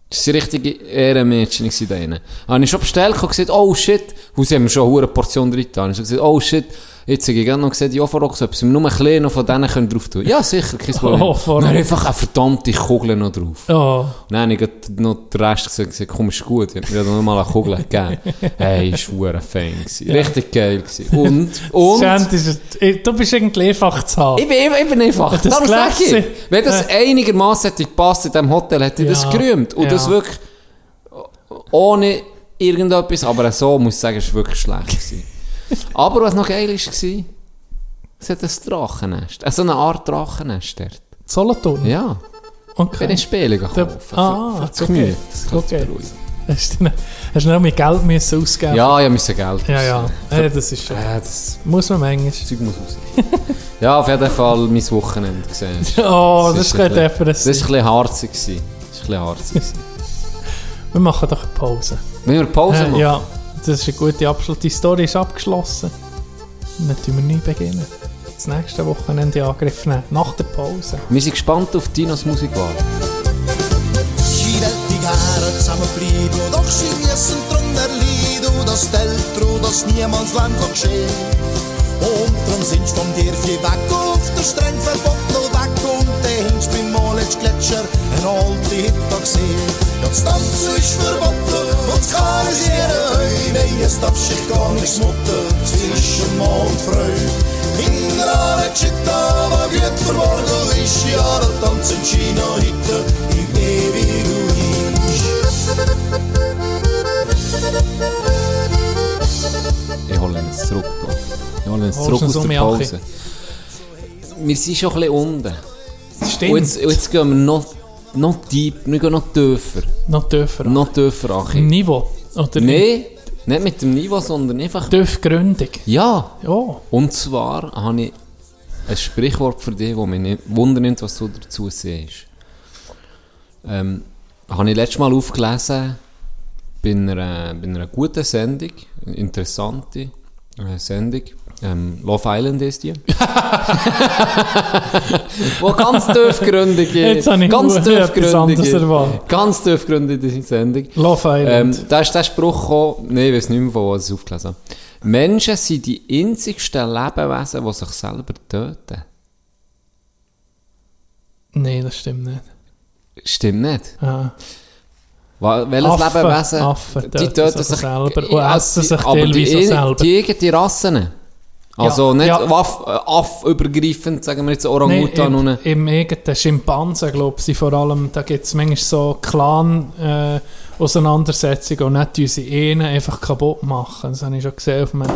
Speaker 4: Das waren richtige Ehrenmädchen gewesen da drinnen. Habe ich schon bestellt und gesagt, oh shit, weil sie haben mir schon eine verdammt Portion drin getan. Ich habe gesagt, oh shit, jetzt habe ich gerade noch gesagt, ja, vor Ochs, ob sie mir nur ein bisschen noch von denen können drauf tun Ja, sicher, kein Problem.
Speaker 3: Oh, vor-
Speaker 4: Dann einfach eine verdammte Kugel noch drauf.
Speaker 3: oh,
Speaker 4: Nein, ich habe noch den Rest gesagt, gesagt, komm, ist gut. Ich habe mir dann nochmal eine Kugel gegeben. Hey, ist verdammt fein gewesen. Richtig geil gewesen. Und, und...
Speaker 3: Schand ist, ich- du bist irgendwie einfach zu haben.
Speaker 4: Ich bin, ich bin einfach.
Speaker 3: Das
Speaker 4: Darum sag ich,
Speaker 3: Gläschen.
Speaker 4: wenn das einigermaßen hätte gepasst in diesem Hotel, hätte ich
Speaker 3: Ja,
Speaker 4: das gerühmt. Und
Speaker 3: ja.
Speaker 4: das wirklich ohne irgendetwas. Aber auch so muss ich sagen, ist wirklich schlecht. gewesen. aber was noch geil ist, war, es hat ein Drachennest. Also eine Art Drachennest dort.
Speaker 3: Solothurn?
Speaker 4: Ja,
Speaker 3: Okay.
Speaker 4: bin ich Spiele gekauft.
Speaker 3: ah, okay. Okay. Hast du hast du noch mehr Geld müssen ausgeben
Speaker 4: Ja, ich musste Geld
Speaker 3: Ja,
Speaker 4: raus.
Speaker 3: ja. Äh, das ist schon.
Speaker 4: Äh, das
Speaker 3: Muss man manchmal.
Speaker 4: Zeug muss raus. ja, auf jeden Fall mein Wochenende gesehen.
Speaker 3: Oh, das,
Speaker 4: ist ein
Speaker 3: könnte
Speaker 4: bisschen-
Speaker 3: depressiv.
Speaker 4: Das war ein bisschen harzig. gewesen. Das war ein bisschen harzig. gewesen.
Speaker 3: Wir machen doch eine Pause.
Speaker 4: Wenn wir Pause
Speaker 3: Äh,
Speaker 4: machen?
Speaker 3: ja, das ist eine gute Abschluss. Die Story ist abgeschlossen. Dann tun wir neu beginnen. Das nächste Wochenende Angriff nehmen. Nach der Pause.
Speaker 4: Wir sind gespannt auf Dinos Musikwahl.
Speaker 7: Schivet ik haar uit samenvliet, o doch sie müssen drum der Lied, o das Welt, o das Niemandsland noch schön. Und drum sind vom dir viel weg, auf der streng verboten und weg, und der Hinsch beim Moletsch Gletscher, ein alte Hittag sehen. Ja, das Tanzen ist verboten, und das kann es jeder heu, nein, es darf sich gar nichts mutten, zwischen Mann und Frau. In der Aare Chitta, wo gut verborgen ist, ja, der Tanz in China heute, im ewigen Ruin.
Speaker 4: Ich hole ihn jetzt zurück. Bro. Ich hole ihn jetzt
Speaker 3: Holst ihn
Speaker 4: zurück aus
Speaker 3: Oh, so
Speaker 4: der
Speaker 3: mit
Speaker 4: Pause. Wir sind schon ein bisschen unten.
Speaker 3: Stimmt.
Speaker 4: Und jetzt, und jetzt gehen wir noch, noch deep, wir gehen noch tiefer.
Speaker 3: noch tiefer.
Speaker 4: Noch tiefer,
Speaker 3: Im
Speaker 4: Achim.
Speaker 3: Niveau. Oder
Speaker 4: Nein, nicht mit dem Niveau, sondern einfach...
Speaker 3: Tiefgründig.
Speaker 4: Ja,
Speaker 3: Oh.
Speaker 4: und zwar habe ich ein Sprichwort für dich, das mich nicht wundernimmt, was du dazu siehst. Ähm, habe ich letztes Mal aufgelesen, bei einer, bei einer guten Sendung, eine interessante äh, Sendung, ähm, Love Island ist die. Wo ganz tiefgründig ist.
Speaker 3: Jetzt habe ich
Speaker 4: ganz
Speaker 3: nur etwas anderes
Speaker 4: tiefgründig.
Speaker 3: erwartet.
Speaker 4: Ganz tiefgründige Sendung.
Speaker 3: Love Island.
Speaker 4: Ähm, da ist der Spruch gekommen, nee, ich weiß nicht mehr, von wo ich es aufgelesen habe. Menschen sind die einzigsten Lebewesen, die sich selber töten.
Speaker 3: Nein, das stimmt nicht.
Speaker 4: Stimmt nicht?
Speaker 3: Ah.
Speaker 4: Wa- Welches
Speaker 3: Affen,
Speaker 4: Lebewesen?
Speaker 3: Affen
Speaker 4: die töten sich
Speaker 3: selber und
Speaker 4: Ja,
Speaker 3: essen
Speaker 4: die-
Speaker 3: sich
Speaker 4: aber die-
Speaker 3: teilweise auch selber.
Speaker 4: Die eigenen Rassen. Also
Speaker 3: Ja,
Speaker 4: nicht
Speaker 3: ja.
Speaker 4: Waff, äh, Aff übergreifend, sagen wir jetzt Orangutan
Speaker 3: Nein,
Speaker 4: und...
Speaker 3: im, im eigenen Schimpansen, glaube ich, sind vor allem, da gibt es manchmal so Clan-Auseinandersetzungen und nicht unsere Ehen einfach kaputt machen. Das habe ich schon gesehen auf einem,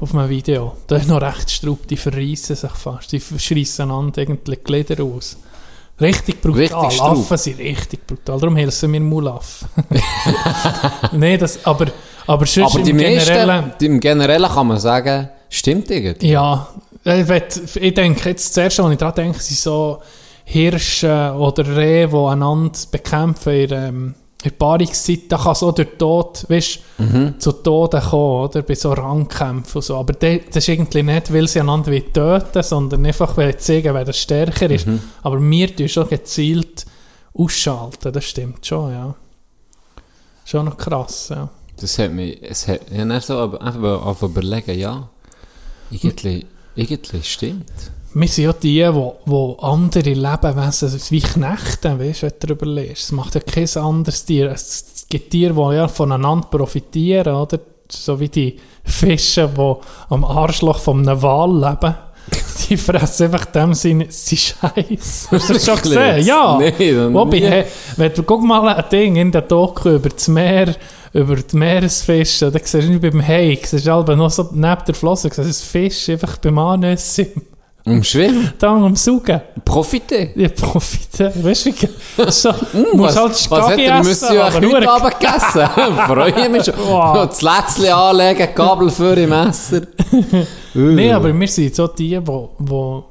Speaker 3: auf einem Video. Da ist noch recht straub, die verreissen sich fast, die schreissen einander irgendwie die Glieder aus. Richtig brutal.
Speaker 4: Richtig straub.
Speaker 3: Affen sind richtig brutal. Darum heißen wir Mulaff. Nein, das, aber, aber sonst
Speaker 4: Aber die
Speaker 3: im Generellen...
Speaker 4: meisten, die im Generellen kann man sagen, stimmt irgendwie.
Speaker 3: Ja, ich, wett- ich denke jetzt, das Erste, was ich daran denke, sind so Hirsche oder Rehe, die einander bekämpfen in der, ähm, in der Paarungszeit. Da kann so durch Tod, weißt zu Tode kommen, oder? Bei so Rangkämpfen und so. Aber de- das ist irgendwie nicht, weil sie einander wollen töten sondern einfach, weil sie zeigen, wer der stärker ist. Aber wir tun schon gezielt ausschalten, das stimmt schon, ja. Schon noch krass, ja.
Speaker 4: Das hat mich... Es hat, ich habe dann so ab- einfach auf überlegen, ja. Irgendwie Eigentlich stimmt.
Speaker 3: Wir sind ja die, wo, wo andere Lebewesen sind wie Knechte, weißt du, wenn du darüber liest. Es macht ja kein anderes Tier. Es gibt Tiere, die ja voneinander profitieren, oder? So wie die Fische, die am Arschloch von einem Wal leben. Die fressen einfach dem Sinn, sie Scheiß. Hast du das schon
Speaker 4: Wirklich?
Speaker 3: gesehen? Ja.
Speaker 4: Nee, dann
Speaker 3: Wobei,
Speaker 4: nie.
Speaker 3: hey, wenn du, guck mal ein Ding in der Doku über das Meer, über die Meeresfische, dann siehst du nicht beim Hai, siehst du aber noch so neben der Flosse, siehst du einen Fisch einfach beim Anüssen im
Speaker 4: Im Schwimmen.
Speaker 3: Tang am Saugen.
Speaker 4: Profite.
Speaker 3: Ja, profitieren. Weißt du, wie ge- so, musst
Speaker 4: Hm, Was,
Speaker 3: halt
Speaker 4: was hat
Speaker 3: Skagi
Speaker 4: er müssen
Speaker 3: essen,
Speaker 4: ja
Speaker 3: aber nur
Speaker 4: heute Abend gegessen? Freue mich schon.
Speaker 3: Wow.
Speaker 4: Noch Das Lätzchen anlegen, Kabel für im Messer.
Speaker 3: Nein, aber wir sind so die, die wo, wo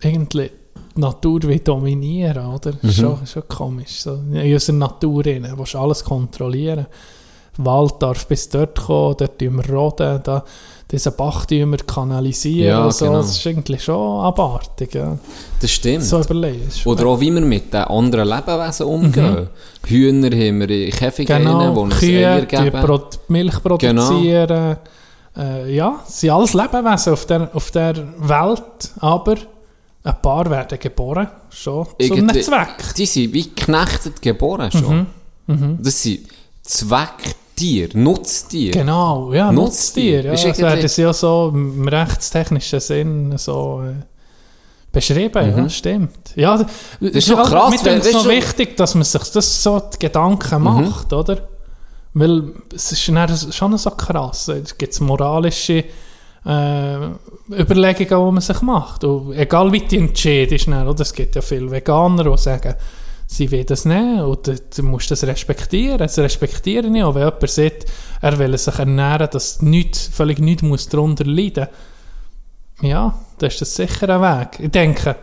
Speaker 3: irgendwie die Natur will dominieren oder?
Speaker 4: Mhm.
Speaker 3: Schon, schon komisch. So. In unserer Natur rein, du willst alles kontrollieren. Wald darf bis dort kommen, dort tun wir roden, da, diesen Bach tun wir kanalisieren.
Speaker 4: Ja,
Speaker 3: und so.
Speaker 4: genau.
Speaker 3: Das ist irgendwie schon abartig. Ja.
Speaker 4: Das stimmt.
Speaker 3: So überlegst du.
Speaker 4: Oder auch wie wir mit den anderen Lebewesen umgehen. Hühner haben wir in Käfigen,
Speaker 3: Mhm. Genau,
Speaker 4: genau. wo uns
Speaker 3: Kühe,
Speaker 4: Eier
Speaker 3: die
Speaker 4: geben.
Speaker 3: Pro Milch produzieren. Äh, ja, es sind alles Lebewesen auf der, auf der Welt, aber ein paar werden geboren, schon zu einem
Speaker 4: Irgendwie-
Speaker 3: Zweck.
Speaker 4: Die sind wie geknechtet geboren
Speaker 3: Mhm.
Speaker 4: schon. Das sind Zwecktiere, Nutztiere.
Speaker 3: Genau, ja, Nutztier.
Speaker 4: Nutztier,
Speaker 3: Ja,
Speaker 4: ist
Speaker 3: das
Speaker 4: irgendwie-
Speaker 3: werden sie ja so im rechtstechnischen Sinn so äh, beschrieben, ja, stimmt. Ja, das
Speaker 4: Mhm. ist schon krass,
Speaker 3: Mir
Speaker 4: weil-
Speaker 3: denke, es ist
Speaker 4: weißt
Speaker 3: noch
Speaker 4: du-
Speaker 3: wichtig, dass man sich das so die Gedanken macht, oder? Weil es ist dann schon so krass. Es gibt moralische äh, Überlegungen, die man sich macht. Und egal wie die Entscheidung ist, dann, oder? es gibt ja viele Veganer, die sagen, sie will das nehmen und du, du musst das respektieren. Das respektiere ich auch, wenn jemand sagt, er will sich ernähren, dass nichts, völlig nichts muss darunter leiden Ja, das ist das sicher ein Weg. Ich denke,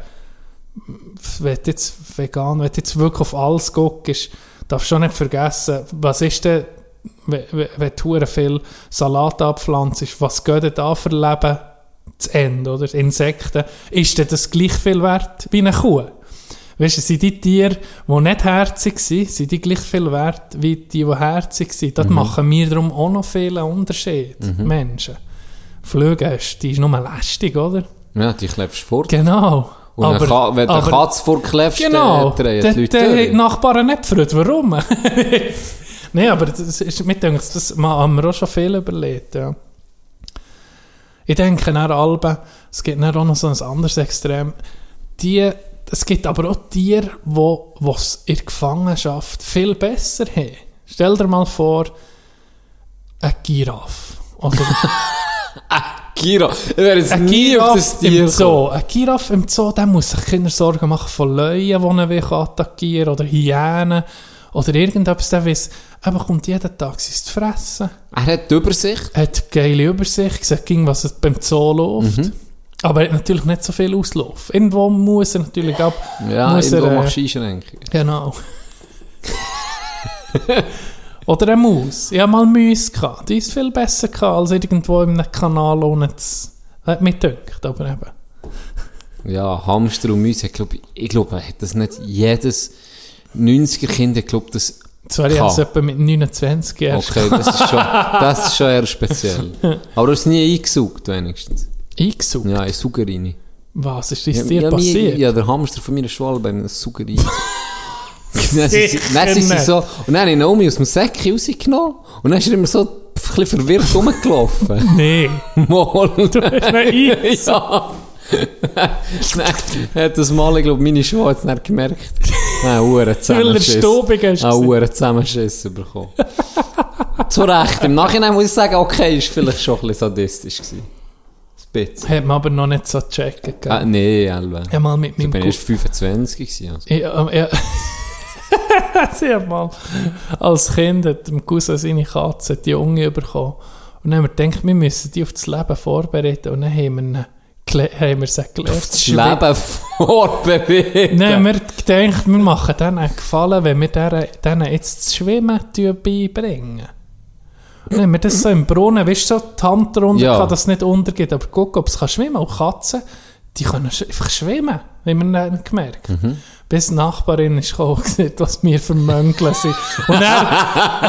Speaker 3: wenn du jetzt vegan, wenn du jetzt wirklich auf alles guckst, darfst du auch nicht vergessen, was ist denn, wenn, wenn- wenn du hure viel Salat abpflanzt, was geht denn da für Leben zu Ende, oder? Insekten, ist denn das gleich viel wert wie eine Kuh? Weißt du, sind die Tiere, die nicht herzig sind, sind die gleich viel wert wie die, die herzig sind?
Speaker 4: Mhm.
Speaker 3: Das machen wir darum auch noch viele Unterschied, Menschen. Flüge, die ist nur lästig, oder?
Speaker 4: Ja, die klebst du fort.
Speaker 3: Genau.
Speaker 4: Und aber, Ka wenn du eine Katze vorklebst,
Speaker 3: Genau,
Speaker 4: dann drehen
Speaker 3: der-
Speaker 4: die
Speaker 3: der
Speaker 4: Leute
Speaker 3: hat die
Speaker 4: durch.
Speaker 3: Nachbarn nicht gefreut. Warum? Nein, aber das ist, mir denke, das haben wir auch schon viel überlegt. Ja. Ich denke nach Alben, es gibt dann auch noch so ein anderes Extrem. Die, es gibt aber auch Tiere, wo wo es in der Gefangenschaft viel besser haben. Stell dir mal vor, eine Giraffe. Oder
Speaker 4: Kira, ich wäre jetzt
Speaker 3: Ein
Speaker 4: nie auf das
Speaker 3: Giraffe im
Speaker 4: Tier gekommen.
Speaker 3: Zoo. Ein Giraffe im Zoo, der muss sich keine Sorgen machen von Löwen, die ihn will attackieren oder Hyänen oder irgendetwas. Der weiss, er bekommt jeden Tag sein zu fressen.
Speaker 4: Er hat die Übersicht.
Speaker 3: Er hat geile Übersicht, sieht ging, was es beim Zoo läuft. Aber er hat natürlich nicht so viel Auslauf. Irgendwo muss er natürlich ab.
Speaker 4: Ja,
Speaker 3: muss
Speaker 4: irgendwo
Speaker 3: er, äh,
Speaker 4: machst du Einschränkungen.
Speaker 3: Genau. Oder eine Maus. Ich hatte mal Mäuse. Gehabt. Die ist viel besser gehabt, als irgendwo in einem Kanal ohne zu... Hat mich gedacht, aber eben.
Speaker 4: Ja, Hamster und Mäuse, ich glaube, ich glaube, hat das nicht jedes 90er-Kind, ich glaube, das...
Speaker 3: Das wäre ich
Speaker 4: Kann.
Speaker 3: also etwa mit 29 erst
Speaker 4: Okay, das ist schon, das ist schon eher speziell. Aber du hast es nie eingesaugt, wenigstens.
Speaker 3: eingesucht.
Speaker 4: Ja, eine Sugerini.
Speaker 3: Was ist das dir
Speaker 4: Ja, mir,
Speaker 3: passiert?
Speaker 4: ja, der Hamster von meiner Schwalbe hat eine Sugerini. dann sind sie-
Speaker 3: Sicher
Speaker 4: dann sind sie
Speaker 3: nicht.
Speaker 4: so, und dann habe ich Naomi aus dem Säckchen rausgenommen und dann ist er immer so ein bisschen verwirrt rumgelaufen.
Speaker 3: Nee.
Speaker 4: Mal.
Speaker 3: Nein, ich-
Speaker 4: Ja. Nein, hat das mal, ich glaube, meine Schuhe hat es nicht gemerkt. Nein, Uhren
Speaker 3: Weil er staubig ist.
Speaker 4: Einen Uhren Zusammenschiss bekommen. Zu Recht. Im Nachhinein muss ich sagen, okay, ist vielleicht schon ein bisschen sadistisch gewesen. Ein bisschen.
Speaker 3: Hat man aber noch nicht so gecheckt.
Speaker 4: Ah,
Speaker 3: gell?
Speaker 4: nee, Elbe.
Speaker 3: Ich hab mal mit meinem
Speaker 4: bin
Speaker 3: Cousin...
Speaker 4: erst 25 gewesen. Also.
Speaker 3: Ich, ähm, ja. Sie hat mal als Kind hat dem Cousin seine Katze die Junge bekommen. Und dann haben wir gedacht, wir müssen die auf das Leben vorbereiten. Und dann haben wir, ihnen gele- haben wir sie gelehrt.
Speaker 4: Auf das Leben vorbereitet.
Speaker 3: Nein, wir gedacht, wir machen denen einen Gefallen, wenn wir deren- denen jetzt das Schwimmen beibringen. Dann haben wir das so im Brunnen, weißt du, so die Hand drunter,
Speaker 4: Ja.
Speaker 3: kann das nicht untergeht, aber guck, ob es kann schwimmen kann. Und Katzen die können sch einfach schwimmen, haben wir dann gemerkt.
Speaker 4: Mhm.
Speaker 3: Bis die Nachbarin ist gekommen und gesagt, was wir für Mönkel sind. Und dann,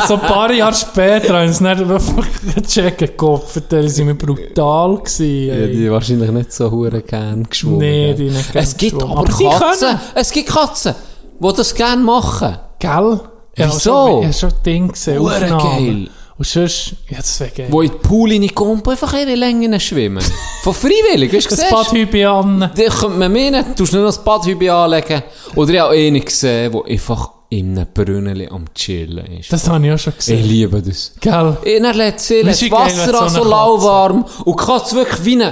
Speaker 3: so ein paar Jahre später, haben sie dann einfach gecheckt, Kopf, sie waren brutal. Gewesen,
Speaker 4: Ja,
Speaker 3: ey.
Speaker 4: die wahrscheinlich nicht so hure gern geschwommen.
Speaker 3: Nee,
Speaker 4: gell?
Speaker 3: die nicht gern
Speaker 4: Es gibt
Speaker 3: geschwommen.
Speaker 4: aber
Speaker 3: Aber die
Speaker 4: Katzen.
Speaker 3: können.
Speaker 4: Es gibt Katzen, die das gerne machen.
Speaker 3: Gell? Ich hab
Speaker 4: Wieso?
Speaker 3: schon- Ich habe schon Dinge gesehen,
Speaker 4: Hure
Speaker 3: Aufnahmen.
Speaker 4: geil.
Speaker 3: Und sonst, ja, das wäre geil.
Speaker 4: Wo in die Pool reinkommen und einfach ihre Längen schwimmen. Von freiwillig, weißt du,
Speaker 3: das
Speaker 4: siehst du?
Speaker 3: Badhübe an.
Speaker 4: Da könnte man meinen, du musst nur noch das Badhübe anlegen. Oder ich habe einen gesehen, der einfach in einem Brunnen am Chillen ist.
Speaker 3: Das habe ich auch schon
Speaker 4: ich
Speaker 3: gesehen.
Speaker 4: liebe das.
Speaker 3: Gell?
Speaker 4: In der letzten
Speaker 3: Das ist
Speaker 4: das
Speaker 3: geil, wenn
Speaker 4: Wasser an
Speaker 3: so
Speaker 4: so
Speaker 3: eine
Speaker 4: lauwarm und kannst wirklich wie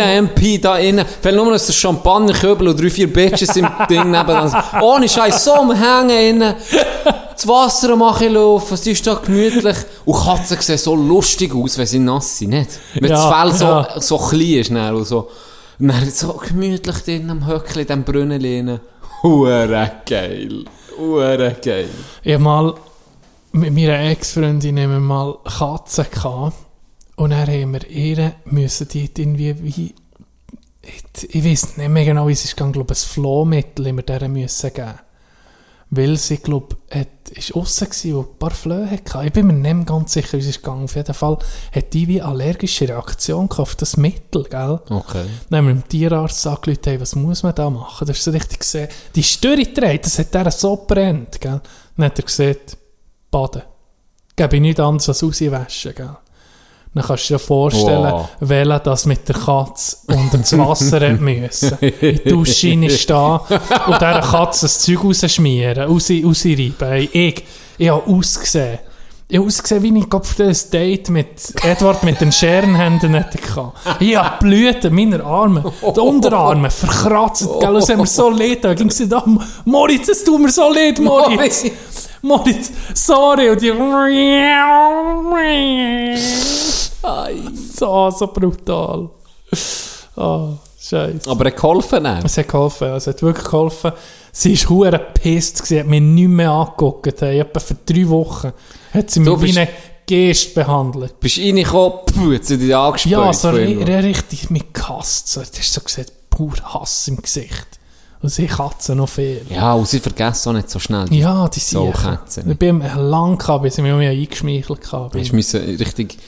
Speaker 4: ein PMP da innen. Weil nur noch der Champagnerköbel und drei, vier Bitches im Ding nebenan. Ohne Scheiß, so am Hängen innen. Das Wasser mache ich laufen, es ist da gemütlich. Und Katzen sehen so lustig aus, wenn sie nass sind, nicht? Wenn
Speaker 3: Ja,
Speaker 4: das Fell so,
Speaker 3: ja.
Speaker 4: so klein ist dann und so. Und dann so gemütlich drinnen am Höckli, in diesem Brunnen innen. Hure geil. Hure geil.
Speaker 3: Ich hab mal mit meiner Ex-Freundin haben wir mal Katzen gehabt. Und dann haben wir ihre müssen die dort irgendwie wie. Ich- Ich weiß nicht mehr genau, wie es ist, gegangen. ich glaube, ein Flohmittel haben wir der müssen geben. Weil sie, glaube ich, aussen war und ein paar Flöhe hatte. Ich bin mir nicht mehr ganz sicher, wie es ist gegangen. Auf jeden Fall hat die wie allergische Reaktion gehabt auf das Mittel, gell?
Speaker 4: Okay.
Speaker 3: Dann haben wir dem Tierarzt angerufen, hey, was muss man da machen? Da hast du so richtig gesehen, die Störe dreht, das hat der so brennt. Gell? Dann hat er gesagt, baden. Gebe ich nichts anderes als rauswaschen. Gell? Dann kannst du dir vorstellen,
Speaker 4: Wow.
Speaker 3: welcher das mit der Katze unter das Wasser hat müssen. In die Dusche stehen und dieser Katze das Zeug rausschmieren, raus, rausreiben. Hey, ich, ich habe ausgesehen. Ich habe ausgesehen, wie ich gerade für das Date mit Edward mit den Scherenhänden hätte gehabt. Ich habe Blüten meiner Arme, die Unterarme, verkratzt. Gell, das hat mir so leid. Ich ging gesagt, ah, Moritz, es tut mir so leid, Moritz. Moritz, sorry. Und die... So, so brutal.
Speaker 4: Ah,
Speaker 3: Oh, scheiße.
Speaker 4: Aber er geholfen auch.
Speaker 3: Es hat geholfen, es hat wirklich geholfen. Sie war hure pisst, sie hat mich nicht mehr angeguckt. Hey, etwa für drei Wochen hat sie
Speaker 4: Du
Speaker 3: mich wie
Speaker 4: bist-
Speaker 3: eine Gest behandelt.
Speaker 4: Bist du reingekommen, pfuh, jetzt sind die angespielt.
Speaker 3: Ja, so
Speaker 4: von
Speaker 3: ri-
Speaker 4: irgendwo.
Speaker 3: ri- richtig mit Kass. So, das ist so gesagt, pur Hass im Gesicht. Und sie Katzen noch viel.
Speaker 4: Ja, und sie vergessen auch nicht so schnell. die-
Speaker 3: Ja, die
Speaker 4: So
Speaker 3: sind.
Speaker 4: Katzen.
Speaker 3: Ich bin lang gehabt, bis ich mich auch mehr eingeschmeichelt habe.
Speaker 4: Hast du müssen richtig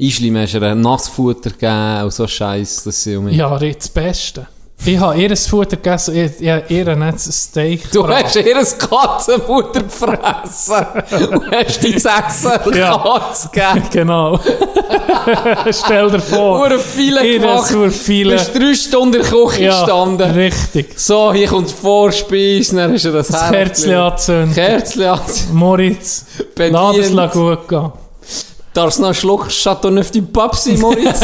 Speaker 4: einschleimen, hast du ihr Nassfutter gegeben und so Scheiß, dass sie um mich...
Speaker 3: Ja, das Beste. Ich habe ihr das Futter gegessen, ich, ich habe ihr nicht das Steak
Speaker 4: Du
Speaker 3: gebracht.
Speaker 4: hast ihr ein Katzenfutter gefressen und hast die Sessel
Speaker 3: Ja.
Speaker 4: Katze gegeben.
Speaker 3: Genau. Stell dir vor.
Speaker 4: Hure viele
Speaker 3: Oh, ihr
Speaker 4: gemacht.
Speaker 3: das Hure
Speaker 4: Du
Speaker 3: viele.
Speaker 4: bist drei Stunden in der Küche gestanden.
Speaker 3: richtig.
Speaker 4: So, hier kommt die Vorspeise, dann hast du das
Speaker 3: Das Kerzchen anzünden.
Speaker 4: Kerzchen anzünden.
Speaker 3: Moritz,
Speaker 4: Bedient.
Speaker 3: lass es la gut gehen.
Speaker 4: Darfst du noch einen Schluck Chateauneuf du Pape sein, Moritz?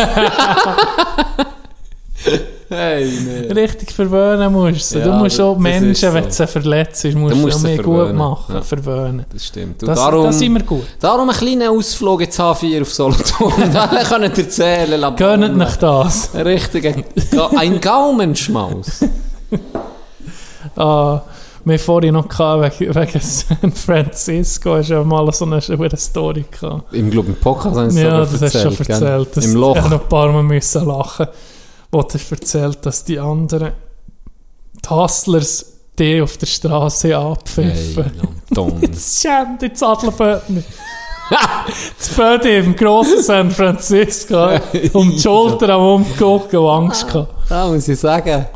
Speaker 4: hey, nee.
Speaker 3: Richtig verwöhnen musst du. sie.
Speaker 4: Ja,
Speaker 3: du musst
Speaker 4: aber
Speaker 3: auch
Speaker 4: das ist
Speaker 3: Menschen,
Speaker 4: so.
Speaker 3: wenn du sie verletzt hast, musst
Speaker 4: Du
Speaker 3: du
Speaker 4: musst
Speaker 3: auch
Speaker 4: sie
Speaker 3: mehr gut
Speaker 4: verwöhnen.
Speaker 3: machen.
Speaker 4: Ja.
Speaker 3: Verwöhnen.
Speaker 4: Das stimmt. Und
Speaker 3: Das,
Speaker 4: darum,
Speaker 3: das sind wir gut.
Speaker 4: darum einen kleinen Ausflug jetzt H4 auf Solothurn. Alle können erzählen. la
Speaker 3: Gönnt
Speaker 4: Bonne.
Speaker 3: euch das.
Speaker 4: Richtig, ein, Ga- ein Gaumenschmaus.
Speaker 3: Ah, wir haben vorhin noch gehabt, wegen, wegen San Francisco. Hast du ja mal so eine schöne Story gehabt.
Speaker 4: Im, glaub, im Podcast haben sie
Speaker 3: Ja,
Speaker 4: es
Speaker 3: das
Speaker 4: erzählt.
Speaker 3: hast du schon
Speaker 4: gell?
Speaker 3: erzählt. Das
Speaker 4: Im Loch.
Speaker 3: Ich habe noch ein paar Mal müssen lachen, wo du hast erzählt dass die anderen die Hustlers die auf der Straße
Speaker 4: Hey,
Speaker 3: abpfiffen.
Speaker 4: Anton.
Speaker 3: Das schämt jetzt Adelböden. Das Böde im grossen San Francisco um die Schulter am Umgucken und
Speaker 4: Ah.
Speaker 3: Angst gehabt.
Speaker 4: Da muss ich sagen,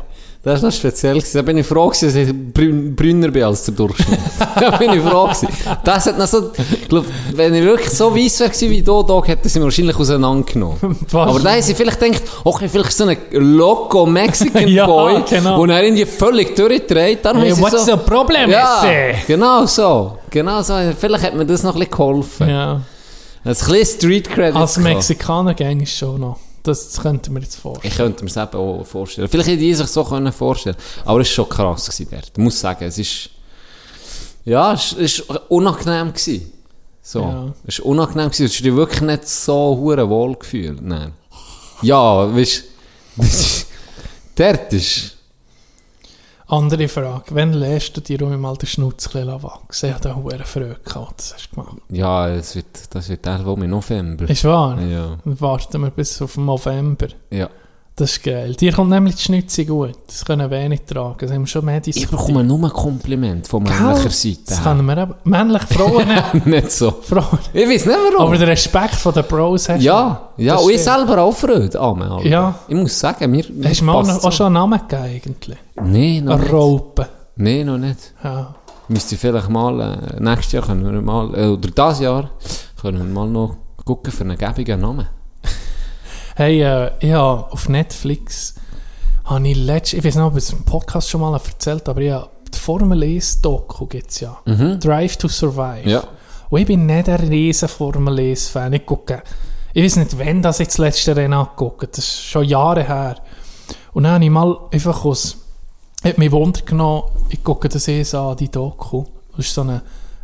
Speaker 4: das ist noch speziell. gewesen. Da bin ich froh, gewesen, dass ich Brün- brünner bin als der Durchschnitt. da bin ich froh. Gewesen. Das hat noch so, ich glaub, wenn ich wirklich so weiss wäre gewesen wie du, Doc, hätte sie mir wahrscheinlich auseinandergenommen. Aber da haben sie vielleicht gedacht, okay, vielleicht so ein loco Mexican
Speaker 3: Ja,
Speaker 4: Boy,
Speaker 3: genau.
Speaker 4: und er irgendwie völlig durchdreht. Darum
Speaker 3: Hey,
Speaker 4: haben sie
Speaker 3: what's
Speaker 4: so,
Speaker 3: the problem,
Speaker 4: ja,
Speaker 3: Messi?
Speaker 4: genau so. Genau so. Vielleicht hat mir das noch ein bisschen geholfen.
Speaker 3: Ja.
Speaker 4: Ein bisschen Street Credit.
Speaker 3: Als
Speaker 4: gehabt.
Speaker 3: Mexikaner gäng ist schon noch. Das könnte mir jetzt vorstellen.
Speaker 4: Ich könnte mir es eben auch vorstellen. Vielleicht hätte ich es sich so können vorstellen Aber es war schon krass gewesen dort. Ich muss sagen, es ist... Ja, es es war unangenehm. Gewesen. So.
Speaker 3: Ja.
Speaker 4: Es war unangenehm. Gewesen. Du hast dich wirklich nicht so hure wohl gefühlt. Nein. Ja, weißt du... dort ist...
Speaker 3: Andere Frage. Wann lässt du dir um mal den Schnutz ein bisschen wachsen? Ich hatte eine hohe Freude, gehabt, das hast du gemacht.
Speaker 4: Ja, es wird, das wird irgendwo im November.
Speaker 3: Ist wahr?
Speaker 4: Ja.
Speaker 3: Dann warten wir bis auf den November.
Speaker 4: Ja.
Speaker 3: Das ist geil. Dir kommt nämlich die Schnitze gut. Das können wenig tragen. Das haben wir schon mehr
Speaker 4: Ich
Speaker 3: diskutiert.
Speaker 4: bekomme nur ein Kompliment von männlicher Seite.
Speaker 3: Das können wir eben. Männliche Frauen.
Speaker 4: nicht so.
Speaker 3: Frauen.
Speaker 4: Ich weiß nicht warum.
Speaker 3: Aber der Respekt von den Bros hast du.
Speaker 4: ja, ja,
Speaker 3: Das
Speaker 4: und ich
Speaker 3: stimmt.
Speaker 4: selber auch Freude an mir, Alter.
Speaker 3: Ja.
Speaker 4: Ich muss sagen, mir, mir
Speaker 3: Hast du mir auch,
Speaker 4: passt's
Speaker 3: noch- auch schon einen Namen gegeben eigentlich?
Speaker 4: Nee, noch
Speaker 3: Eine
Speaker 4: nicht.
Speaker 3: Raupe.
Speaker 4: Nee, noch nicht.
Speaker 3: Ja.
Speaker 4: Müsste ich vielleicht mal, äh, nächstes Jahr können wir mal, äh, oder dieses Jahr, können wir mal noch gucken für einen gäbigen Namen.
Speaker 3: Hey, äh, ich habe auf Netflix habe ich letzt, ich weiß nicht, ob ich es im Podcast schon mal erzählt habe, aber ja, E die Formel 1 Doku gibt es ja. Drive to Survive.
Speaker 4: Mhm. Ja.
Speaker 3: Und ich bin nicht ein riesen Formel 1 E Fan. Ich gucke, ich weiß nicht, wann das ich das letzte Rennen angeguckt habe. Das ist schon Jahre her. Und dann habe ich mal einfach aus, hat mich Wunder genommen, ich gucke das eh an, die Doku. Das ist so eine,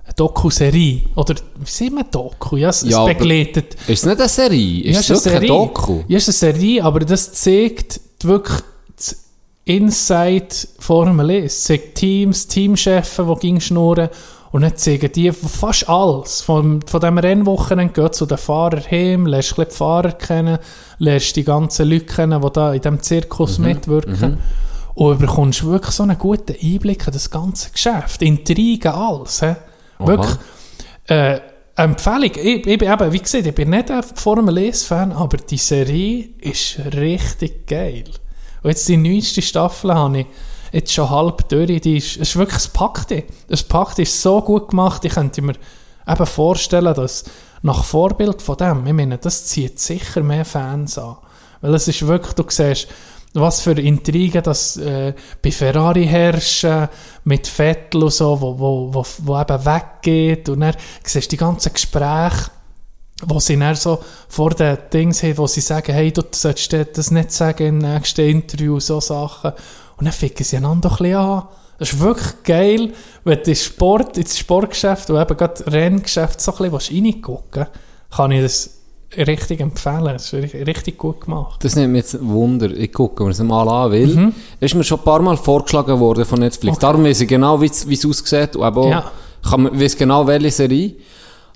Speaker 3: eine Doku-Serie. Oder, wie sieht man Doku? Ja, es,
Speaker 4: Ja,
Speaker 3: es
Speaker 4: aber-
Speaker 3: begleitet.
Speaker 4: Ist es nicht eine Serie? Ist es wirklich ein Doku?
Speaker 3: Ja, es ist eine Serie, aber das zeigt wirklich das Inside Formel 1. Es zeigt Teams, Teamchefs, die ging schnurren. Und dann zeigen die fast alles. Von, von diesem Rennwochenende geht zu den Fahrern heim, lernst ein bisschen die Fahrer kennen, lernst die ganzen Leute kennen, die da in diesem
Speaker 4: Mhm.
Speaker 3: Zirkus mitwirken. Und bekommst wirklich so einen guten Einblick in das ganze Geschäft. Intrigen, alles. He? Wirklich äh, Empfehlung. Ich, ich bin eben, wie gesagt, ich bin nicht ein Formel 1-Fan, aber die Serie ist richtig geil. Und jetzt die neueste Staffel habe ich jetzt schon halb durch. Die ist, es ist wirklich das Packte. Das Packte ist so gut gemacht, ich könnte mir eben vorstellen, dass nach Vorbild von dem, ich meine, das zieht sicher mehr Fans an. Weil es ist wirklich, du siehst, was für Intrigen das äh, bei Ferrari herrschen, mit Vettel und so, wo, wo, wo, wo eben weggeht. Und dann siehst du die ganzen Gespräche, wo sie dann so vor den Dings haben, wo sie sagen, hey, du solltest das nicht sagen im nächsten Interview, so Sachen. Und dann ficken sie einander doch ein bisschen an. Das ist wirklich geil, wenn du in Sport, ins Sportgeschäft und eben gerade Renngeschäft so ein bisschen reingucken willst, kann ich das richtig empfehlen. Das ist ri- richtig gut gemacht.
Speaker 4: Das nimmt mir jetzt Wunder. Ich gucke mir das mal an, weil ist mir schon ein paar Mal vorgeschlagen worden von Netflix.
Speaker 3: Mhm. Okay.
Speaker 4: Darum weiß ich genau, wie es wie es aussieht und eben auch,
Speaker 3: Ja.
Speaker 4: kann man, weiß genau, welche Serie.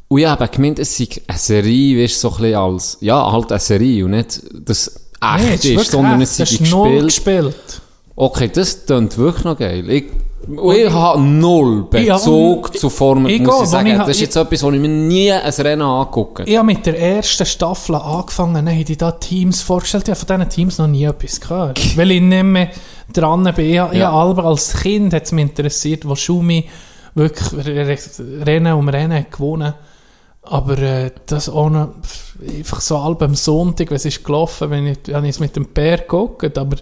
Speaker 4: Und ich habe gemeint, es sei eine Serie, weißt du, so ein bisschen als, ja, halt eine Serie und nicht, dass es echt
Speaker 3: Nee,
Speaker 4: ist,
Speaker 3: es wirklich
Speaker 4: sondern
Speaker 3: echt.
Speaker 4: es sei
Speaker 3: Das ist null
Speaker 4: gespielt.
Speaker 3: gespielt.
Speaker 4: Okay, das klingt wirklich noch geil. Ich, und ich habe null
Speaker 3: Ich habe-
Speaker 4: Bezug zu Formel,
Speaker 3: Ich
Speaker 4: muss
Speaker 3: auch,
Speaker 4: ich
Speaker 3: wenn
Speaker 4: sagen.
Speaker 3: ich ha-
Speaker 4: das ist
Speaker 3: ich-
Speaker 4: jetzt etwas, wo ich mir nie ein Rennen angucke.
Speaker 3: Ich habe mit der ersten Staffel angefangen, dann haben die da Teams vorgestellt. Ich habe von diesen Teams noch nie etwas gehört. weil ich nicht mehr dran bin. Ich, ja. ich
Speaker 4: Ja.
Speaker 3: habe als Kind hat es mich interessiert, wo Schumi wirklich re- re- Rennen um Rennen hat gewonnen Aber äh, das ohne, pff, einfach so halb am Sonntag, wenn es ist gelaufen, wenn ich, habe ich es mit dem Bär geguckt, aber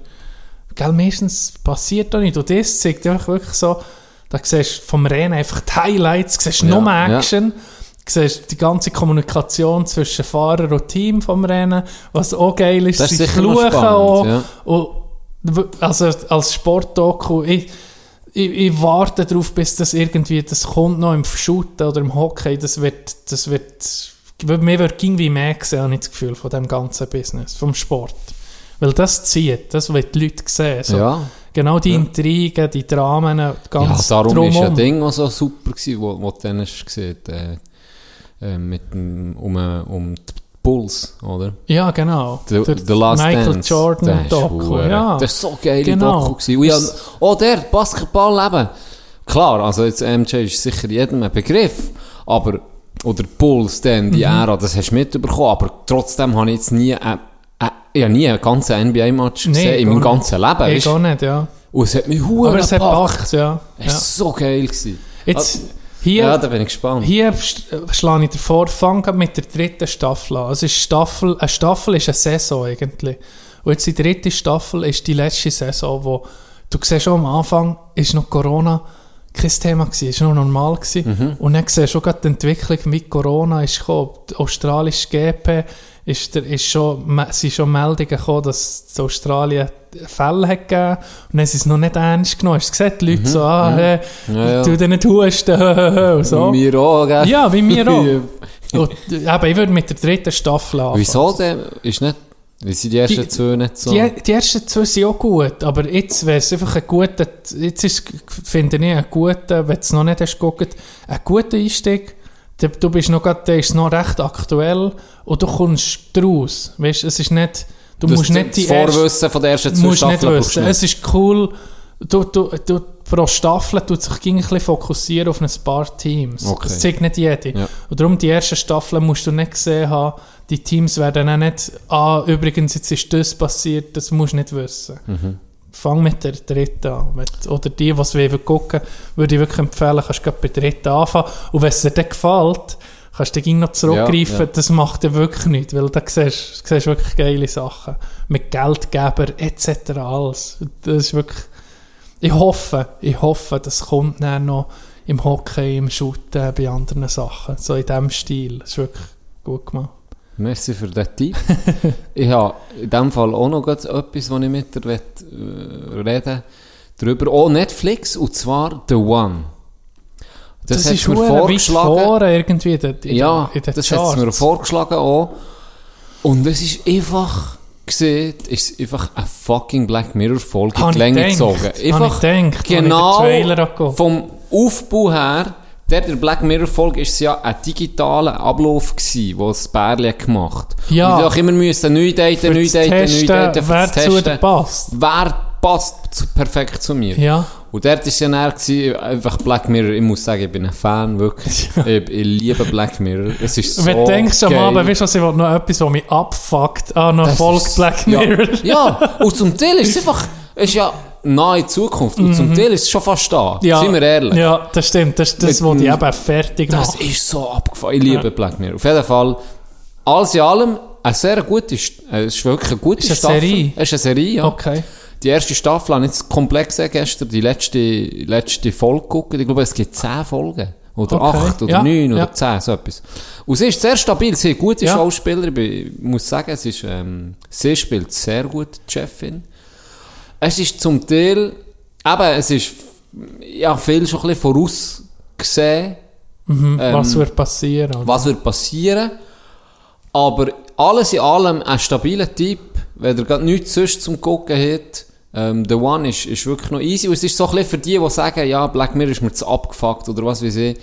Speaker 3: gell, meistens passiert da nicht. Und das zeigt einfach wirklich so, da siehst du vom Rennen einfach die Highlights, siehst
Speaker 4: Ja,
Speaker 3: nur
Speaker 4: ja.
Speaker 3: Action, siehst die ganze Kommunikation zwischen Fahrer und Team vom Rennen, was auch geil ist,
Speaker 4: Das ist
Speaker 3: sie
Speaker 4: sicher noch
Speaker 3: fluchen
Speaker 4: spannend,
Speaker 3: auch.
Speaker 4: ja.
Speaker 3: Und, w- also als Sportdoku, ich, ich, ich warte darauf, bis das irgendwie, das kommt noch im Shooten oder im Hockey, das wird, das wird, mir wird irgendwie mehr gesehen, habe ich das Gefühl, von dem ganzen Business, vom Sport. Weil das zieht, das will die Leute sehen. So.
Speaker 4: Ja.
Speaker 3: Genau die Intrigen, die Dramen, äh,
Speaker 4: Ja,
Speaker 3: ganz
Speaker 4: darum
Speaker 3: drumherum.
Speaker 4: ist ja Ding auch so super gewesen, wo, wo du dann hast gesehen, äh, äh, mit dem, um, äh, um die Bulls, oder?
Speaker 3: Ja, genau.
Speaker 4: The,
Speaker 3: Der
Speaker 4: the Last
Speaker 3: Michael
Speaker 4: Dance.
Speaker 3: Jordan
Speaker 4: Das ist
Speaker 3: Doku,
Speaker 4: verdammt-
Speaker 3: ja.
Speaker 4: Das ist so geile
Speaker 3: Genau. Dus-
Speaker 4: Doku gewesen. Und ja,
Speaker 3: Das-
Speaker 4: oh, der Basketball eben. Klar, also jetzt MJ ist sicher jedem ein Begriff, aber, oder Bulls dann,
Speaker 3: Mhm.
Speaker 4: die Ära, das hast du mitbekommen, aber trotzdem habe ich jetzt nie, äh, äh, ich habe nie einen ganzen NBA-Match
Speaker 3: Nee,
Speaker 4: gesehen, in meinem
Speaker 3: gar
Speaker 4: ganzen Leben,
Speaker 3: ich
Speaker 4: weißt
Speaker 3: gar
Speaker 4: du?
Speaker 3: nicht, ja.
Speaker 4: Und es hat mich
Speaker 3: Aber es hat
Speaker 4: gepackt.
Speaker 3: gepackt, ja.
Speaker 4: Es
Speaker 3: ja.
Speaker 4: ist so geil gewesen. Also,
Speaker 3: Jetzt,
Speaker 4: Ja,
Speaker 3: hier,
Speaker 4: da bin ich gespannt.
Speaker 3: hier sch- schlage ich dir vor, fang gerade mit der dritten Staffel an. Es ist Staffel, eine Staffel ist eine Saison eigentlich. Und jetzt die dritte Staffel ist die letzte Saison, wo du siehst schon am Anfang ist noch Corona kein Thema gewesen, ist noch normal gewesen.
Speaker 4: Mhm.
Speaker 3: Und dann siehst du schon gerade die Entwicklung mit Corona ist gekommen. Die australische GP ist, der, ist schon, me- sind schon Meldungen gekommen, dass es in Australien Fälle hat gegeben. Und dann ist es noch nicht ernst genommen. Hast du gesehen, die Leute so, ah, hey,
Speaker 4: Mhm. Ja, ja.
Speaker 3: du dir nicht husten, und so.
Speaker 4: Wir auch, gell?
Speaker 3: Ja, wie wir auch. Und, äh, aber ich würde mit der dritten Staffel anfangen.
Speaker 4: Wieso denn? Ist nicht, wie sind die ersten
Speaker 3: Die-
Speaker 4: zwei nicht so?
Speaker 3: Die, die ersten zwei sind auch gut, aber jetzt wäre es einfach ein guter, jetzt ist, finde ich, ein guter, wenn du es noch nicht hast geguckt, ein guter Einstieg. Du, du bist noch gerade, der ist noch recht aktuell und du kommst draus. Weißt, es ist nicht, Du
Speaker 4: Das-
Speaker 3: musst nicht die
Speaker 4: das
Speaker 3: erste...
Speaker 4: Vorwissen von der ersten zwei
Speaker 3: musst nicht
Speaker 4: Staffeln brauchst du
Speaker 3: wissen.
Speaker 4: nicht.
Speaker 3: Es ist cool, du, du, du, pro Staffel tut sich gegen ein bisschen fokussieren auf ein paar Teams.
Speaker 4: Okay.
Speaker 3: Das zeigt nicht jede.
Speaker 4: Ja.
Speaker 3: Und darum, die ersten Staffeln musst du nicht gesehen haben, die Teams werden auch nicht, ah, übrigens, jetzt ist das passiert, das musst du nicht wissen. Fang mit der dritten an. Mit- Oder die, die es wollen gucken, würde ich wirklich empfehlen, kannst du bei der dritten anfangen. Und wenn es dir dann gefällt, kannst du dann gleich noch zurückgreifen.
Speaker 4: Ja, ja.
Speaker 3: Das macht dir wirklich nichts, weil da siehst du siehst wirklich geile Sachen. Mit Geldgeber etc. alles. Das ist wirklich... Ich hoffe, ich hoffe, das kommt dann noch im Hockey, im Shooten, bei anderen Sachen. So in diesem Stil. Das ist wirklich gut gemacht.
Speaker 4: Merci für den Tipp. ich habe in dem Fall auch noch grad etwas, was ich mit dir wett, äh, reden drüber. Oh, Netflix, und zwar The One. Das, hat's mir
Speaker 3: verdammt weit
Speaker 4: vorgeschlagen.
Speaker 3: vorne irgendwie in den, in den-
Speaker 4: Ja,
Speaker 3: in den
Speaker 4: das hat
Speaker 3: Charts.
Speaker 4: mir vorgeschlagen auch. Und es ist einfach gesehen, ist einfach eine fucking Black Mirror Folge in
Speaker 3: Hab
Speaker 4: die
Speaker 3: ich
Speaker 4: Länge
Speaker 3: gedacht,
Speaker 4: gezogen.
Speaker 3: hab ich gedacht, als ich den
Speaker 4: genau
Speaker 3: Trailer angeschaut.
Speaker 4: vom Aufbau her, der der Black Mirror Folge ist es ja ein digitaler Ablauf gsi, wo das Bärli gemacht.
Speaker 3: Ja.
Speaker 4: Und ich auch immer müssen neu daten,
Speaker 3: Für
Speaker 4: neu
Speaker 3: das
Speaker 4: daten, neu
Speaker 3: Testen,
Speaker 4: daten, für
Speaker 3: wer
Speaker 4: das
Speaker 3: zu dir
Speaker 4: Testen.
Speaker 3: passt.
Speaker 4: Wer passt zu, perfekt zu mir?
Speaker 3: Ja.
Speaker 4: Und dort war ja näher gewesen, einfach Black Mirror. Ich muss sagen, ich bin ein Fan, wirklich. Ich, ich liebe Black Mirror. Es ist so
Speaker 3: Wenn du denkst am
Speaker 4: geil.
Speaker 3: Abend, weißt du was, ich will noch etwas, was mich abfuckt. Ah, noch
Speaker 4: Das
Speaker 3: Folge
Speaker 4: ist-
Speaker 3: Black Mirror.
Speaker 4: Ja, ja. und zum Teil ist es einfach, ist ja nahe Zukunft. Und zum Teil ist es schon fast da.
Speaker 3: Mhm. Ja.
Speaker 4: Sind wir ehrlich.
Speaker 3: Ja, das stimmt. Das ist das,
Speaker 4: Mit-
Speaker 3: was ich eben fertig
Speaker 4: Das
Speaker 3: macht.
Speaker 4: ist so abgefahren. Ich liebe Black Mirror. Auf jeden Fall, alles in allem, eine sehr gute, St- äh, es ist wirklich eine gute
Speaker 3: Ist eine
Speaker 4: Staffel.
Speaker 3: Serie?
Speaker 4: Es ist eine Serie, ja.
Speaker 3: Okay.
Speaker 4: Die erste Staffel habe ich jetzt komplett gesehen gestern, die letzte, letzte Folge geguckt. Ich glaube, es gibt zehn Folgen. Oder
Speaker 3: Okay.
Speaker 4: acht, oder
Speaker 3: Ja,
Speaker 4: neun,
Speaker 3: ja.
Speaker 4: oder zehn, so etwas. Und sie ist sehr stabil, sie ist eine gute
Speaker 3: Ja.
Speaker 4: Schauspielerin. Ich muss sagen, es ist, ähm, sie spielt sehr gut, die Chefin. Es ist zum Teil, eben, es ist, ja, viel schon ein bisschen vorausgesehen, Ähm,
Speaker 3: was wird passieren? oder?
Speaker 4: was wird passieren. Aber alles in allem ein stabiler Typ, wenn ihr gerade nichts sonst zum Gucken habt. Ähm, The One ist, ist wirklich noch easy. Und es ist so ein bisschen für die, die sagen, ja, Black Mirror ist mir zu abgefuckt oder was weiß ich.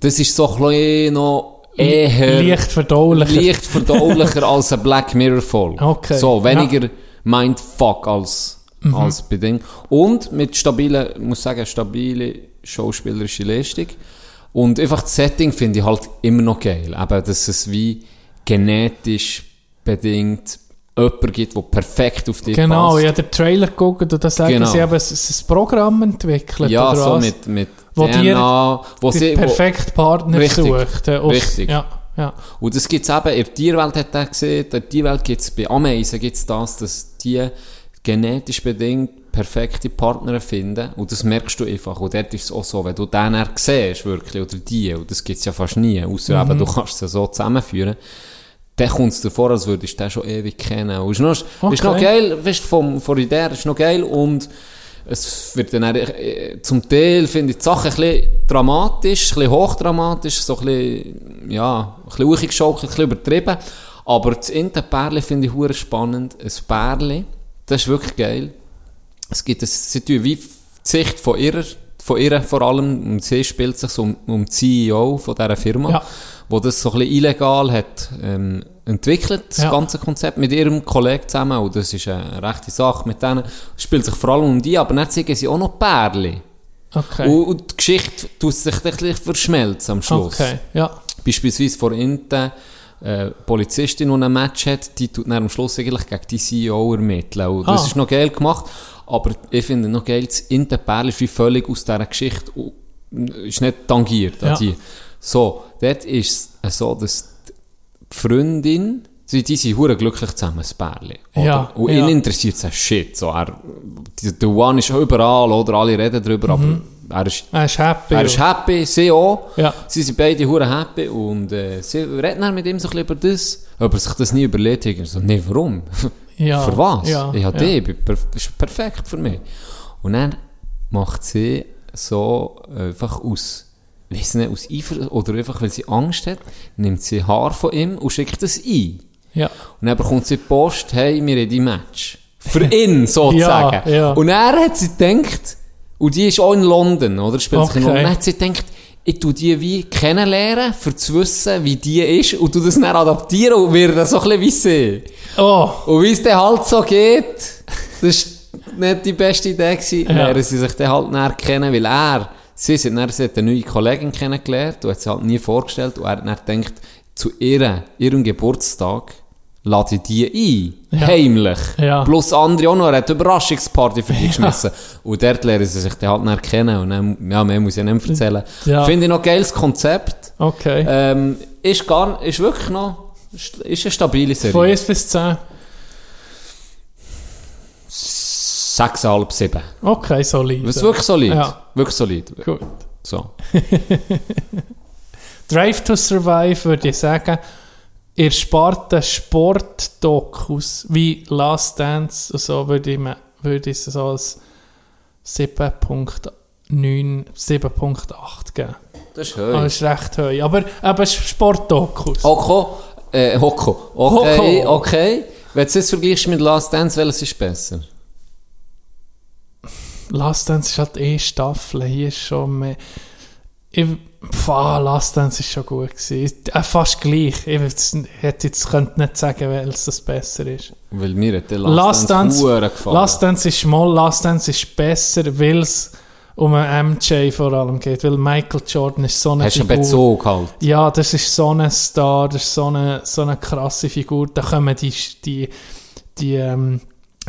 Speaker 4: Das ist so ein bisschen noch eher...
Speaker 3: Leicht verdaulicher.
Speaker 4: eh, Leicht verdaulicher als eine Black Mirror-Folge.
Speaker 3: Okay. Mhm.
Speaker 4: So, weniger Mindfuck als, als Beding. Und mit stabilen, ich muss sagen, stabile schauspielerische Leistung. Und einfach das Setting finde ich halt immer noch geil. Eben, dass es wie genetisch bedingt jemanden gibt, der perfekt auf dich
Speaker 3: Genau,
Speaker 4: passt.
Speaker 3: ich habe den Trailer geguckt und da sagen
Speaker 4: Genau.
Speaker 3: sie eben, es ist ein Programm entwickelt.
Speaker 4: ja,
Speaker 3: oder
Speaker 4: so
Speaker 3: was?
Speaker 4: mit, mit
Speaker 3: Wo dir
Speaker 4: DNA, wo
Speaker 3: Der
Speaker 4: sie, wo,
Speaker 3: perfekte Partner
Speaker 4: Richtig.
Speaker 3: sucht. äh, aus-
Speaker 4: Richtig.
Speaker 3: Ja, ja.
Speaker 4: Und das gibt's eben, in der Tierwelt hat er gesehen, in der Tierwelt gibt's bei Ameisen gibt's das, dass die genetisch bedingt perfekte Partner finden und das merkst du einfach. Und dort ist es auch so, wenn du den dann siehst, wirklich, oder die, und das gibt's ja fast nie, außer eben, du kannst sie so zusammenführen, dann kommt es dir vor, als würdest du den schon ewig kennen. Und ist noch, ist
Speaker 3: Okay.
Speaker 4: noch geil, weißt du, vom, von der Idee, ist noch geil und es wird dann eher, äh, zum Teil finde ich die Sache ein bisschen dramatisch, ein bisschen hochdramatisch, so ein bisschen, ja, ein bisschen hochgeschaukelt, ein bisschen übertrieben. Aber das Interperle finde ich hure spannend. Ein Perle, das ist wirklich geil. Es gibt ein, sie tun wie die Sicht von ihrer, von ihrer vor allem, und sie spielt sich um, um die CEO von dieser Firma,
Speaker 3: Ja.
Speaker 4: wo das so ein bisschen illegal hat, ähm, entwickelt, das
Speaker 3: Ja.
Speaker 4: ganze Konzept, mit ihrem Kollegen zusammen, und das ist eine rechte Sache mit denen. Es spielt sich vor allem um die, aber dann zeigen sie auch noch Pärchen.
Speaker 3: Okay.
Speaker 4: Und, und die Geschichte tut sich dann ein bisschen verschmelzen am Schluss
Speaker 3: okay, ja.
Speaker 4: beispielsweise vor Inten äh, Polizistin, die ein Match hat, die tut dann am Schluss eigentlich gegen die CEO ermitteln. Und das
Speaker 3: Ah.
Speaker 4: ist noch geil gemacht, aber ich finde noch geil, das Interperl ist wie völlig aus dieser Geschichte, u- ist nicht tangiert an
Speaker 3: Ja.
Speaker 4: die. So, dort ist es äh, so, dass die Freundin, die, die sind hure glücklich zusammen, das Pärli. oder?
Speaker 3: Ja,
Speaker 4: Und
Speaker 3: ja.
Speaker 4: ihn interessiert es shit. So, er, die- der One ist überall, oder? Alle reden drüber,
Speaker 3: Mhm.
Speaker 4: aber er ist
Speaker 3: Er ist happy.
Speaker 4: er ist happy, sie auch.
Speaker 3: Ja.
Speaker 4: Sie sind beide hure happy und äh, sie reden dann mit ihm so ein bisschen über das. Ob er sich das nie überlegt hat. Ich so, nee, warum?
Speaker 3: Ja,
Speaker 4: Für was?
Speaker 3: ja,
Speaker 4: ich habe
Speaker 3: ja.
Speaker 4: die, ich bin perf ist perfekt für mich. Und dann macht sie so äh, einfach aus, weiss nicht, aus Eifer oder einfach, weil sie Angst hat, nimmt sie Haar von ihm und schickt es ein.
Speaker 3: ja.
Speaker 4: Und dann bekommt sie die Post, hey, wir haben die Match. Für ihn, sozusagen.
Speaker 3: Ja, ja.
Speaker 4: Und er hat sie gedacht, und die ist auch in London, oder? Spielt sich in
Speaker 3: Okay.
Speaker 4: London. Dann hat sie gedacht, ich tu die wie kennenlernen, für zu wissen, wie die ist, und tu das dann adaptieren und werde so ein bisschen wie sie.
Speaker 3: Oh,
Speaker 4: Und wie es dann halt so geht, das war nicht die beste Idee. Gewesen.
Speaker 3: Ja.
Speaker 4: Lernen sie sich dann halt näher kennen, weil er, sie, sind dann, sie hat eine neue Kollegin kennengelernt und hat sie halt nie vorgestellt und er hat dann gedacht, zu ihr, ihrem Geburtstag, lade ich die ein.
Speaker 3: Ja.
Speaker 4: Heimlich.
Speaker 3: Ja.
Speaker 4: Plus andere auch noch. Er hat eine Überraschungsparty für die geschmissen. Und dort lernen sie sich dann halt näher kennen. Und dann, ja, mehr muss ich ja nicht mehr erzählen.
Speaker 3: Ja.
Speaker 4: Finde ich noch ein geiles Konzept.
Speaker 3: okay.
Speaker 4: Ähm, ist, gar, ist wirklich noch, ist, ist eine stabile Serie.
Speaker 3: Von 1 bis 10.
Speaker 4: 6,5, 7.
Speaker 3: Okay, solide.
Speaker 4: Das ist wirklich solid.
Speaker 3: Ja.
Speaker 4: Wirklich solid.
Speaker 3: Gut.
Speaker 4: So.
Speaker 3: Drive to Survive würde ich sagen, ihr spart den Sportdokus wie Last Dance und so würde ich, mir- würde ich es so als 7.9, 7.8 geben.
Speaker 4: Das
Speaker 3: Das
Speaker 4: ist höher.
Speaker 3: Ah, ist recht hoch. Aber eben Sportdokus.
Speaker 4: Hoko. Äh, Hoko. Okay,
Speaker 3: Hoko.
Speaker 4: okay. Wenn du es jetzt vergleichst mit Last Dance, welches ist besser?
Speaker 3: Last Dance ist halt eh Staffel, hier ist schon mehr... Ich, pff, ah, Last Dance ist schon gut gewesen. Äh, fast gleich. Ich würd's- hätte jetzt könnte nicht sagen, welches das besser ist.
Speaker 4: Weil mir hat der
Speaker 3: Last
Speaker 4: Last,
Speaker 3: Dance,
Speaker 4: Dance gefallen.
Speaker 3: Last Dance ist mal, Last Dance ist besser, weil es um einen MJ vor allem geht, weil Michael Jordan ist so eine
Speaker 4: Hast du einen Bezug halt?
Speaker 3: Ja, das ist so ein Star, das ist so eine, so eine krasse Figur, da kommen die, die, die ähm,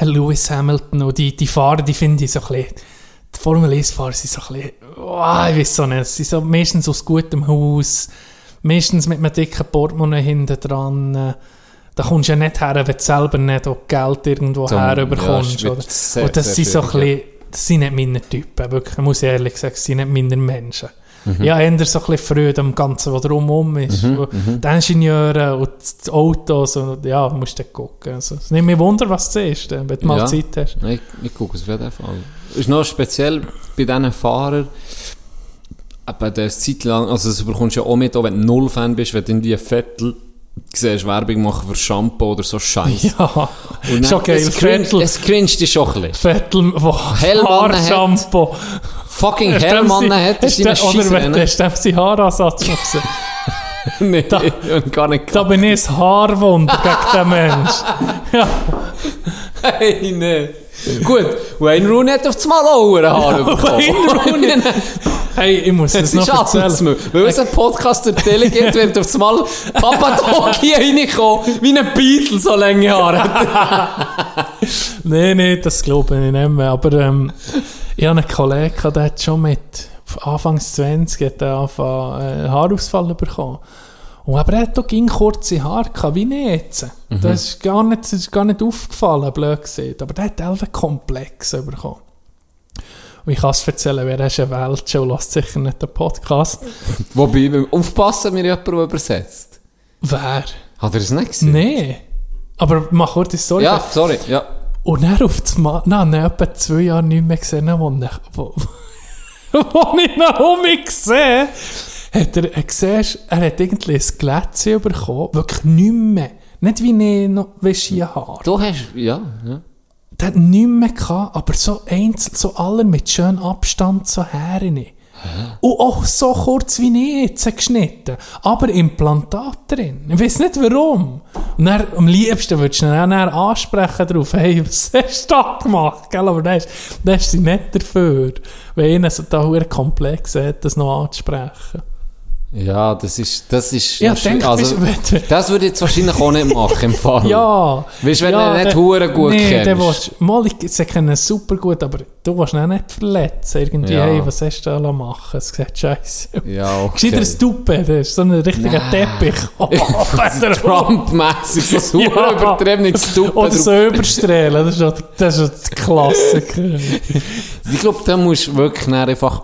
Speaker 3: Lewis Hamilton und die, die Fahrer, die finde ich so ein bisschen, die Formel 1-Fahrer sind so ein bisschen, oh, ich weiß so nicht, sie sind so meistens aus gutem Haus, meistens mit einem dicken Portemonnaie hinten dran, äh, da kommst du ja nicht her, wenn du selber nicht auch Geld irgendwo
Speaker 4: Zum-
Speaker 3: herüberkommst,
Speaker 4: ja,
Speaker 3: oder?
Speaker 4: es wird sehr,
Speaker 3: und das
Speaker 4: sehr
Speaker 3: sind so ein
Speaker 4: schwierig,
Speaker 3: bisschen, das sind nicht meine Typen, wirklich, ich muss ehrlich sagen, das sind nicht meine Menschen.
Speaker 4: Mhm.
Speaker 3: Ja, eher so ein bisschen Freude am Ganzen, was drumherum ist. Und
Speaker 4: mhm.
Speaker 3: die Ingenieure und die Autos, und, ja, musst du dann gucken. Also, es nimmt mich Wunder, was du siehst, eh, wenn du mal
Speaker 4: Ja.
Speaker 3: Zeit hast.
Speaker 4: Nein, ich, ich gucke es auf jeden Fall. Ist noch speziell bei diesen Fahrern, aber das Zeit lang, also das bekommst du ja auch mit, auch wenn du Null-Fan bist, wenn du irgendwie ein Vettel siehst, Werbung machen für Shampoo oder so Scheiße.
Speaker 3: Ja,
Speaker 4: Und
Speaker 3: ist
Speaker 4: dann-
Speaker 3: okay.
Speaker 4: Es cringe-
Speaker 3: Vettel,
Speaker 4: es cringed dich schon ein bisschen.
Speaker 3: Vettel, wo
Speaker 4: Hellmann hat-
Speaker 3: Haarshampoo.
Speaker 4: Fucking
Speaker 3: Hast du dem
Speaker 4: Hellmann
Speaker 3: sie-
Speaker 4: hat,
Speaker 3: hast
Speaker 4: ist
Speaker 3: du-
Speaker 4: in einem
Speaker 3: Oder wenn du
Speaker 4: Scheissrennen.
Speaker 3: hast du dem seinen Haaransatz gesehen.
Speaker 4: Nee,
Speaker 3: Da-
Speaker 4: und gar nicht
Speaker 3: Da bin ich ein Haarwunder gegen den Mensch. Ja,
Speaker 4: Hey, nee. Gut, Wayne Rooney hat auf das Mal auch einen Haar bekommen.
Speaker 3: Wayne Rooney. hey, ich muss
Speaker 4: Das
Speaker 3: das noch
Speaker 4: ist alles
Speaker 3: erzählen.
Speaker 4: Weil es einen Podcast der Tele gibt, wird auf das Mal Papadoki reingekommen, wie ein Beatle so lange Haare hat.
Speaker 3: Nein, nein, das glaube ich nicht mehr. Aber ähm, ich habe einen Kollegen, gehabt, der hat schon mit Anfangs 20 hat er angefangen, äh, einen Haarausfall bekommen. Und aber er hat doch ging kurze Haare gehabt, wie ich jetzt. Das, ist gar nicht, das ist gar nicht aufgefallen, blöd gesagt. Aber der hat einen Komplex bekommen. Und ich kann es erzählen, wer ist eine Welt schon, lasst sicher nicht den Podcast.
Speaker 4: Wobei, beim aufpassen, mir jemand der übersetzt.
Speaker 3: Wer?
Speaker 4: Hat er es nicht gesehen?
Speaker 3: Nein. Aber mach kurz die Story.
Speaker 4: Ja, sorry, ja.
Speaker 3: Und dann auf das Mal, nein, nein, etwa zwei Jahre nicht mehr gesehen, wo, ich- wo, wo ich ihn um mich gesehen hat er, er, siehst, er hat irgendwie ein Glätzchen bekommen, wirklich nicht mehr. Nicht wie ich noch wische Haar.
Speaker 4: Du hast, ja, ja.
Speaker 3: Der hat nichts mehr gehabt, aber so einzeln, so alle mit schönem Abstand so her. rein. Und auch so kurz wie ich jetzt geschnitten. Aber Implantat drin. Ich weiß nicht warum. Und dann, am liebsten würdest du ihn dann dann ansprechen drauf. Hey, was hast du da gemacht? Gell? Aber das ist, das ist sie nicht dafür. Weil ihnen so da verdammt komplex hat, das noch anzusprechen.
Speaker 4: Ja, das ist, das ist,
Speaker 3: Ja, denk,
Speaker 4: also,
Speaker 3: bist- wenn-
Speaker 4: das würde ich jetzt wahrscheinlich auch nicht machen im Fall.
Speaker 3: Ja.
Speaker 4: Weißt du, wenn
Speaker 3: ja,
Speaker 4: du ihn nicht
Speaker 3: der-
Speaker 4: hure gut
Speaker 3: nee,
Speaker 4: kennst.
Speaker 3: der willst- mal, ich, sie kennen ihn super gut, aber du willst ihn auch nicht verletzen. Irgendwie,
Speaker 4: Ja.
Speaker 3: hey, was hast du da machen? Es sieht scheiße.
Speaker 4: Ja, okay.
Speaker 3: Gescheiter ein Tuppe, das ist so ein richtiger Teppich. Oh, Peter,
Speaker 4: Trump-mässig, so
Speaker 3: Ja.
Speaker 4: super übertriebenes Duppen
Speaker 3: Oder
Speaker 4: drauf.
Speaker 3: so überstrahlen, das ist auch das, ist auch der Klassiker.
Speaker 4: Ich glaube, da musst du wirklich dann einfach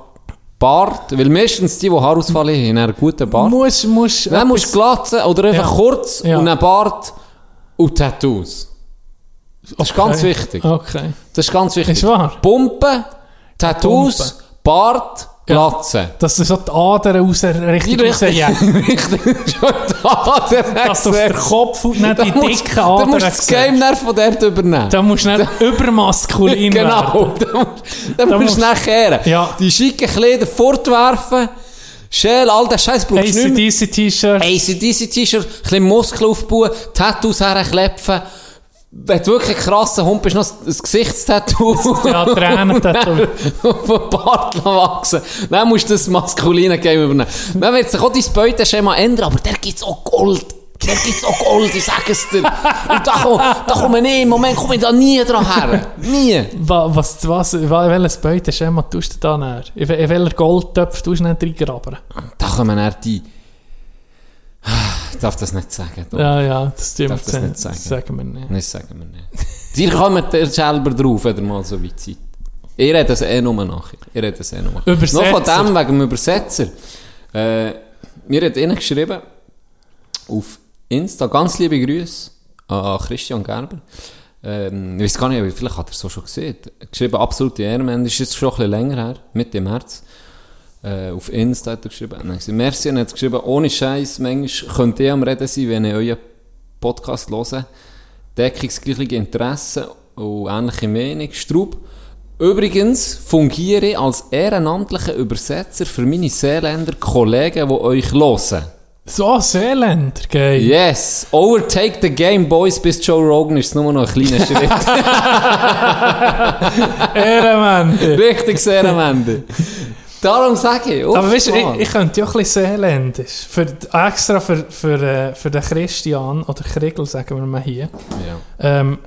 Speaker 4: Bart, weil meistens die, die Haarausfall haben, haben einen guten Bart.
Speaker 3: muss, muss,
Speaker 4: dann musst du glatzen oder einfach
Speaker 3: Ja.
Speaker 4: kurz
Speaker 3: Ja.
Speaker 4: und einen Bart und Tattoos. Das ist ganz wichtig.
Speaker 3: Okay.
Speaker 4: Das ist ganz wichtig.
Speaker 3: Ist wahr.
Speaker 4: Pumpen, Tattoos, Bart, Glatzen.
Speaker 3: Dass du so die Adern raus, richtig
Speaker 4: Die
Speaker 3: rausjagst.
Speaker 4: Richtig. Schon da, der
Speaker 3: Dass du auf den Kopf und nicht die
Speaker 4: Da musst-
Speaker 3: dicken
Speaker 4: Da
Speaker 3: Adern
Speaker 4: musst du das
Speaker 3: siehst.
Speaker 4: Game dann von dort übernehmen.
Speaker 3: Da musst du nicht übermaskulin werden.
Speaker 4: nou. Genau, da musst, da musst du
Speaker 3: musst-
Speaker 4: nachher.
Speaker 3: Ja.
Speaker 4: Die schicken Kleider fortwerfen, Schell, all den Scheiß brauchst du nicht mehr.
Speaker 3: ACDC T-Shirt.
Speaker 4: ACDC T-Shirt, ein bisschen Muskeln aufbauen, Tattoos herklepfen. Wenn du wirklich ein krasser Hund bist, noch ein ein Gesichtstattoo.
Speaker 3: Ja, Tränen-Tattoo.
Speaker 4: Auf den Bart lassen wachsen. Dann musst du das maskuline Game übernehmen. Dann wird sich auch dein Beuteschema ändern, aber der gibt's auch Gold. Der gibt's auch Gold, ich sag es dir. Und da, komm, da komme ich nie, im Moment komme ich da nie dran her. Nie.
Speaker 3: Wa- Was, was, wa- welches Beuteschema tust du da näher? In, wel- in welcher Goldtöpf tust du nicht reingraben?
Speaker 4: Da kommen er die. Ah, Ich darf das nicht sagen. Doch.
Speaker 3: Ja, ja, das tun wir
Speaker 4: Darf das
Speaker 3: nicht.
Speaker 4: nicht sagen?
Speaker 3: Das sagen wir nicht.
Speaker 4: Nein, das sagen wir nicht. Ihr kommt ihr selber drauf, wenn ihr mal so weit seid. Ihr redet es eh nur nachher. Ihr redet es eh nur.
Speaker 3: Übersetzer.
Speaker 4: Noch von dem wegen dem Übersetzer. Äh, mir hat einer geschrieben, auf Insta, ganz liebe Grüße an Christian Gerber. Ähm, ich weiß gar nicht, aber vielleicht hat er es so schon gesehen. Geschrieben, absolute Ehrenmann, ist jetzt schon ein bisschen länger her, mit dem März. Äh, auf Insta hat er geschrieben. Und dann gesagt, Merci, und er hat geschrieben, ohne Scheiß, manchmal könnt ihr am Reden sein, wenn ich euren Podcast höre. Deckungsgleiche Interessen und ähnliche Meinung. Strub. Übrigens fungiere ich als ehrenamtlicher Übersetzer für meine Seeländer Kollegen, die euch hören.
Speaker 3: So, Seeländer, geil.
Speaker 4: Yes, overtake the game, boys, bis Joe Rogan ist es nur noch ein kleiner Schritt.
Speaker 3: Ehrenmänner.
Speaker 4: Richtig sehr am Ende. Darum sage ich,
Speaker 3: Aber weißt du,
Speaker 4: Mann.
Speaker 3: ich, ich könnte ja auch ein bisschen Seeländisch. Für, extra für, für, äh, für den Christian, oder Kriegel sagen wir mal hier.
Speaker 4: Ja.
Speaker 3: Ähm,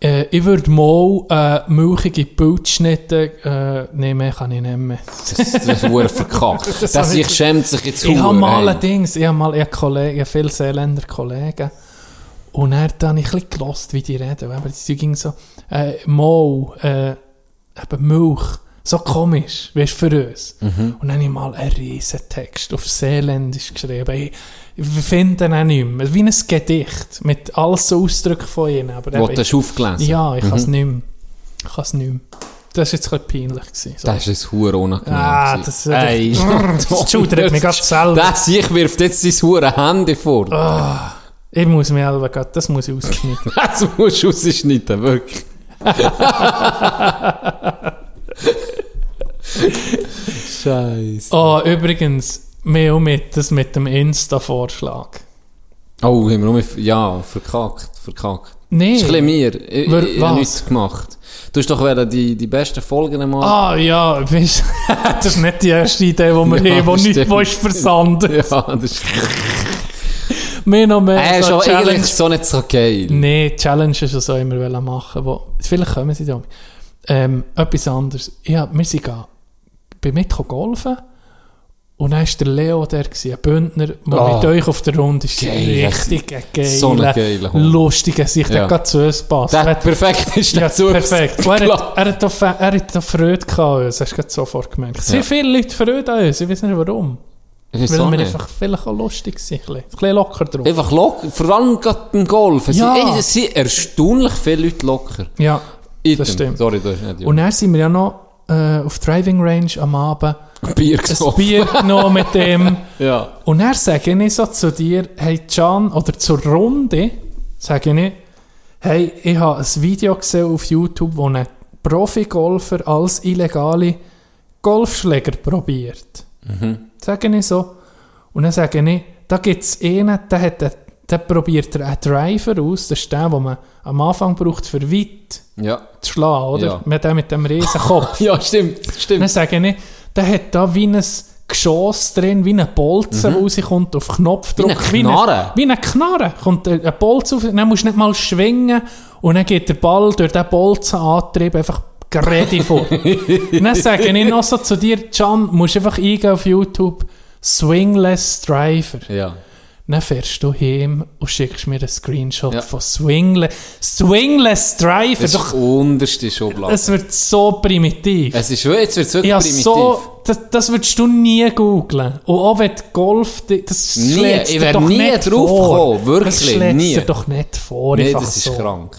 Speaker 3: äh, ich würde mal äh, milchige Pilzschnitte äh, nehmen, kann ich nicht mehr.
Speaker 4: Das das ist verdammt verkackt. Das,
Speaker 3: hab ich-
Speaker 4: ich schämt sich jetzt
Speaker 3: Ich habe
Speaker 4: verdammt,
Speaker 3: mal
Speaker 4: ey.
Speaker 3: allerdings, ich habe mal ich hab Kollegen, ich hab viele Seeländer Kollegen. Und dann habe ich ein bisschen gehört, wie die reden. Aber die ging so, äh, Mau, äh, eben Milch. So komisch, weißt du, für uns.
Speaker 4: Mhm.
Speaker 3: Und dann habe ich mal einen riesen Text auf Seeländisch geschrieben. Ich, ich finde ihn auch nicht mehr. Wie ein Gedicht. Mit all so Ausdrücken von ihnen. Aber
Speaker 4: Wo Mhm.
Speaker 3: eben,
Speaker 4: du hast aufgelesen.
Speaker 3: ja, ich kann es nicht mehr. Ich kann es nicht mehr. Das war jetzt ein bisschen peinlich. Gewesen, so.
Speaker 4: Das ist ein Huren unangenehm.
Speaker 3: Ah,
Speaker 4: gewesen.
Speaker 3: das-
Speaker 4: Ey,
Speaker 3: das schudert mich grad selber.
Speaker 4: Das ich wirft jetzt sein Huren Handy vor.
Speaker 3: Ah. Ich muss mir selber grad- das muss ich ausschneiden.
Speaker 4: Das musst du rausschneiden, wirklich. Scheiße.
Speaker 3: Ah, übrigens, mehr und mit, das mit dem Insta-Vorschlag.
Speaker 4: Oh, haben wir nur Ja, verkackt, verkackt.
Speaker 3: Nee.
Speaker 4: Das ist ein bisschen mir. Ich,
Speaker 3: Wer-
Speaker 4: ich, ich habe
Speaker 3: was?
Speaker 4: nichts gemacht. Du hast doch wollen die, die besten Folgen mal.
Speaker 3: Ah, ja, weißt das ist nicht die erste Idee, die wir
Speaker 4: Ja,
Speaker 3: haben, wo nicht,
Speaker 4: stimmt.
Speaker 3: wo ist versandet.
Speaker 4: Ja, das ist.
Speaker 3: Mehr noch mehr.
Speaker 4: Äh,
Speaker 3: so
Speaker 4: schon
Speaker 3: Challenge- Hm.
Speaker 4: eigentlich so nicht so geil.
Speaker 3: Nee, Challenges und so immer wollen machen. Wo, vielleicht kommen sie da. Ähm, etwas anderes. Ja, wir sind gehen, bei mir golfen. Und dann war der Leo der, gewesen, ein Bündner, der
Speaker 4: Ah.
Speaker 3: mit euch auf der Runde ist.
Speaker 4: Geil.
Speaker 3: Richtig ein geiler,
Speaker 4: So ein geiler Hund.
Speaker 3: lustiger Sicht. Der
Speaker 4: Ja.
Speaker 3: hat gerade zu uns gepasst.
Speaker 4: Der
Speaker 3: Er
Speaker 4: hat
Speaker 3: hat-
Speaker 4: perfekt ist
Speaker 3: Ja,
Speaker 4: dazu.
Speaker 3: perfekt. Und Er
Speaker 4: Klar.
Speaker 3: hat, er, hat auch, Fa- er hat auch Freude gehabt an uns, hast du gerade sofort gemerkt. Es sind
Speaker 4: Ja.
Speaker 3: viele Leute Freude an uns, ich weiß nicht warum.
Speaker 4: Ich weiss
Speaker 3: Weil
Speaker 4: auch
Speaker 3: wir
Speaker 4: nicht.
Speaker 3: einfach vielleicht auch lustig sind, ein bisschen, ein bisschen locker drauf.
Speaker 4: Einfach locker, vor allem gerade beim Golfen.
Speaker 3: Ja.
Speaker 4: Sie, ey, es sind erstaunlich viele Leute locker.
Speaker 3: ja,
Speaker 4: Item.
Speaker 3: das stimmt.
Speaker 4: Sorry, du hast nicht
Speaker 3: Und dann sind wir ja noch äh, auf Driving Range am Abend,
Speaker 4: ein Bier
Speaker 3: ein
Speaker 4: gesoffen.
Speaker 3: Bier genommen mit dem.
Speaker 4: Ja.
Speaker 3: Und dann sage ich so zu dir, hey Can, oder zur Runde, sage ich, hey, ich habe ein Video gesehen auf YouTube, wo ein Profi-Golfer als illegale Golfschläger probiert. Sage ich so. Und dann sage ich, da gibt es einen, der, hat einen, der probiert einen Driver aus, das ist der, den man am Anfang braucht, für weit
Speaker 4: Ja.
Speaker 3: zu schlagen, oder?
Speaker 4: Ja.
Speaker 3: Mit dem, mit dem riesen Kopf.
Speaker 4: ja, stimmt,
Speaker 3: Dann
Speaker 4: stimmt.
Speaker 3: sage ich, der hat da wie ein Geschoss drin, wie ein Bolzen, der rauskommt auf Knopfdruck.
Speaker 4: Mhm. Wie eine Knarre.
Speaker 3: Wie eine Knarre. Kommt ein ein Bolzen auf, dann musst du nicht mal schwingen und dann geht der Ball durch den Bolzen antrieben, einfach gerade vor. dann sage ich noch so zu dir, Can, musst einfach eingehen auf YouTube, Swingless Driver.
Speaker 4: Ja.
Speaker 3: Dann fährst du heim und schickst mir einen Screenshot
Speaker 4: Ja.
Speaker 3: von Swingless, Swingless Driver.
Speaker 4: Das ist
Speaker 3: Doch,
Speaker 4: doch unterste Schublade.
Speaker 3: es wird so primitiv.
Speaker 4: Es ist wirklich, jetzt wird es wirklich
Speaker 3: Ja,
Speaker 4: primitiv.
Speaker 3: so, das, das würdest du nie googlen. Und auch wenn die Golf, die- das
Speaker 4: Nie,
Speaker 3: schlägt
Speaker 4: ich
Speaker 3: dir
Speaker 4: wär
Speaker 3: doch
Speaker 4: nie
Speaker 3: nicht
Speaker 4: drauf
Speaker 3: vor.
Speaker 4: gekommen, wirklich,
Speaker 3: Das schlägt
Speaker 4: nie.
Speaker 3: dir doch nicht vor,
Speaker 4: nee,
Speaker 3: einfach
Speaker 4: das ist
Speaker 3: so.
Speaker 4: krank.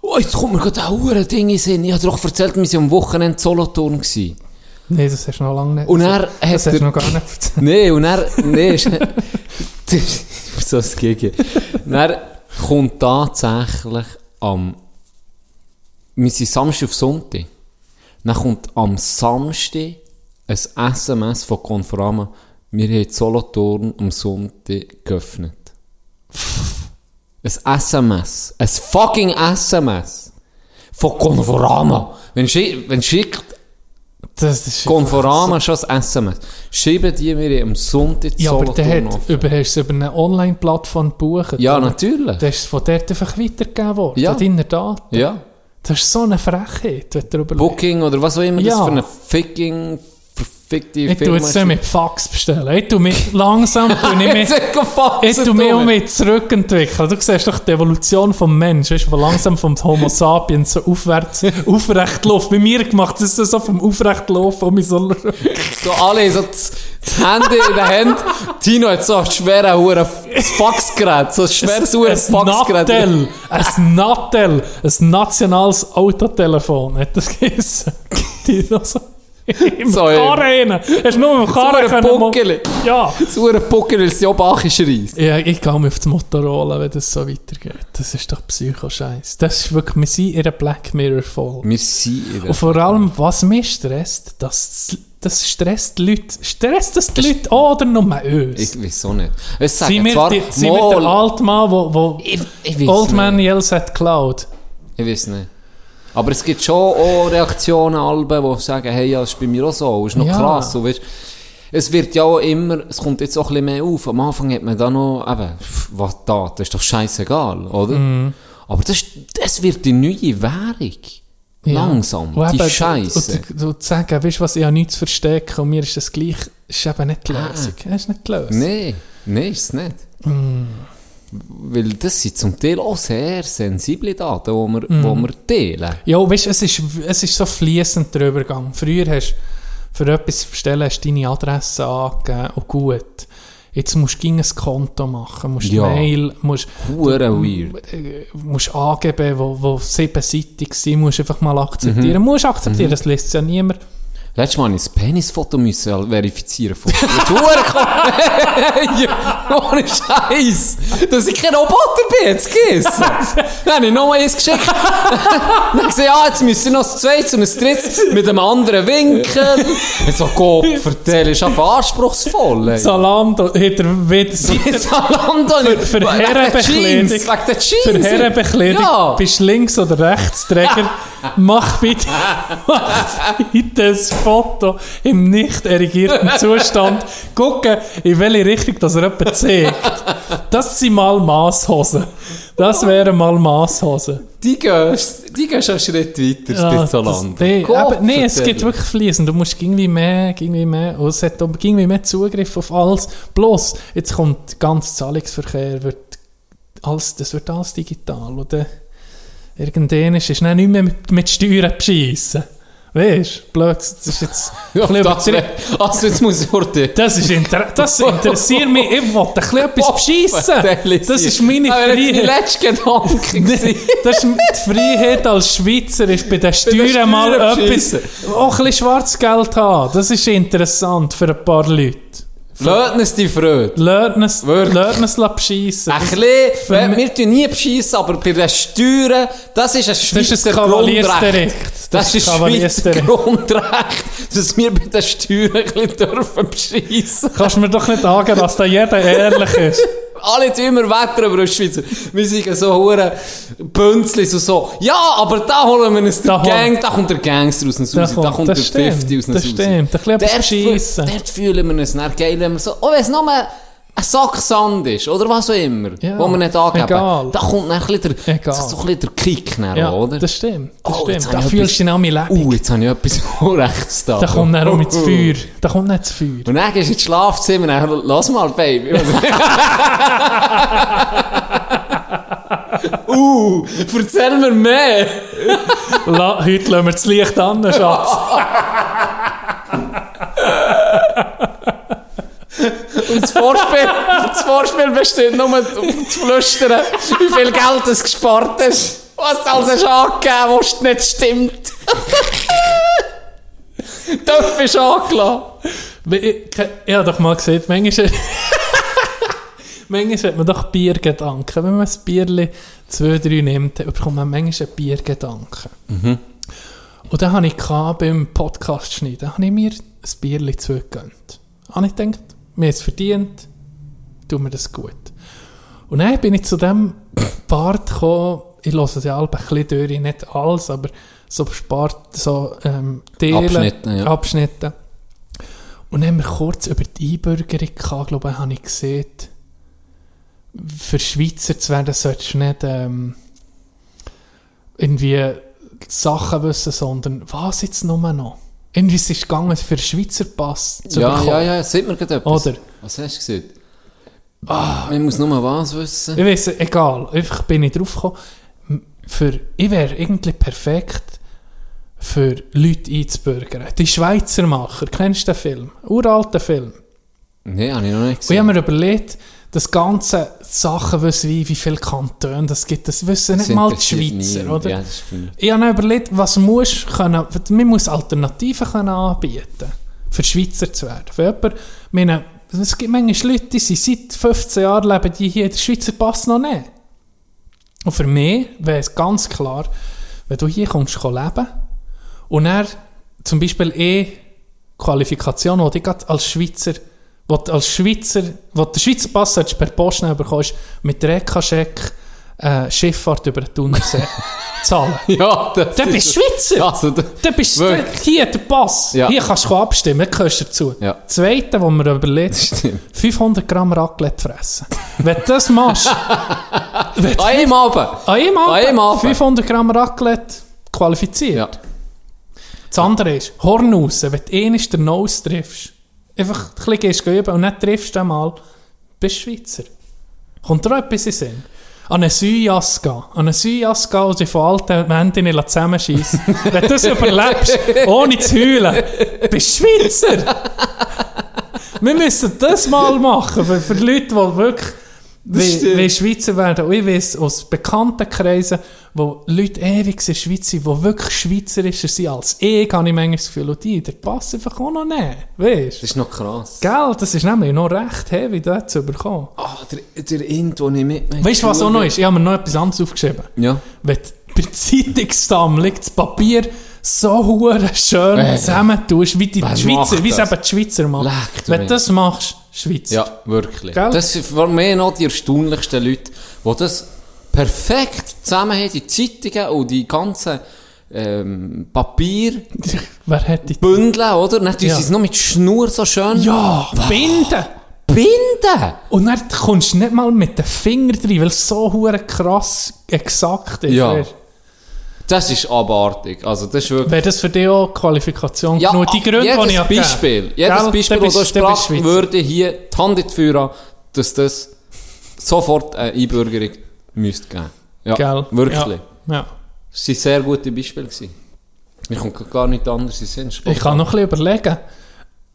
Speaker 4: Oh, jetzt kommt mir gerade ein hure Ding in den Sinn. Ich habe doch erzählt, wir waren am Wochenende in Solothurn. Gewesen.
Speaker 3: Nee, das hast du noch lange nicht
Speaker 4: Und
Speaker 3: erzählt.
Speaker 4: er hat
Speaker 3: Das hast
Speaker 4: der-
Speaker 3: du noch gar nicht erzählt.
Speaker 4: Nee, und er. Nee, ist nicht. so ein Gigi. Dann kommt tatsächlich am. Wir sind Samstag auf Sonntag. Dann kommt am Samstag ein SMS von Conforama. Wir haben Solothurn am Sonntag geöffnet. Ein SMS. Ein fucking SMS. Von Conforama. Wenn, schi wenn schickt
Speaker 3: Das ist
Speaker 4: Conforama schon ein SMS. Schreiben die mir am Sonntag
Speaker 3: Ja, aber der
Speaker 4: Solothurn
Speaker 3: hat,
Speaker 4: offen.
Speaker 3: über, hast du es über eine Online-Plattform gebucht.
Speaker 4: Ja,
Speaker 3: oder?
Speaker 4: natürlich.
Speaker 3: Der ist von dort einfach weitergegeben worden,
Speaker 4: Ja.
Speaker 3: an deiner Daten.
Speaker 4: Ja.
Speaker 3: Das ist so eine Frechheit, wenn du darüber
Speaker 4: Booking oder was auch immer das
Speaker 3: Ja.
Speaker 4: für eine fucking verfickte
Speaker 3: Ich tue jetzt nicht mit Fax bestellen. Ich tue mich langsam, tue ich mich, ich tue mich um mich zurückentwickeln. Du siehst doch die Evolution vom Menschen, weißt, du, von langsam vom Homo sapiens so aufwärts, aufrecht läuft. Bei mir gemacht, das ist so vom aufrecht laufen, um mich so...
Speaker 4: So alle so das das Handy in der Hand. Tino hat so ein schweres Huren Faxgerät. So ein schweres Huren
Speaker 3: ein
Speaker 4: Faxgerät.
Speaker 3: Nattel, ein Nattel, ein nationales Autotelefon, hat das geheissen. Die noch so... Im
Speaker 4: So, ja.
Speaker 3: Karren rein. Hast du nur im Karren
Speaker 4: Das
Speaker 3: können... mo-
Speaker 4: Buckel.
Speaker 3: Ja.
Speaker 4: Das Huren Buckel, weil es ja bachisch reist.
Speaker 3: Ja, ich gehe mir auf das Motorola, wenn das so weitergeht. Das ist doch Psycho-Scheiß. Das ist wirklich, wir sind in einer Black Mirror-Folge.
Speaker 4: Wir sind in
Speaker 3: Und
Speaker 4: der
Speaker 3: vor allem, was mich stresst, das, das stresst die Leute. Stresst das die Leute oder nur uns?
Speaker 4: Ich weiß auch nicht. Es sagen
Speaker 3: sind wir,
Speaker 4: zwar,
Speaker 3: die, sind wir der
Speaker 4: Mal,
Speaker 3: Altmann, wo, wo
Speaker 4: ich, ich weiß
Speaker 3: Old
Speaker 4: nicht.
Speaker 3: Man Yells hat geklaut?
Speaker 4: Ich weiß nicht. Aber es gibt schon auch Reaktionen, Alben, die sagen, hey, ja, das ist bei mir auch so, ist noch
Speaker 3: Ja.
Speaker 4: krass. Und weißt, es wird ja auch immer, es kommt jetzt auch ein bisschen mehr auf. Am Anfang hat man da noch, eben, pff, was da, das ist doch scheißegal, oder?
Speaker 3: Mhm.
Speaker 4: Aber das, ist- das wird die neue Währung. Langsam,
Speaker 3: Und
Speaker 4: die
Speaker 3: eben,
Speaker 4: Scheiße.
Speaker 3: Und, und, und zu sagen, weißt du was, ich habe nichts zu verstecken und mir ist das gleich, ist eben nicht die
Speaker 4: Ah.
Speaker 3: Lösung. Das ist nicht die Lösung.
Speaker 4: Nein, nein, ist es nicht.
Speaker 3: Mhm.
Speaker 4: Weil das sind zum Teil auch sehr sensible Daten, die wir, wo
Speaker 3: Mhm.
Speaker 4: wir teilen.
Speaker 3: Ja, weißt du, es ist, es ist so fließend der Übergang. Früher hast du für etwas zu bestellen hast du deine Adresse angegeben und gut. Jetzt musst du gegen ein Konto machen, musst
Speaker 4: Ja.
Speaker 3: Mail, musst,
Speaker 4: Huren weird.
Speaker 3: äh, musst Angeben, die wo, wo siebenseitig sind, musst einfach mal akzeptieren. Musst akzeptieren, das lässt ja niemand.
Speaker 4: Letztes Mal musste ich das Penisfoto müssen verifizieren von Tour. Ohne Scheiß! Dus Dass ich kein Roboter bin, jetzt gegessen! Dann habe ich nochmal eins geschickt. Dann habe ich gesagt, ja, jetzt müssen noch das zweite und das dritte mit einem anderen Winkel. Jetzt so, Gott, vertell, ist einfach anspruchsvoll. ey.
Speaker 3: Zalando, hat er wieder
Speaker 4: Jetzt Zalando,
Speaker 3: Für- für Herrenbekleidung.
Speaker 4: Wegen der Jeans, wegen der Jeans.
Speaker 3: Für Herrenbekleidung,
Speaker 4: Ja.
Speaker 3: bist du links- oder rechtsträger, mach bitte, mach bitte ein Foto im nicht erregierten Zustand. Gucken, in welche Richtung das er jemand zeigt. Das sind mal Masshosen. Das wären mal Masshosen.
Speaker 4: Die gehst, die gehst einen Schritt weiter,
Speaker 3: Ja,
Speaker 4: das Zalando.
Speaker 3: das- nee,
Speaker 4: Gott,
Speaker 3: eben, nee, es
Speaker 4: vertell.
Speaker 3: geht wirklich fließen. Du musst irgendwie mehr, irgendwie mehr, und es hat auch irgendwie mehr Zugriff auf alles. Bloß, jetzt kommt der ganze Zahlungsverkehr, wird alles, das wird alles digital, oder? Irgendwann ist es dann nicht mehr mit, mit Steuern bescheissen. Weißt du, blöd, das ist jetzt
Speaker 4: Ja,
Speaker 3: ein bisschen
Speaker 4: das
Speaker 3: übertrieben.
Speaker 4: wär- also jetzt muss ich heute...
Speaker 3: Das, ist inter das interessiert mich. Ich will ein bisschen etwas bescheissen. Das ist meine
Speaker 4: Aber Ah, jetzt die
Speaker 3: Freiheit.
Speaker 4: letzte Gedanken.
Speaker 3: Nee, das ist die Freiheit als Schweizer ist bei den
Speaker 4: den
Speaker 3: Steuern mal
Speaker 4: Steuern
Speaker 3: etwas,
Speaker 4: beschissen.
Speaker 3: auch ein bisschen Schwarzgeld haben. Das ist interessant für ein paar Leute.
Speaker 4: Löten es die Freude.
Speaker 3: Lernen es
Speaker 4: Wirklich.
Speaker 3: beschissen.
Speaker 4: Ein bisschen,
Speaker 3: für
Speaker 4: wir,
Speaker 3: mich-
Speaker 4: wir tun nie beschissen, aber bei den Steuern, das ist ein
Speaker 3: Das
Speaker 4: Schweizer
Speaker 3: ist ein Kavaliersdelikt.
Speaker 4: Grundrecht. Das ist ein Schweizer
Speaker 3: Kavaliersdelikt.
Speaker 4: Grundrecht, dass wir bei den Steuern ein bisschen dürfen beschissen.
Speaker 3: Kannst du mir doch nicht sagen, dass da jeder ehrlich ist.
Speaker 4: Alle tun immer Wetter über uns Schweizer. Wir sind so hure Bünzlis und so. Ja, aber da holen wir uns den
Speaker 3: Da holen-
Speaker 4: Gang, da kommt der Gangster aus dem
Speaker 3: Da
Speaker 4: Haus, da
Speaker 3: kommt-
Speaker 4: kommt der
Speaker 3: das stimmt,
Speaker 4: 50 aus dem
Speaker 3: das
Speaker 4: Haus.
Speaker 3: stimmt. Ein bisschen etwas
Speaker 4: Dort fü-
Speaker 3: beschissen.
Speaker 4: Dort fühlen wir uns dann geil, wenn wir so, oh, wenn es nur ein Sack Sand ist, oder was auch immer,
Speaker 3: Ja,
Speaker 4: wo wir nicht angeben.
Speaker 3: egal.
Speaker 4: Da kommt dann ein bisschen der,
Speaker 3: Egal.
Speaker 4: so ein bisschen der Kick dann,
Speaker 3: Ja,
Speaker 4: oder?
Speaker 3: das stimmt. Das
Speaker 4: Oh, jetzt
Speaker 3: stimmt. Da
Speaker 4: habe ich
Speaker 3: fühlst du dich auch mein Leben.
Speaker 4: Uh, jetzt habe ich etwas Unrechts da.
Speaker 3: da kommt dann auch mit das Feuer. Da kommt nicht das Feuer.
Speaker 4: Und dann gehst du ins Schlafzimmer, dann, lass mal, Baby. uh, erzähl mir mehr.
Speaker 3: La, heute lassen wir das Licht an, Schatz.
Speaker 4: Und das Vorspiel, das Vorspiel besteht nur, um zu flüstern, wie viel Geld es gespart ist. Was du alles hast angegeben, was nicht stimmt. Töpfe ist angelassen.
Speaker 3: Ich, ich, ich habe doch mal gesehen, manchmal, manchmal hat man doch Biergedanken. Wenn man ein Bierli zwei, drei nimmt, dann bekommt man manchmal einen Biergedanken. Und dann habe ich gehabt, beim Podcast schneiden, habe ich mir ein Bierli zugegönnt. Habe ich gedacht, mir ist verdient, tun mir das gut. Und dann bin ich zu dem Part gekommen, ich lasse es ja alle ein bisschen durch, nicht alles, aber so Spart, so ähm, Teile,
Speaker 4: Abschnitte, ja.
Speaker 3: Abschnitte. Und dann haben wir kurz über die Einbürgerung gehabt, glaube ich, habe ich gesehen, für Schweizer zu werden, solltest du nicht ähm, irgendwie Sachen wissen, sondern was jetzt nur noch? Irgendwie ist es gegangen, für einen Schweizer Pass zu
Speaker 4: Ja,
Speaker 3: bekommen.
Speaker 4: ja, ja, sieht man gerade etwas.
Speaker 3: Oder?
Speaker 4: Was hast du gesehen? Ah, man muss nur was wissen.
Speaker 3: Ich weiß, egal. Einfach bin ich drauf gekommen. M- Für, ich wäre irgendwie perfekt für Leute einzubürgern. Die Schweizer Macher, kennst du den Film? Uralten Film.
Speaker 4: Nein, habe ich noch nicht
Speaker 3: Und ich
Speaker 4: gesehen.
Speaker 3: habe mir überlegt, das ganze Sachen wissen, wie, wie viele Kantone das gibt, das wissen nicht
Speaker 4: Das
Speaker 3: mal die
Speaker 4: interessiert
Speaker 3: Schweizer,
Speaker 4: niemand.
Speaker 3: oder?
Speaker 4: Ja, das ist für mich.
Speaker 3: Ich habe dann überlegt, was muss können, man muss Alternativen können anbieten für Schweizer zu werden. Für jemanden, ich meine, es gibt manchmal Leute, die sind seit 15 Jahren leben die hier, der Schweizer Pass noch nicht. Und für mich wäre es ganz klar, wenn du hier kommst kann leben und er zum Beispiel eh Qualifikation, die du gerade als Schweizer, wo du als Schweizer, wo du den Schweizer Pass hättest per Post nehmen bekommst, mit der EK-Scheck äh, Schifffahrt über den Thunersee zahlen.
Speaker 4: Ja, das
Speaker 3: Dann bist du Schweizer!
Speaker 4: Also, da-
Speaker 3: Dann bist du
Speaker 4: Wirklich.
Speaker 3: hier, der Pass.
Speaker 4: Ja.
Speaker 3: Hier kannst du abstimmen, dann gehörst du dazu.
Speaker 4: Ja.
Speaker 3: Zweite, wo mir überlegt,
Speaker 4: Stimmt.
Speaker 3: 500 Gramm Raclette fressen. Wenn du das machst, wenn du
Speaker 4: Ein Ah, Abend.
Speaker 3: einmal,
Speaker 4: An einem Abend.
Speaker 3: 500 Gramm Raclette qualifiziert.
Speaker 4: Ja.
Speaker 3: Das andere ist, Horn raus, wenn du einmal den Nose triffst, einfach ein bisschen gehst du üben und nicht triffst du einmal, bist du Schweizer. Kommt dir auch etwas in den Sinn? An einen Süjas gehen. An einen Süjas gehen und dich von alten Männchen zusammenschießen. Wenn du das überlebst, ohne zu heulen, bist du Schweizer. Wir müssen das mal machen für, für Leute, die wirklich wie, wie Schweizer werden. Und ich weiss aus bekannten Kreisen, wo Leute ewig in der Schweiz sind, die wirklich Schweizerischer sind als ich, habe ich manchmal das Gefühl, und die, der passt einfach auch noch nicht. Weißt du?
Speaker 4: Das ist noch krass.
Speaker 3: Gell, das ist nämlich noch recht heavy, das zu bekommen.
Speaker 4: Ah, der, der Int, den ich mitmache.
Speaker 3: Weißt du, was auch noch ist? Ich habe mir noch etwas anderes aufgeschrieben.
Speaker 4: Ja.
Speaker 3: Wenn du bei der Zeitungssammlung das Papier so hure schön
Speaker 4: Äh.
Speaker 3: zusammentust, wie die
Speaker 4: Wer
Speaker 3: Schweizer,
Speaker 4: macht
Speaker 3: wie es
Speaker 4: das?
Speaker 3: eben die Schweizer machen.
Speaker 4: Leck du
Speaker 3: Wenn du
Speaker 4: mich.
Speaker 3: das machst, Schweizer.
Speaker 4: Ja, wirklich.
Speaker 3: Gell?
Speaker 4: Das sind für mich noch die erstaunlichsten Leute, die das perfekt zusammen haben, die Zeitungen und die ganzen ähm, Papierbündel,
Speaker 3: Wer hätte die
Speaker 4: oder? Dann tun
Speaker 3: Ja.
Speaker 4: sie es noch mit Schnur so schön
Speaker 3: Ja, binden!
Speaker 4: binden.
Speaker 3: Und dann kommst du nicht mal mit den Fingern rein, weil es so hure krass exakt ist.
Speaker 4: Ja.
Speaker 3: weisst du?
Speaker 4: Das ist abartig. Also das ist wirklich...
Speaker 3: Wäre das für dich auch Qualifikation genug? Die Gründe,
Speaker 4: ah, jedes
Speaker 3: die ich habe
Speaker 4: Beispiel,
Speaker 3: gegeben.
Speaker 4: jedes
Speaker 3: Gell?
Speaker 4: Beispiel,
Speaker 3: Dann
Speaker 4: das
Speaker 3: bist-
Speaker 4: du
Speaker 3: dann bist
Speaker 4: sprachst,
Speaker 3: Schweizer.
Speaker 4: würde hier die Hand in die Feuer haben, dass das sofort eine Einbürgerung müsste geben. Ja,
Speaker 3: Gell?
Speaker 4: wirklich.
Speaker 3: Ja. ja.
Speaker 4: Das waren sehr gute Beispiele. Gewesen. Mir kommt gar nichts anderes in den Sinn.
Speaker 3: Ich kann noch ein bisschen überlegen.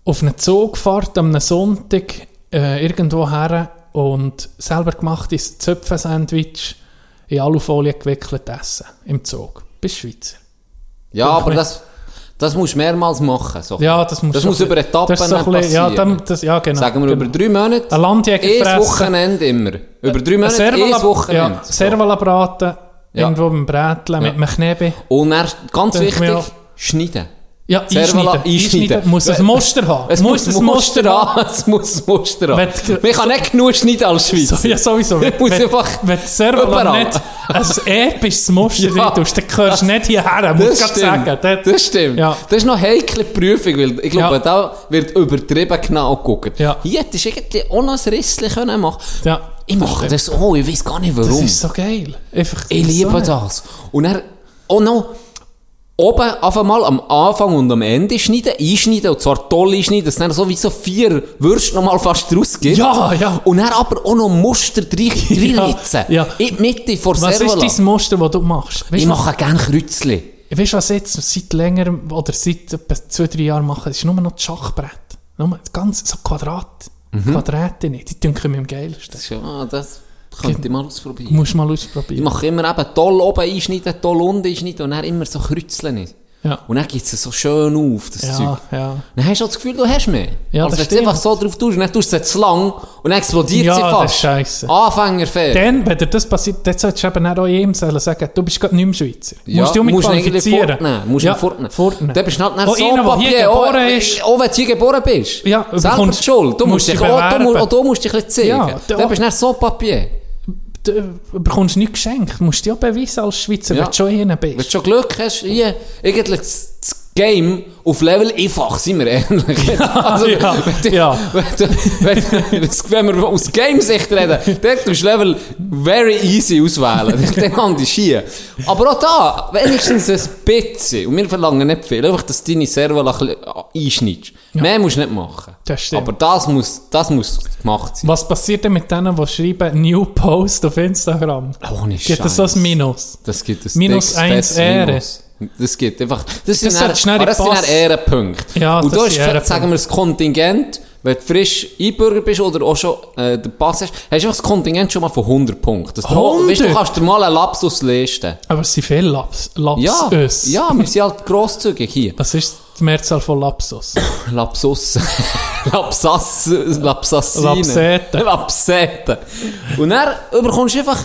Speaker 3: Auf eine Zugfahrt am Sonntag äh, irgendwo her und selber gemachtes Zöpfensandwich in Alufolie gewickelt essen. Im Zug. Bis Schweizer.
Speaker 4: Ja,
Speaker 3: Doch
Speaker 4: aber
Speaker 3: nicht.
Speaker 4: das, das musst du mehrmals machen. So.
Speaker 3: Ja, das muss
Speaker 4: das
Speaker 3: schon
Speaker 4: muss
Speaker 3: ein
Speaker 4: über
Speaker 3: bisschen-
Speaker 4: Etappen
Speaker 3: das ist so ein bisschen- Ja,
Speaker 4: passieren.
Speaker 3: dann, das, ja, genau.
Speaker 4: Sagen wir
Speaker 3: genau.
Speaker 4: über drei Monate.
Speaker 3: Ein Landjäger
Speaker 4: Ein
Speaker 3: fressen.
Speaker 4: Wochenende immer. Über drei
Speaker 3: Ein
Speaker 4: Monate, ein
Speaker 3: Servala-
Speaker 4: Wochenende.
Speaker 3: Ja, Servala braten,
Speaker 4: Ja.
Speaker 3: irgendwo beim Brätlen, mit
Speaker 4: Ja.
Speaker 3: einem Knebel.
Speaker 4: Und dann, ganz
Speaker 3: Denke mir
Speaker 4: wichtig,
Speaker 3: auch.
Speaker 4: schneiden.
Speaker 3: Ja,
Speaker 4: Servala
Speaker 3: einschneiden.
Speaker 4: einschneiden.
Speaker 3: einschneiden. Muss ein Muster haben.
Speaker 4: Es muss,
Speaker 3: ein
Speaker 4: ein Muster an. Es muss ein Muster an.
Speaker 3: Wenn-
Speaker 4: Man kann nicht genug schneiden als Schweizer.
Speaker 3: So, ja, sowieso. Wenn,
Speaker 4: Ich muss
Speaker 3: wenn,
Speaker 4: einfach
Speaker 3: wenn du selber
Speaker 4: überall.
Speaker 3: nicht ein episches Muster
Speaker 4: Ja,
Speaker 3: ja, rein tust, dann gehörst du nicht hierher, muss ich gerade sagen.
Speaker 4: Das, stimmt.
Speaker 3: Ja.
Speaker 4: Das ist noch eine heikle Prüfung, weil ich glaube,
Speaker 3: Ja.
Speaker 4: da wird übertrieben genau geguckt.
Speaker 3: Ja.
Speaker 4: Hier hättest du irgendwie auch noch ein Rissli können machen
Speaker 3: Ja.
Speaker 4: Ich mache das auch, ich weiß gar nicht warum.
Speaker 3: Das ist so geil. Einfach,
Speaker 4: ich
Speaker 3: so
Speaker 4: liebe
Speaker 3: nicht.
Speaker 4: das. Und dann auch noch oben auf einmal am Anfang und am Ende schneiden, einschneiden, und zwar toll einschneiden, dass dann so wie so vier Würste nochmal fast rausgibt.
Speaker 3: Ja, ja.
Speaker 4: Und dann aber auch noch Muster drin- reinritzen.
Speaker 3: ja.
Speaker 4: In die Mitte vor
Speaker 3: Was ist
Speaker 4: Servola.
Speaker 3: dein Muster, das du machst? Weißt
Speaker 4: Ich
Speaker 3: du,
Speaker 4: mache gerne Kreuzli.
Speaker 3: Weißt du, was ich jetzt seit längerem oder seit etwa zwei, drei Jahren mache? Das ist nur noch das Schachbrett. Nur das ganze, so Quadrat.
Speaker 4: Mhm.
Speaker 3: Quadrate nicht. Die dünken mir am geilsten.
Speaker 4: Das ist ja, ah, das könnte ich mal ausprobieren.
Speaker 3: Musst du mal
Speaker 4: Ich
Speaker 3: ausprobieren.
Speaker 4: mache immer eben toll oben einschneiden, toll unten einschneiden und dann immer so kreuzeln.
Speaker 3: Ja.
Speaker 4: Und dann gibt es so schön auf, das
Speaker 3: Ja,
Speaker 4: Zeug.
Speaker 3: ja,
Speaker 4: Dann hast du auch das Gefühl, du hast mehr.
Speaker 3: Ja,
Speaker 4: Als
Speaker 3: das
Speaker 4: wenn du es einfach so
Speaker 3: stimmt.
Speaker 4: drauf tust und dann tust du es zu lang und dann explodiert
Speaker 3: Ja,
Speaker 4: sie fast.
Speaker 3: das ist scheisse.
Speaker 4: Anfängerfehler.
Speaker 3: Dann, wenn dir das passiert, dann solltest du eben auch eh ihm sagen, sagen, du bist gerade nicht mehr Schweizer.
Speaker 4: Ja,
Speaker 3: musst du dich
Speaker 4: musst ihn eigentlich
Speaker 3: qualifizieren. Oh,
Speaker 4: fortnehmen, Musst ja, fortnehmen.
Speaker 3: fortnehmen.
Speaker 4: Dann bist du halt nicht
Speaker 3: Auch
Speaker 4: so
Speaker 3: einer, der hier
Speaker 4: Papier, äh, auch-
Speaker 3: geboren ist.
Speaker 4: Auch wenn du hier geboren bist.
Speaker 3: Ja,
Speaker 4: Selber
Speaker 3: bekommst-
Speaker 4: die Schuld. Du musst
Speaker 3: musst
Speaker 4: dich
Speaker 3: dich
Speaker 4: auch, du musst-
Speaker 3: bewerben.
Speaker 4: auch du musst dich ein bisschen
Speaker 3: Ja,
Speaker 4: zeigen.
Speaker 3: da-
Speaker 4: dann bist du nicht so Papier.
Speaker 3: Du bekommst nichts geschenkt. Du musst dich auch beweisen als Schweizer,
Speaker 4: Ja.
Speaker 3: wenn du schon hier bist.
Speaker 4: Wenn du schon Glück hast, hier, eigentlich das, das Game auf Level einfach, sind wir ehrlich. also,
Speaker 3: ja,
Speaker 4: wenn, du-
Speaker 3: ja.
Speaker 4: Wenn, du- wenn, du- wenn wir aus Game-Sicht reden, dort tust du dus Level very easy auswählen. Dann landest du hier. Aber auch da, wenigstens ein bisschen. Und wir verlangen nicht viel. Einfach, dass du deine Server eh, ein bisschen einschneidest. Mehr musst du nicht machen.
Speaker 3: Das stimmt.
Speaker 4: Aber das muss, das muss gemacht sein.
Speaker 3: Was passiert denn mit denen, die schreiben New Post auf Instagram?
Speaker 4: Ohne
Speaker 3: Gibt es das
Speaker 4: Scheiß.
Speaker 3: Minus?
Speaker 4: Das gibt es
Speaker 3: Minus eins Ehre.
Speaker 4: Das gibt einfach. Das, sind
Speaker 3: sollte
Speaker 4: dann-
Speaker 3: schnell
Speaker 4: aber das sind
Speaker 3: passen.
Speaker 4: dann Ehrenpunkte.
Speaker 3: Ja, das
Speaker 4: und da
Speaker 3: sind
Speaker 4: ist,
Speaker 3: Ehrenpunkte.
Speaker 4: sagen wir, das Kontingent, wenn du frisch Einbürger bist oder auch schon äh, den Pass hast, hast du einfach das Kontingent schon mal von 100 Punkten. Das
Speaker 3: 100?
Speaker 4: Weißt, du kannst dir mal einen Lapsus leisten.
Speaker 3: Aber es sind viele Laps,
Speaker 4: Ja,
Speaker 3: Lapsus.
Speaker 4: ja, wir sind halt grosszügig hier.
Speaker 3: Was ist die Mehrzahl von Lapsus?
Speaker 4: Lapsus. Lapsas. Lapsassine.
Speaker 3: Lapsete.
Speaker 4: Lapsete. Und dann überkommst du einfach,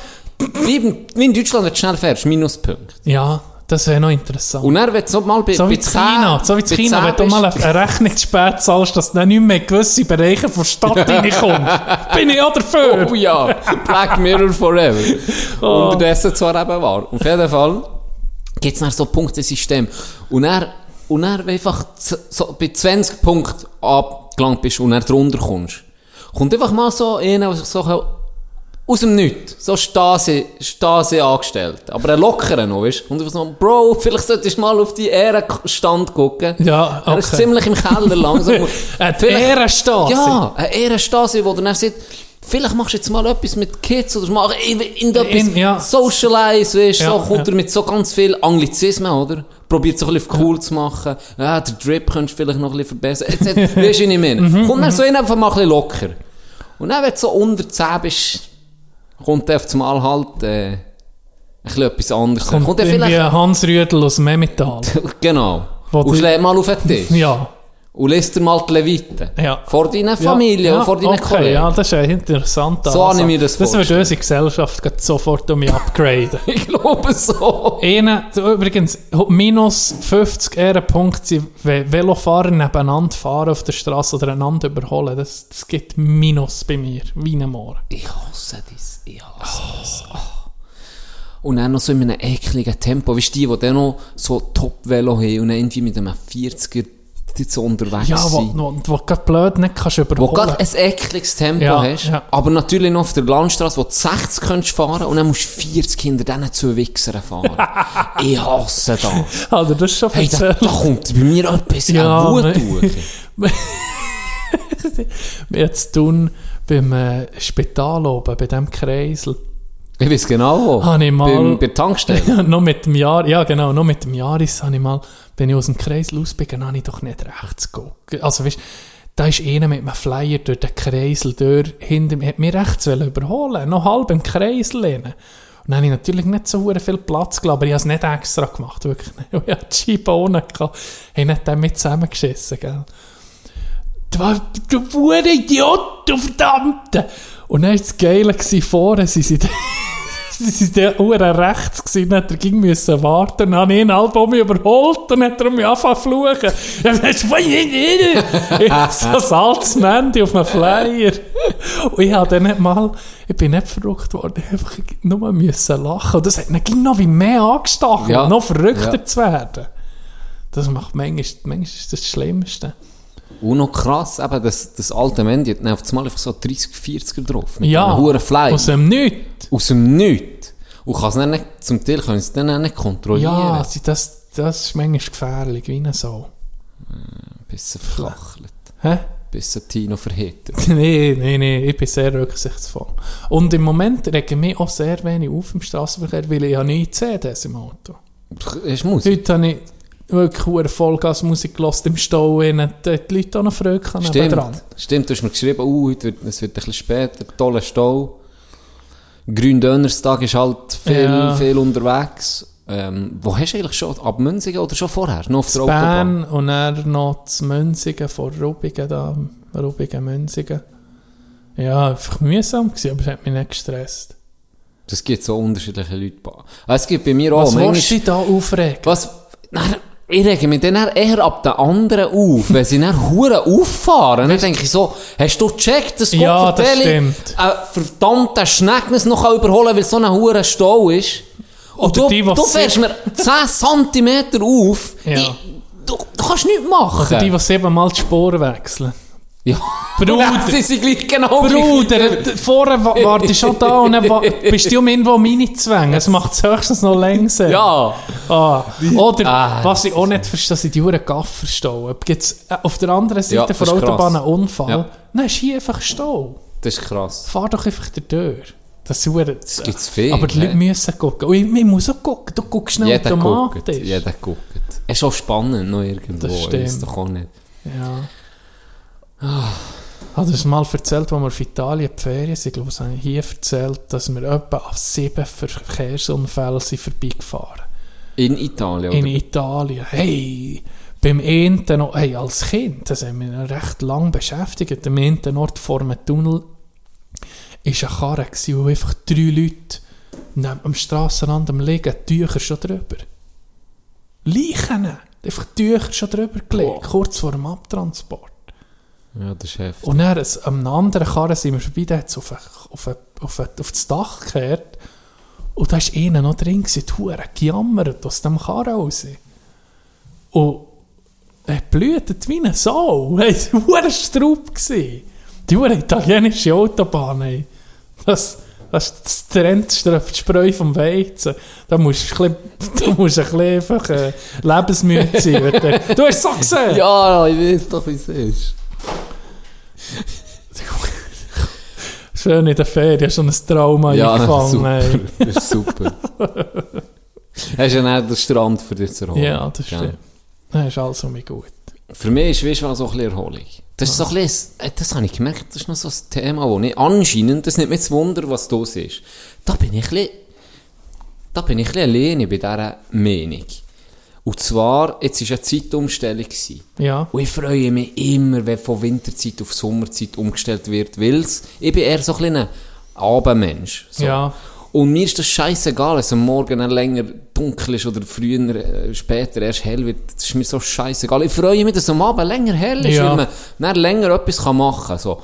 Speaker 4: wie, im- wie in Deutschland, wenn du schnell fährst, Minuspunkte.
Speaker 3: ja, das wäre noch interessant.
Speaker 4: Und dann, wenn du so mal bei,
Speaker 3: so
Speaker 4: bei
Speaker 3: wie in China, so wie in China, wenn du mal eine eine Rechnung zu spät zahlst, dass du dann nicht mehr in gewisse Bereiche von der Stadt reinkommst. Bin ich auch dafür.
Speaker 4: Oh ja, Black Mirror Forever.
Speaker 3: Oh.
Speaker 4: Unterdessen zwar eben war. Auf jeden Fall gibt es dann so Punktesystem. Und er, und er einfach z- so bei 20 Punkten abgelangt bist und er drunter kommst, kommt einfach mal so einer, der sich so aus dem Nichts, so Stasi, Stasi angestellt. Aber ein lockerer noch, weißt du? Und einfach so, Bro, vielleicht solltest du mal auf die Ehrenstand gucken.
Speaker 3: Ja,
Speaker 4: Er ist
Speaker 3: okay.
Speaker 4: ziemlich im Keller langsam.
Speaker 3: Ein
Speaker 4: Vielleicht-
Speaker 3: Ehrenstasi.
Speaker 4: Ja, eine Ehrenstasi, wo du dann sagt, vielleicht machst du jetzt mal etwas mit Kids oder mach in- in etwas
Speaker 3: In- ja.
Speaker 4: Socialize, weißt,
Speaker 3: Ja,
Speaker 4: so kommt
Speaker 3: ja.
Speaker 4: er mit so ganz viel Anglizismen, oder? Probiert so ein bisschen auf cool zu machen. Ja, den Drip könntest du vielleicht noch ein bisschen verbessern. Jetzt, jetzt, weißt du, was ich meine?
Speaker 3: Mhm,
Speaker 4: Kommt dann so in einfach mal ein bisschen locker. Und dann, wenn du so unter 10 bist, kommt auf einmal halt äh, ein bisschen etwas anderes.
Speaker 3: Kommt,
Speaker 4: Kommt
Speaker 3: kommt
Speaker 4: dann vielleicht...
Speaker 3: Hans Rüdel aus dem Emmental.
Speaker 4: Genau.
Speaker 3: Wo
Speaker 4: Und
Speaker 3: die-
Speaker 4: schlägt mal auf den Tisch.
Speaker 3: ja.
Speaker 4: Und lässt dir mal die Leviten.
Speaker 3: Ja.
Speaker 4: Vor deiner Familie und vor deinen
Speaker 3: okay,
Speaker 4: Kollegen.
Speaker 3: Ja, das ist ja interessant. Also,
Speaker 4: So habe ich mir das
Speaker 3: Das würde
Speaker 4: vorgestellt.
Speaker 3: unsere Gesellschaft gerade sofort um mich upgraden.
Speaker 4: Ich glaube so.
Speaker 3: Einer, übrigens, minus 50 Ehrenpunkte sind, wenn Velofahrer nebeneinander fahren auf der Straße oder einander überholen. Das, das gibt Minus bei mir, wie ein Moor.
Speaker 4: Ich hasse das. Ich hasse das.
Speaker 3: Oh.
Speaker 4: Ah. Und dann noch so in einem ekligen Tempo. Weißt du, die, die dann noch so Top-Velo haben und dann irgendwie mit einem 40er dort so unterwegs
Speaker 3: Ja, wo,
Speaker 4: sind.
Speaker 3: wo, wo du gerade blöd nicht kannst
Speaker 4: Wo
Speaker 3: überholen
Speaker 4: du gerade ein ekliges Tempo
Speaker 3: Ja,
Speaker 4: hast,
Speaker 3: ja.
Speaker 4: aber natürlich noch auf der Landstraße, wo du 60 könntest fahren und dann musst du 40 hinter diesen zwei Wichsern fahren. ich hasse das.
Speaker 3: Hat er das schon
Speaker 4: Hey, da,
Speaker 3: erzählt?
Speaker 4: da kommt bei mir etwas
Speaker 3: Ja,
Speaker 4: ja, Wut
Speaker 3: ne.
Speaker 4: durch.
Speaker 3: Jetzt tun beim äh, Spital oben, bei diesem Kreisel.
Speaker 4: Ich weiß genau wo.
Speaker 3: Habe ich mal-
Speaker 4: Beim- Bei der Tankstelle.
Speaker 3: Ja, noch mit dem Jahr, ja genau, noch mit dem Jahres habe ich mal, bin ich aus dem Kreis rausgegangen, habe ich doch nicht rechts geguckt. Also weißt, da ist einer mit einem Flyer durch den Kreisel durch, hinter mir, hat mich rechts wollen überholen, noch halb im Kreisel rein. Und dann habe ich natürlich nicht so hure viel Platz gelassen, aber ich habe es nicht extra gemacht, wirklich nicht. Ich hatte die Scheibe ohne, gehabt. ich habe nicht den mit zusammengeschissen, gell. Du, du verdammte Idiot, du verdammte! Und dann war das Geile, gewesen, vorne sie sind sie sind der Uhren rechts gewesen, dann hat er ging müssen warten, dann habe ich ihn halb um mich überholt, dann hat er mich angefangen zu fluchen. Dann hast du so Salzmänti auf einem Flyer. Und ich habe dann nicht mal, ich bin nicht verrückt worden, ich habe einfach nur müssen lachen. Und das hat dann ging noch wie mehr angestachelt,
Speaker 4: Ja.
Speaker 3: noch verrückter
Speaker 4: Ja.
Speaker 3: zu werden. Das macht manchmal, manchmal ist das, das Schlimmste.
Speaker 4: Und noch krass, eben, das, das alte Mandy hat dann auf einmal einfach so 30, 40er drauf. Mit
Speaker 3: Ja,
Speaker 4: einem hohen Fleisch.
Speaker 3: aus
Speaker 4: Aus,
Speaker 3: dem Nichts.
Speaker 4: dem Nichts. Und kann's dann nicht, zum Teil können sie dann auch nicht kontrollieren.
Speaker 3: Ja,
Speaker 4: Ja.
Speaker 3: sie- das, das ist manchmal gefährlich, wie eine Sau.
Speaker 4: Ein bisschen verkachelt.
Speaker 3: Hä?
Speaker 4: Ein bisschen Tino verhittet.
Speaker 3: nee, nee, nee, ich bin sehr rücksichtsvoll. Und im Moment regen mich auch sehr wenig auf im Straßenverkehr, weil ich ja nichts sehe das im Auto.
Speaker 4: Es muss.
Speaker 3: Heute habe ich wirklich verdammt Vollgasmusik gelassen im Stau, innen. Da haben die Leute auch noch Freude gehabt
Speaker 4: Stimmt.
Speaker 3: nebendran.
Speaker 4: Stimmt, du hast mir geschrieben, uh, heute wird, es wird ein bisschen später, toller Stau. Gründönerstag ist halt viel,
Speaker 3: Ja.
Speaker 4: viel unterwegs. Ähm, wo hast du eigentlich schon? Ab Münzigen oder schon vorher? Noch auf der Autobahn?
Speaker 3: Bern und dann noch zu Münzigen vor Rubigen da. Rubigen, Münzigen. Ja, einfach mühsam gewesen, aber es hat mich nicht gestresst.
Speaker 4: Das gibt so unterschiedliche Leute. Ah, Es gibt bei mir auch.
Speaker 3: Was
Speaker 4: manchmal-
Speaker 3: willst du dich da aufregen?
Speaker 4: Was? Dann, ich rege mich dann eher ab den anderen auf, wenn sie dann Huren auffahren. Dann denke ich so, hast du gecheckt, dass
Speaker 3: Ja, das
Speaker 4: Deli
Speaker 3: stimmt.
Speaker 4: einen verdammten Schnecknis noch kann überholen weil so ein Huren Stau ist? Und
Speaker 3: Oder
Speaker 4: du,
Speaker 3: Oh, die, die
Speaker 4: du
Speaker 3: sich-
Speaker 4: fährst mir 10 cm auf.
Speaker 3: Ja.
Speaker 4: Ich, du, du kannst nichts machen.
Speaker 3: Oder die, die siebenmal die Sporen wechseln.
Speaker 4: ja.
Speaker 3: Bruder.
Speaker 4: Sie sind gleich genau
Speaker 3: Bruder,
Speaker 4: gleich.
Speaker 3: d- vorher wa- warte ich schon da und dann wa- bist du um irgendwo meine Zwänge. Es macht es höchstens noch länger.
Speaker 4: Ja.
Speaker 3: Ah. Oder,
Speaker 4: Ah,
Speaker 3: was ich auch nicht verstehe, sind die Huren Gaffer stehen. Gibt es äh, auf der anderen
Speaker 4: Ja,
Speaker 3: Seite
Speaker 4: das
Speaker 3: von
Speaker 4: ist
Speaker 3: der Autobahn
Speaker 4: krass.
Speaker 3: einen Unfall?
Speaker 4: Ja.
Speaker 3: Nein, ist hier einfach Stau.
Speaker 4: Das ist krass.
Speaker 3: Fahr doch einfach da durch. Das ist Huren.
Speaker 4: Das gibt's viel.
Speaker 3: Aber die Leute
Speaker 4: hä?
Speaker 3: müssen gucken. Und ich, ich muss auch gucken. Du guckst schnell
Speaker 4: Jeder
Speaker 3: automatisch.
Speaker 4: guckt. Jeder guckt. Ist auch spannend nou, noch irgendwo.
Speaker 3: Das
Speaker 4: ich
Speaker 3: stimmt.
Speaker 4: weiss doch auch nicht.
Speaker 3: Ja. Ah. Ich habe das mal erzählt, als wir auf Italien die Ferien sind. Ich glaube, das habe ich hier erzählt, dass wir etwa an sieben Verkehrsunfällen sind vorbeigefahren
Speaker 4: In Italien,
Speaker 3: In
Speaker 4: oder?
Speaker 3: Italien. Hey! Beim einen noch, hey, als Kind, das hat mich noch recht lang beschäftigt, am einen Ort vor dem Tunnel war eine Karre, gewesen, wo einfach drei Leute neben am Strassenrand am liegen, die Tücher schon drüber. Leichen! Einfach die Tücher schon drüber gelegt, kurz vor dem Abtransport.
Speaker 4: Ja, das ist heftig.
Speaker 3: Und dann es- an einem anderen Karren sind wir vorbei, der hat es auf, ein- auf, ein- auf, ein- auf das Dach gekehrt. Und da war einer noch drin, gewesen, die Hure gejammert aus dem Karren raus. Und er blühtet wie ein Sau. Er war ein Hure Straub. gewesen. Die Hure italienische Autobahn. Ey. Das, das ist das Trendströp, die Spreu vom Weizen. Da musst du ein bisschen, da musst du ein bisschen einfach, äh, lebensmüde sein. wenn du- Du hast es so gesehen.
Speaker 4: Ja, ich weiß doch, wie es ist.
Speaker 3: Schön in der Ferien, schon ein Trauma eingefangen.
Speaker 4: super.
Speaker 3: ey.
Speaker 4: Das ist super. Hast ja nicht den Strand für dich zu erholen.
Speaker 3: Ja, das
Speaker 4: gell?
Speaker 3: stimmt. Das ist alles um mich gut.
Speaker 4: Für mich ist weißt, du, so ein bisschen Erholung. Das ist so ein bisschen, äh, das habe ich gemerkt, das ist noch so ein Thema, wo ich anscheinend, das nimmt mir das Wunder, was da ist. Da bin ich ein bisschen, da bin ich ein bisschen alleine bei dieser Meinung. Und zwar, jetzt war eine Zeitumstellung. Gewesen.
Speaker 3: Ja.
Speaker 4: Und ich freue mich immer, wenn von Winterzeit auf Sommerzeit umgestellt wird, weil ich bin eher so ein kleiner Abendmensch. So.
Speaker 3: Ja.
Speaker 4: Und mir ist das scheißegal, wenn es am Morgen dann länger dunkel ist oder früher, äh, später erst hell wird. Das ist mir so scheißegal. Ich freue mich, dass es am Abend länger hell ist,
Speaker 3: Ja.
Speaker 4: weil man dann länger etwas kann machen kann. So.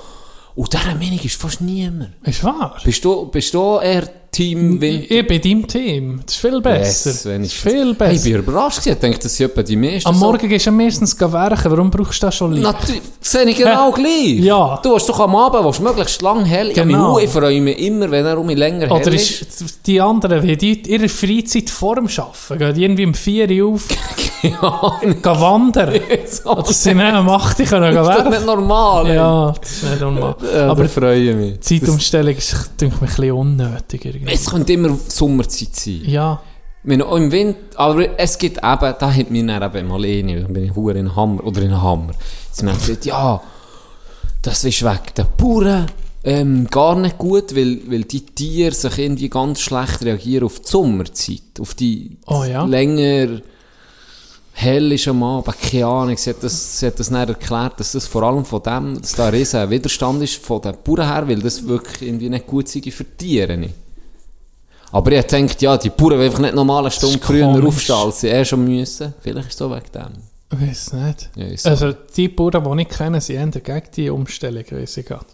Speaker 4: Und dieser Meinung ist fast niemand.
Speaker 3: Ist wahr.
Speaker 4: Bist du, bist du eher Team Winter?
Speaker 3: Ich ich bin deinem E- Team. Das ist viel besser.
Speaker 4: Yes, wenn ich-
Speaker 3: das ist viel
Speaker 4: Hey, ich
Speaker 3: besser.
Speaker 4: bin überrascht. gewesen. Ich denke, das sind etwa die meisten.
Speaker 3: Am
Speaker 4: so.
Speaker 3: Morgen gehst du ja meistens werken. Warum brauchst du das schon Licht?
Speaker 4: Natürlich, sehe ich genau gleich.
Speaker 3: Ja.
Speaker 4: Du hast doch am Abend, willst möglichst lang hell.
Speaker 3: Genau.
Speaker 4: Genau. Ich freue mich immer, wenn er um mich länger
Speaker 3: Oder
Speaker 4: hell ist.
Speaker 3: ist die anderen, wie die in ihrer Freizeit vor dem Arbeiten gehen, die irgendwie um 4 Uhr auf,
Speaker 4: ja,
Speaker 3: gehen wandern.
Speaker 4: so.
Speaker 3: Oder sie nehmen um 8 Uhr können
Speaker 4: Das ist doch nicht
Speaker 3: werken.
Speaker 4: normal. ey.
Speaker 3: Ja, das ist nicht normal.
Speaker 4: Ja,
Speaker 3: Aber um
Speaker 4: Aber
Speaker 3: die
Speaker 4: freue ich mich.
Speaker 3: Zeitumstellung ist, denke ich, ein bisschen unnötig. Irgendwie.
Speaker 4: Es könnte immer Sommerzeit sein.
Speaker 3: Ja.
Speaker 4: Ich meine, auch im Winter, aber es gibt eben, da hat mich dann eben mal eh nicht, dann bin ich hure in den Hammer, oder in den Hammer. Jetzt haben sie gesagt, ja, das ist wegen der Bauern ähm, gar nicht gut, weil, weil die Tiere sich irgendwie ganz schlecht reagieren auf die Sommerzeit, auf die
Speaker 3: Oh ja.
Speaker 4: länger hell ist am Abend, keine Ahnung, sie hat, das, sie hat das dann erklärt, dass das vor allem von dem, dass da ein riesen Widerstand ist von den Bauern her, weil das wirklich irgendwie nicht gut sei für die Tiere nicht. Aber ich denkt, ja, die Bauern wollen einfach nicht normal eine Stunde
Speaker 3: ist
Speaker 4: früher
Speaker 3: komisch.
Speaker 4: aufstehen, als sie eh schon müssen. Vielleicht ist es auch wegen dem.
Speaker 3: Ich weiß nicht.
Speaker 4: Ja, ist so.
Speaker 3: also die Bauern, die ich kenne, sind eher gegen die Umstellung, weiss ich gerade.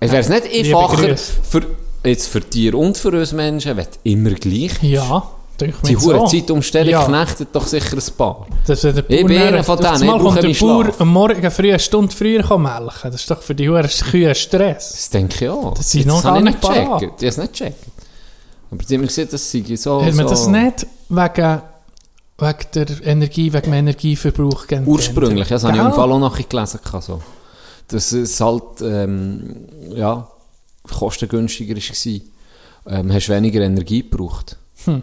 Speaker 4: Es wäre nicht
Speaker 3: Liebe
Speaker 4: einfacher
Speaker 3: Grüße.
Speaker 4: für, jetzt für Tier und für uns Menschen, wenn es immer gleich ist.
Speaker 3: Ja, denke
Speaker 4: Die
Speaker 3: ich
Speaker 4: hure Zeitumstellung
Speaker 3: Ja.
Speaker 4: knechtet doch sicher ein paar.
Speaker 3: Das ist der
Speaker 4: Ich bin einer von denen, ich
Speaker 3: Mal
Speaker 4: brauche
Speaker 3: kommt der
Speaker 4: meinen
Speaker 3: Bauer
Speaker 4: Schlaf.
Speaker 3: am Morgen früh eine Stunde früher kommen melken. Das ist doch für die Huren Kühe Stress.
Speaker 4: Das denke ich auch.
Speaker 3: Das sind
Speaker 4: Jetzt
Speaker 3: noch
Speaker 4: habe ich
Speaker 3: gar nicht
Speaker 4: nicht gecheckt. Ich
Speaker 3: parat.
Speaker 4: habe es nicht gecheckt. Aber sie haben mir gesagt, das sei so...
Speaker 3: Hat man
Speaker 4: Oh, so
Speaker 3: das nicht wegen, wegen der Energie, wegen dem Energieverbrauch geändert?
Speaker 4: Ursprünglich, ja, das habe ich im
Speaker 3: Gell?
Speaker 4: Fall auch nachher gelesen. gehabt, So. Dass es halt, ähm, ja, kostengünstiger war. Ähm, hast weniger Energie gebraucht.
Speaker 3: Ja,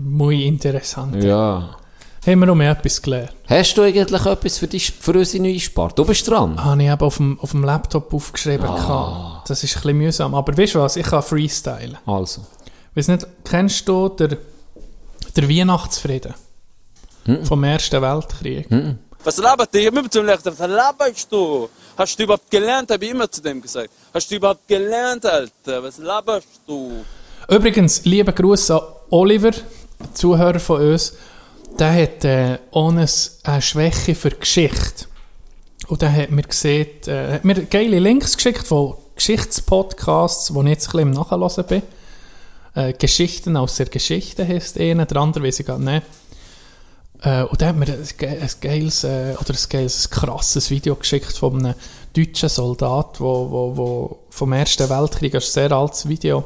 Speaker 3: muy interessant.
Speaker 4: Ja.
Speaker 3: Haben wir noch mehr etwas gelernt?
Speaker 4: Hast du eigentlich etwas für, dich, für unsere neue Sparte? Du bist dran.
Speaker 3: Habe ich eben auf dem, auf dem
Speaker 4: Ah.
Speaker 3: Laptop aufgeschrieben. gehabt. Das ist ein bisschen mühsam. Aber weißt du was? Ich kann freestylen.
Speaker 4: Also.
Speaker 3: Weiss nicht, kennst du den, den Weihnachtsfrieden vom Ersten Weltkrieg?
Speaker 8: Was labert ihr? Ihr müsst zum Lächeln. Was laberst du? Hast du überhaupt gelernt? Habe ich immer zu dem gesagt. Hast du überhaupt gelernt, Alter? Was laberst du?
Speaker 3: Übrigens, liebe Grüße an Oliver, Zuhörer von uns. Der hat äh, ohne eine Schwäche für Geschichte. Und der hat mir, gesehen, äh, hat mir geile Links geschickt von Geschichtspodcasts, wo ich jetzt ein bisschen im Nachhören bin. Äh, Geschichten aus der Geschichte heisst einer, der andere weiß ich gar nicht. Äh, und der hat mir ein, ge ein geiles, äh, oder ein geiles, ein krasses Video geschickt von einem deutschen Soldat, wo, wo, wo vom Ersten Weltkrieg, das ist ein sehr altes Video,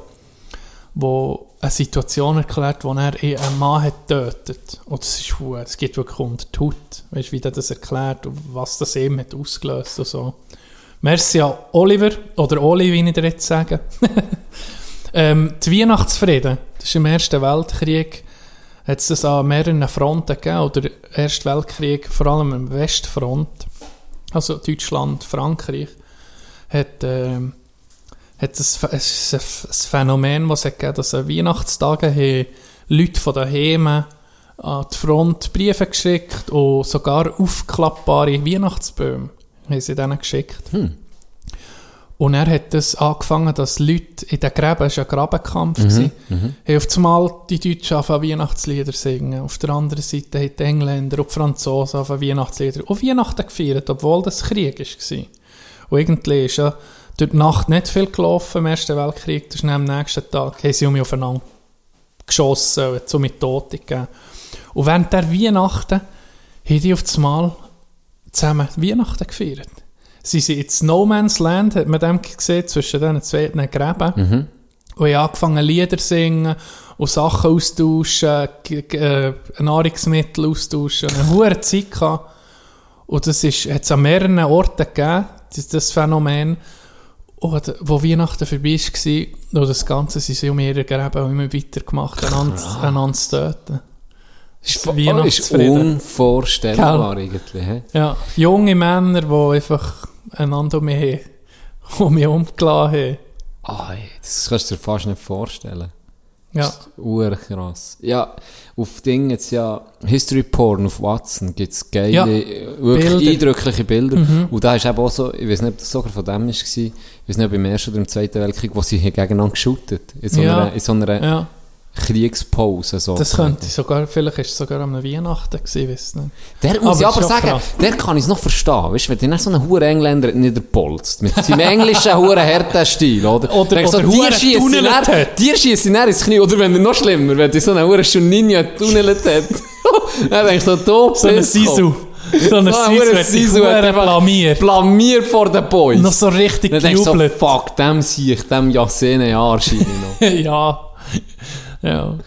Speaker 3: wo eine Situation erklärt, wo er eh einen Mann hat getötet. Und das ist hu- es geht wirklich unter die Haut. Weißt du, wie der das erklärt und was das ihm hat ausgelöst und so. Merci an Oliver, oder Oli, wie ich dir jetzt sage. ähm, die Weihnachtsfrieden, das ist im Ersten Weltkrieg, hat es das an mehreren Fronten gegeben, oder Ersten Weltkrieg, vor allem im Westfront, also Deutschland, Frankreich, hat... Ähm, hat es, es ist ein, ein Phänomen, das es gegeben hat, dass an Weihnachtstagen haben Leute von daheim an die Front Briefe geschickt und sogar aufklappbare Weihnachtsbäume haben sie denen geschickt. Und er hat das angefangen, dass Leute in den Gräben, es war ein Grabenkampf, mhm, haben auf einmal die Deutschen angefangen, Weihnachtslieder zu singen. Auf der anderen Seite haben die Engländer und die Franzosen angefangen, Weihnachtslieder und Weihnachten gefeiert, obwohl das Krieg war. Und irgendwie ist ja durch die Nacht nicht viel gelaufen im Ersten Weltkrieg. Das ist dann am nächsten Tag, haben sie um mich aufeinander geschossen, hat es um mich Tote gegeben. Und während der Weihnachten haben die auf das Mal zusammen Weihnachten gefeiert. Sie sind in No Man's Land, hat man dem gesehen, zwischen diesen zwei Gräben. Und ich angefangen Lieder zu singen und Sachen austauschen, g- g- äh, Nahrungsmittel austauschen. Eine hohe Zeit gehabt. Und das ist, hat es an mehreren Orten gegeben, das, das Phänomen. Und wo Weihnachten vorbei war, und das Ganze, sie sind um ihre Gräben auch immer weitergemacht, einander, einander zu töten. Das ist
Speaker 4: Oh, ist unvorstellbar eigentlich. hä?
Speaker 3: ja, junge Männer, die einfach einander um mich, he- um mich umgelassen haben.
Speaker 4: Ah, ey, das kannst du dir fast nicht vorstellen.
Speaker 3: Ja.
Speaker 4: Urkrass. Ja, auf Ding jetzt ja, History Porn auf Watson gibt es geile,
Speaker 3: Ja,
Speaker 4: äh, wirklich
Speaker 3: Bilder. Mhm.
Speaker 4: eindrückliche Bilder. Und da ist eben auch so, ich weiß nicht, ob das sogar von dem war, ich weiß nicht, ob im Ersten oder im Zweiten Weltkrieg, wo sie hier gegeneinander geschootet in so
Speaker 3: Ja.
Speaker 4: einer, in so einer
Speaker 3: ja,
Speaker 4: Kriegspause. So.
Speaker 3: das könnte sogar, vielleicht ist es sogar am Weihnachten gewesen, weiss nicht.
Speaker 4: Der muss
Speaker 3: Aber
Speaker 4: ich
Speaker 3: das
Speaker 4: aber
Speaker 3: ist ja
Speaker 4: sagen,
Speaker 3: krass.
Speaker 4: der kann ich es noch verstehen. Weißt du, wenn dir so einen Huren Engländer niederpolzt, mit seinem englischen Huren härten Stil, oder?
Speaker 3: Oder-
Speaker 4: Denkst du,
Speaker 3: oder
Speaker 4: Huren
Speaker 3: Huren
Speaker 4: schiessen
Speaker 3: tunnelt
Speaker 4: dann-
Speaker 3: hat.
Speaker 4: Dir schießen er ins Knie, oder wenn er noch schlimmer, wenn dir so einen Huren Schuninja tunnelt hat. dann denkst du, du
Speaker 3: So eine Sisu. So eine
Speaker 4: So
Speaker 3: Sisu,
Speaker 4: ein verdammter
Speaker 3: hat sich
Speaker 4: Sisu hat
Speaker 3: verdammt
Speaker 4: einfach-
Speaker 3: blamiert.
Speaker 4: Blamier vor den Boys.
Speaker 3: Noch so richtig
Speaker 4: dann denkst du, so,
Speaker 3: gejubelt.
Speaker 4: fuck, dem sehe ich, dem Jassene Arsch rein noch.
Speaker 3: ja. ja.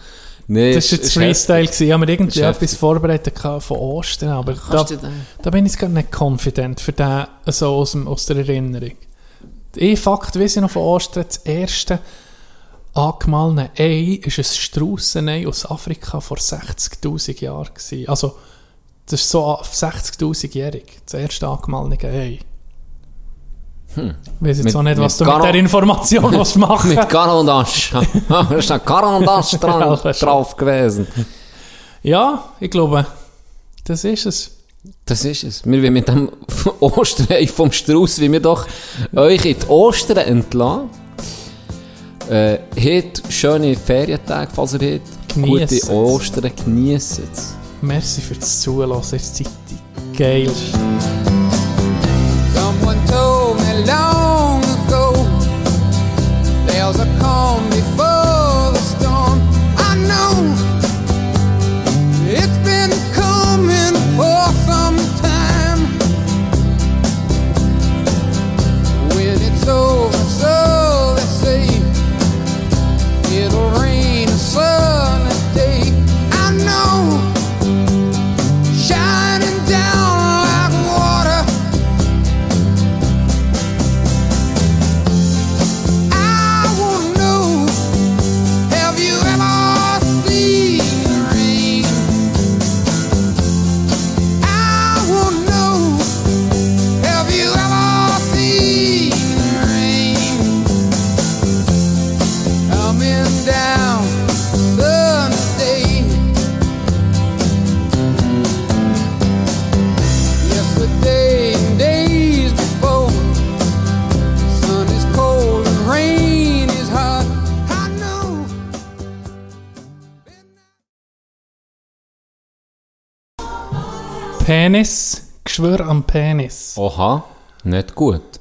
Speaker 4: Nee,
Speaker 3: Das war jetzt
Speaker 4: ist
Speaker 3: Freestyle. gewesen. Ich habe mir irgendwie
Speaker 4: Ist heftig.
Speaker 3: etwas vorbereitet gehabt von Ostern, aber da,
Speaker 4: du den-
Speaker 3: da bin ich jetzt gar nicht confident für den, so aus, dem, aus der Erinnerung. Ein Fakt, weiss ich noch von Ostern, das erste angemahlene Ei ist ein Straussenei aus Afrika vor 60'000 Jahren. gewesen. Also, das ist so a- 60'000-jährig, das erste angemahlene Ei. Ich weiss jetzt
Speaker 4: Hm. Mit-
Speaker 3: auch nicht, was
Speaker 4: mit
Speaker 3: du mit
Speaker 4: Garo-
Speaker 3: der Information was machen
Speaker 4: Mit Garandasch. da ist ein Garandasch
Speaker 3: Ja,
Speaker 4: dran,
Speaker 3: das ist-
Speaker 4: drauf gewesen.
Speaker 3: Ja, ich glaube, das ist es.
Speaker 4: Das ist es. Wir wollen mit dem Osterei vom Strauß, wie wir doch euch in die Ostern entlassen. Äh, habt schöne Ferientage, falls ihr habt.
Speaker 3: Geniesset's.
Speaker 4: Gute Ostern, genießt es.
Speaker 3: Merci fürs Zulassen, es seid die geilsten.
Speaker 9: Someone told me long ago there's a calm before the storm. I know it's been coming for some time. When it's over, so they say it'll rain a sunny day. I know shining down like water
Speaker 3: Penis. Geschwür am Penis.
Speaker 4: Oha, nicht gut.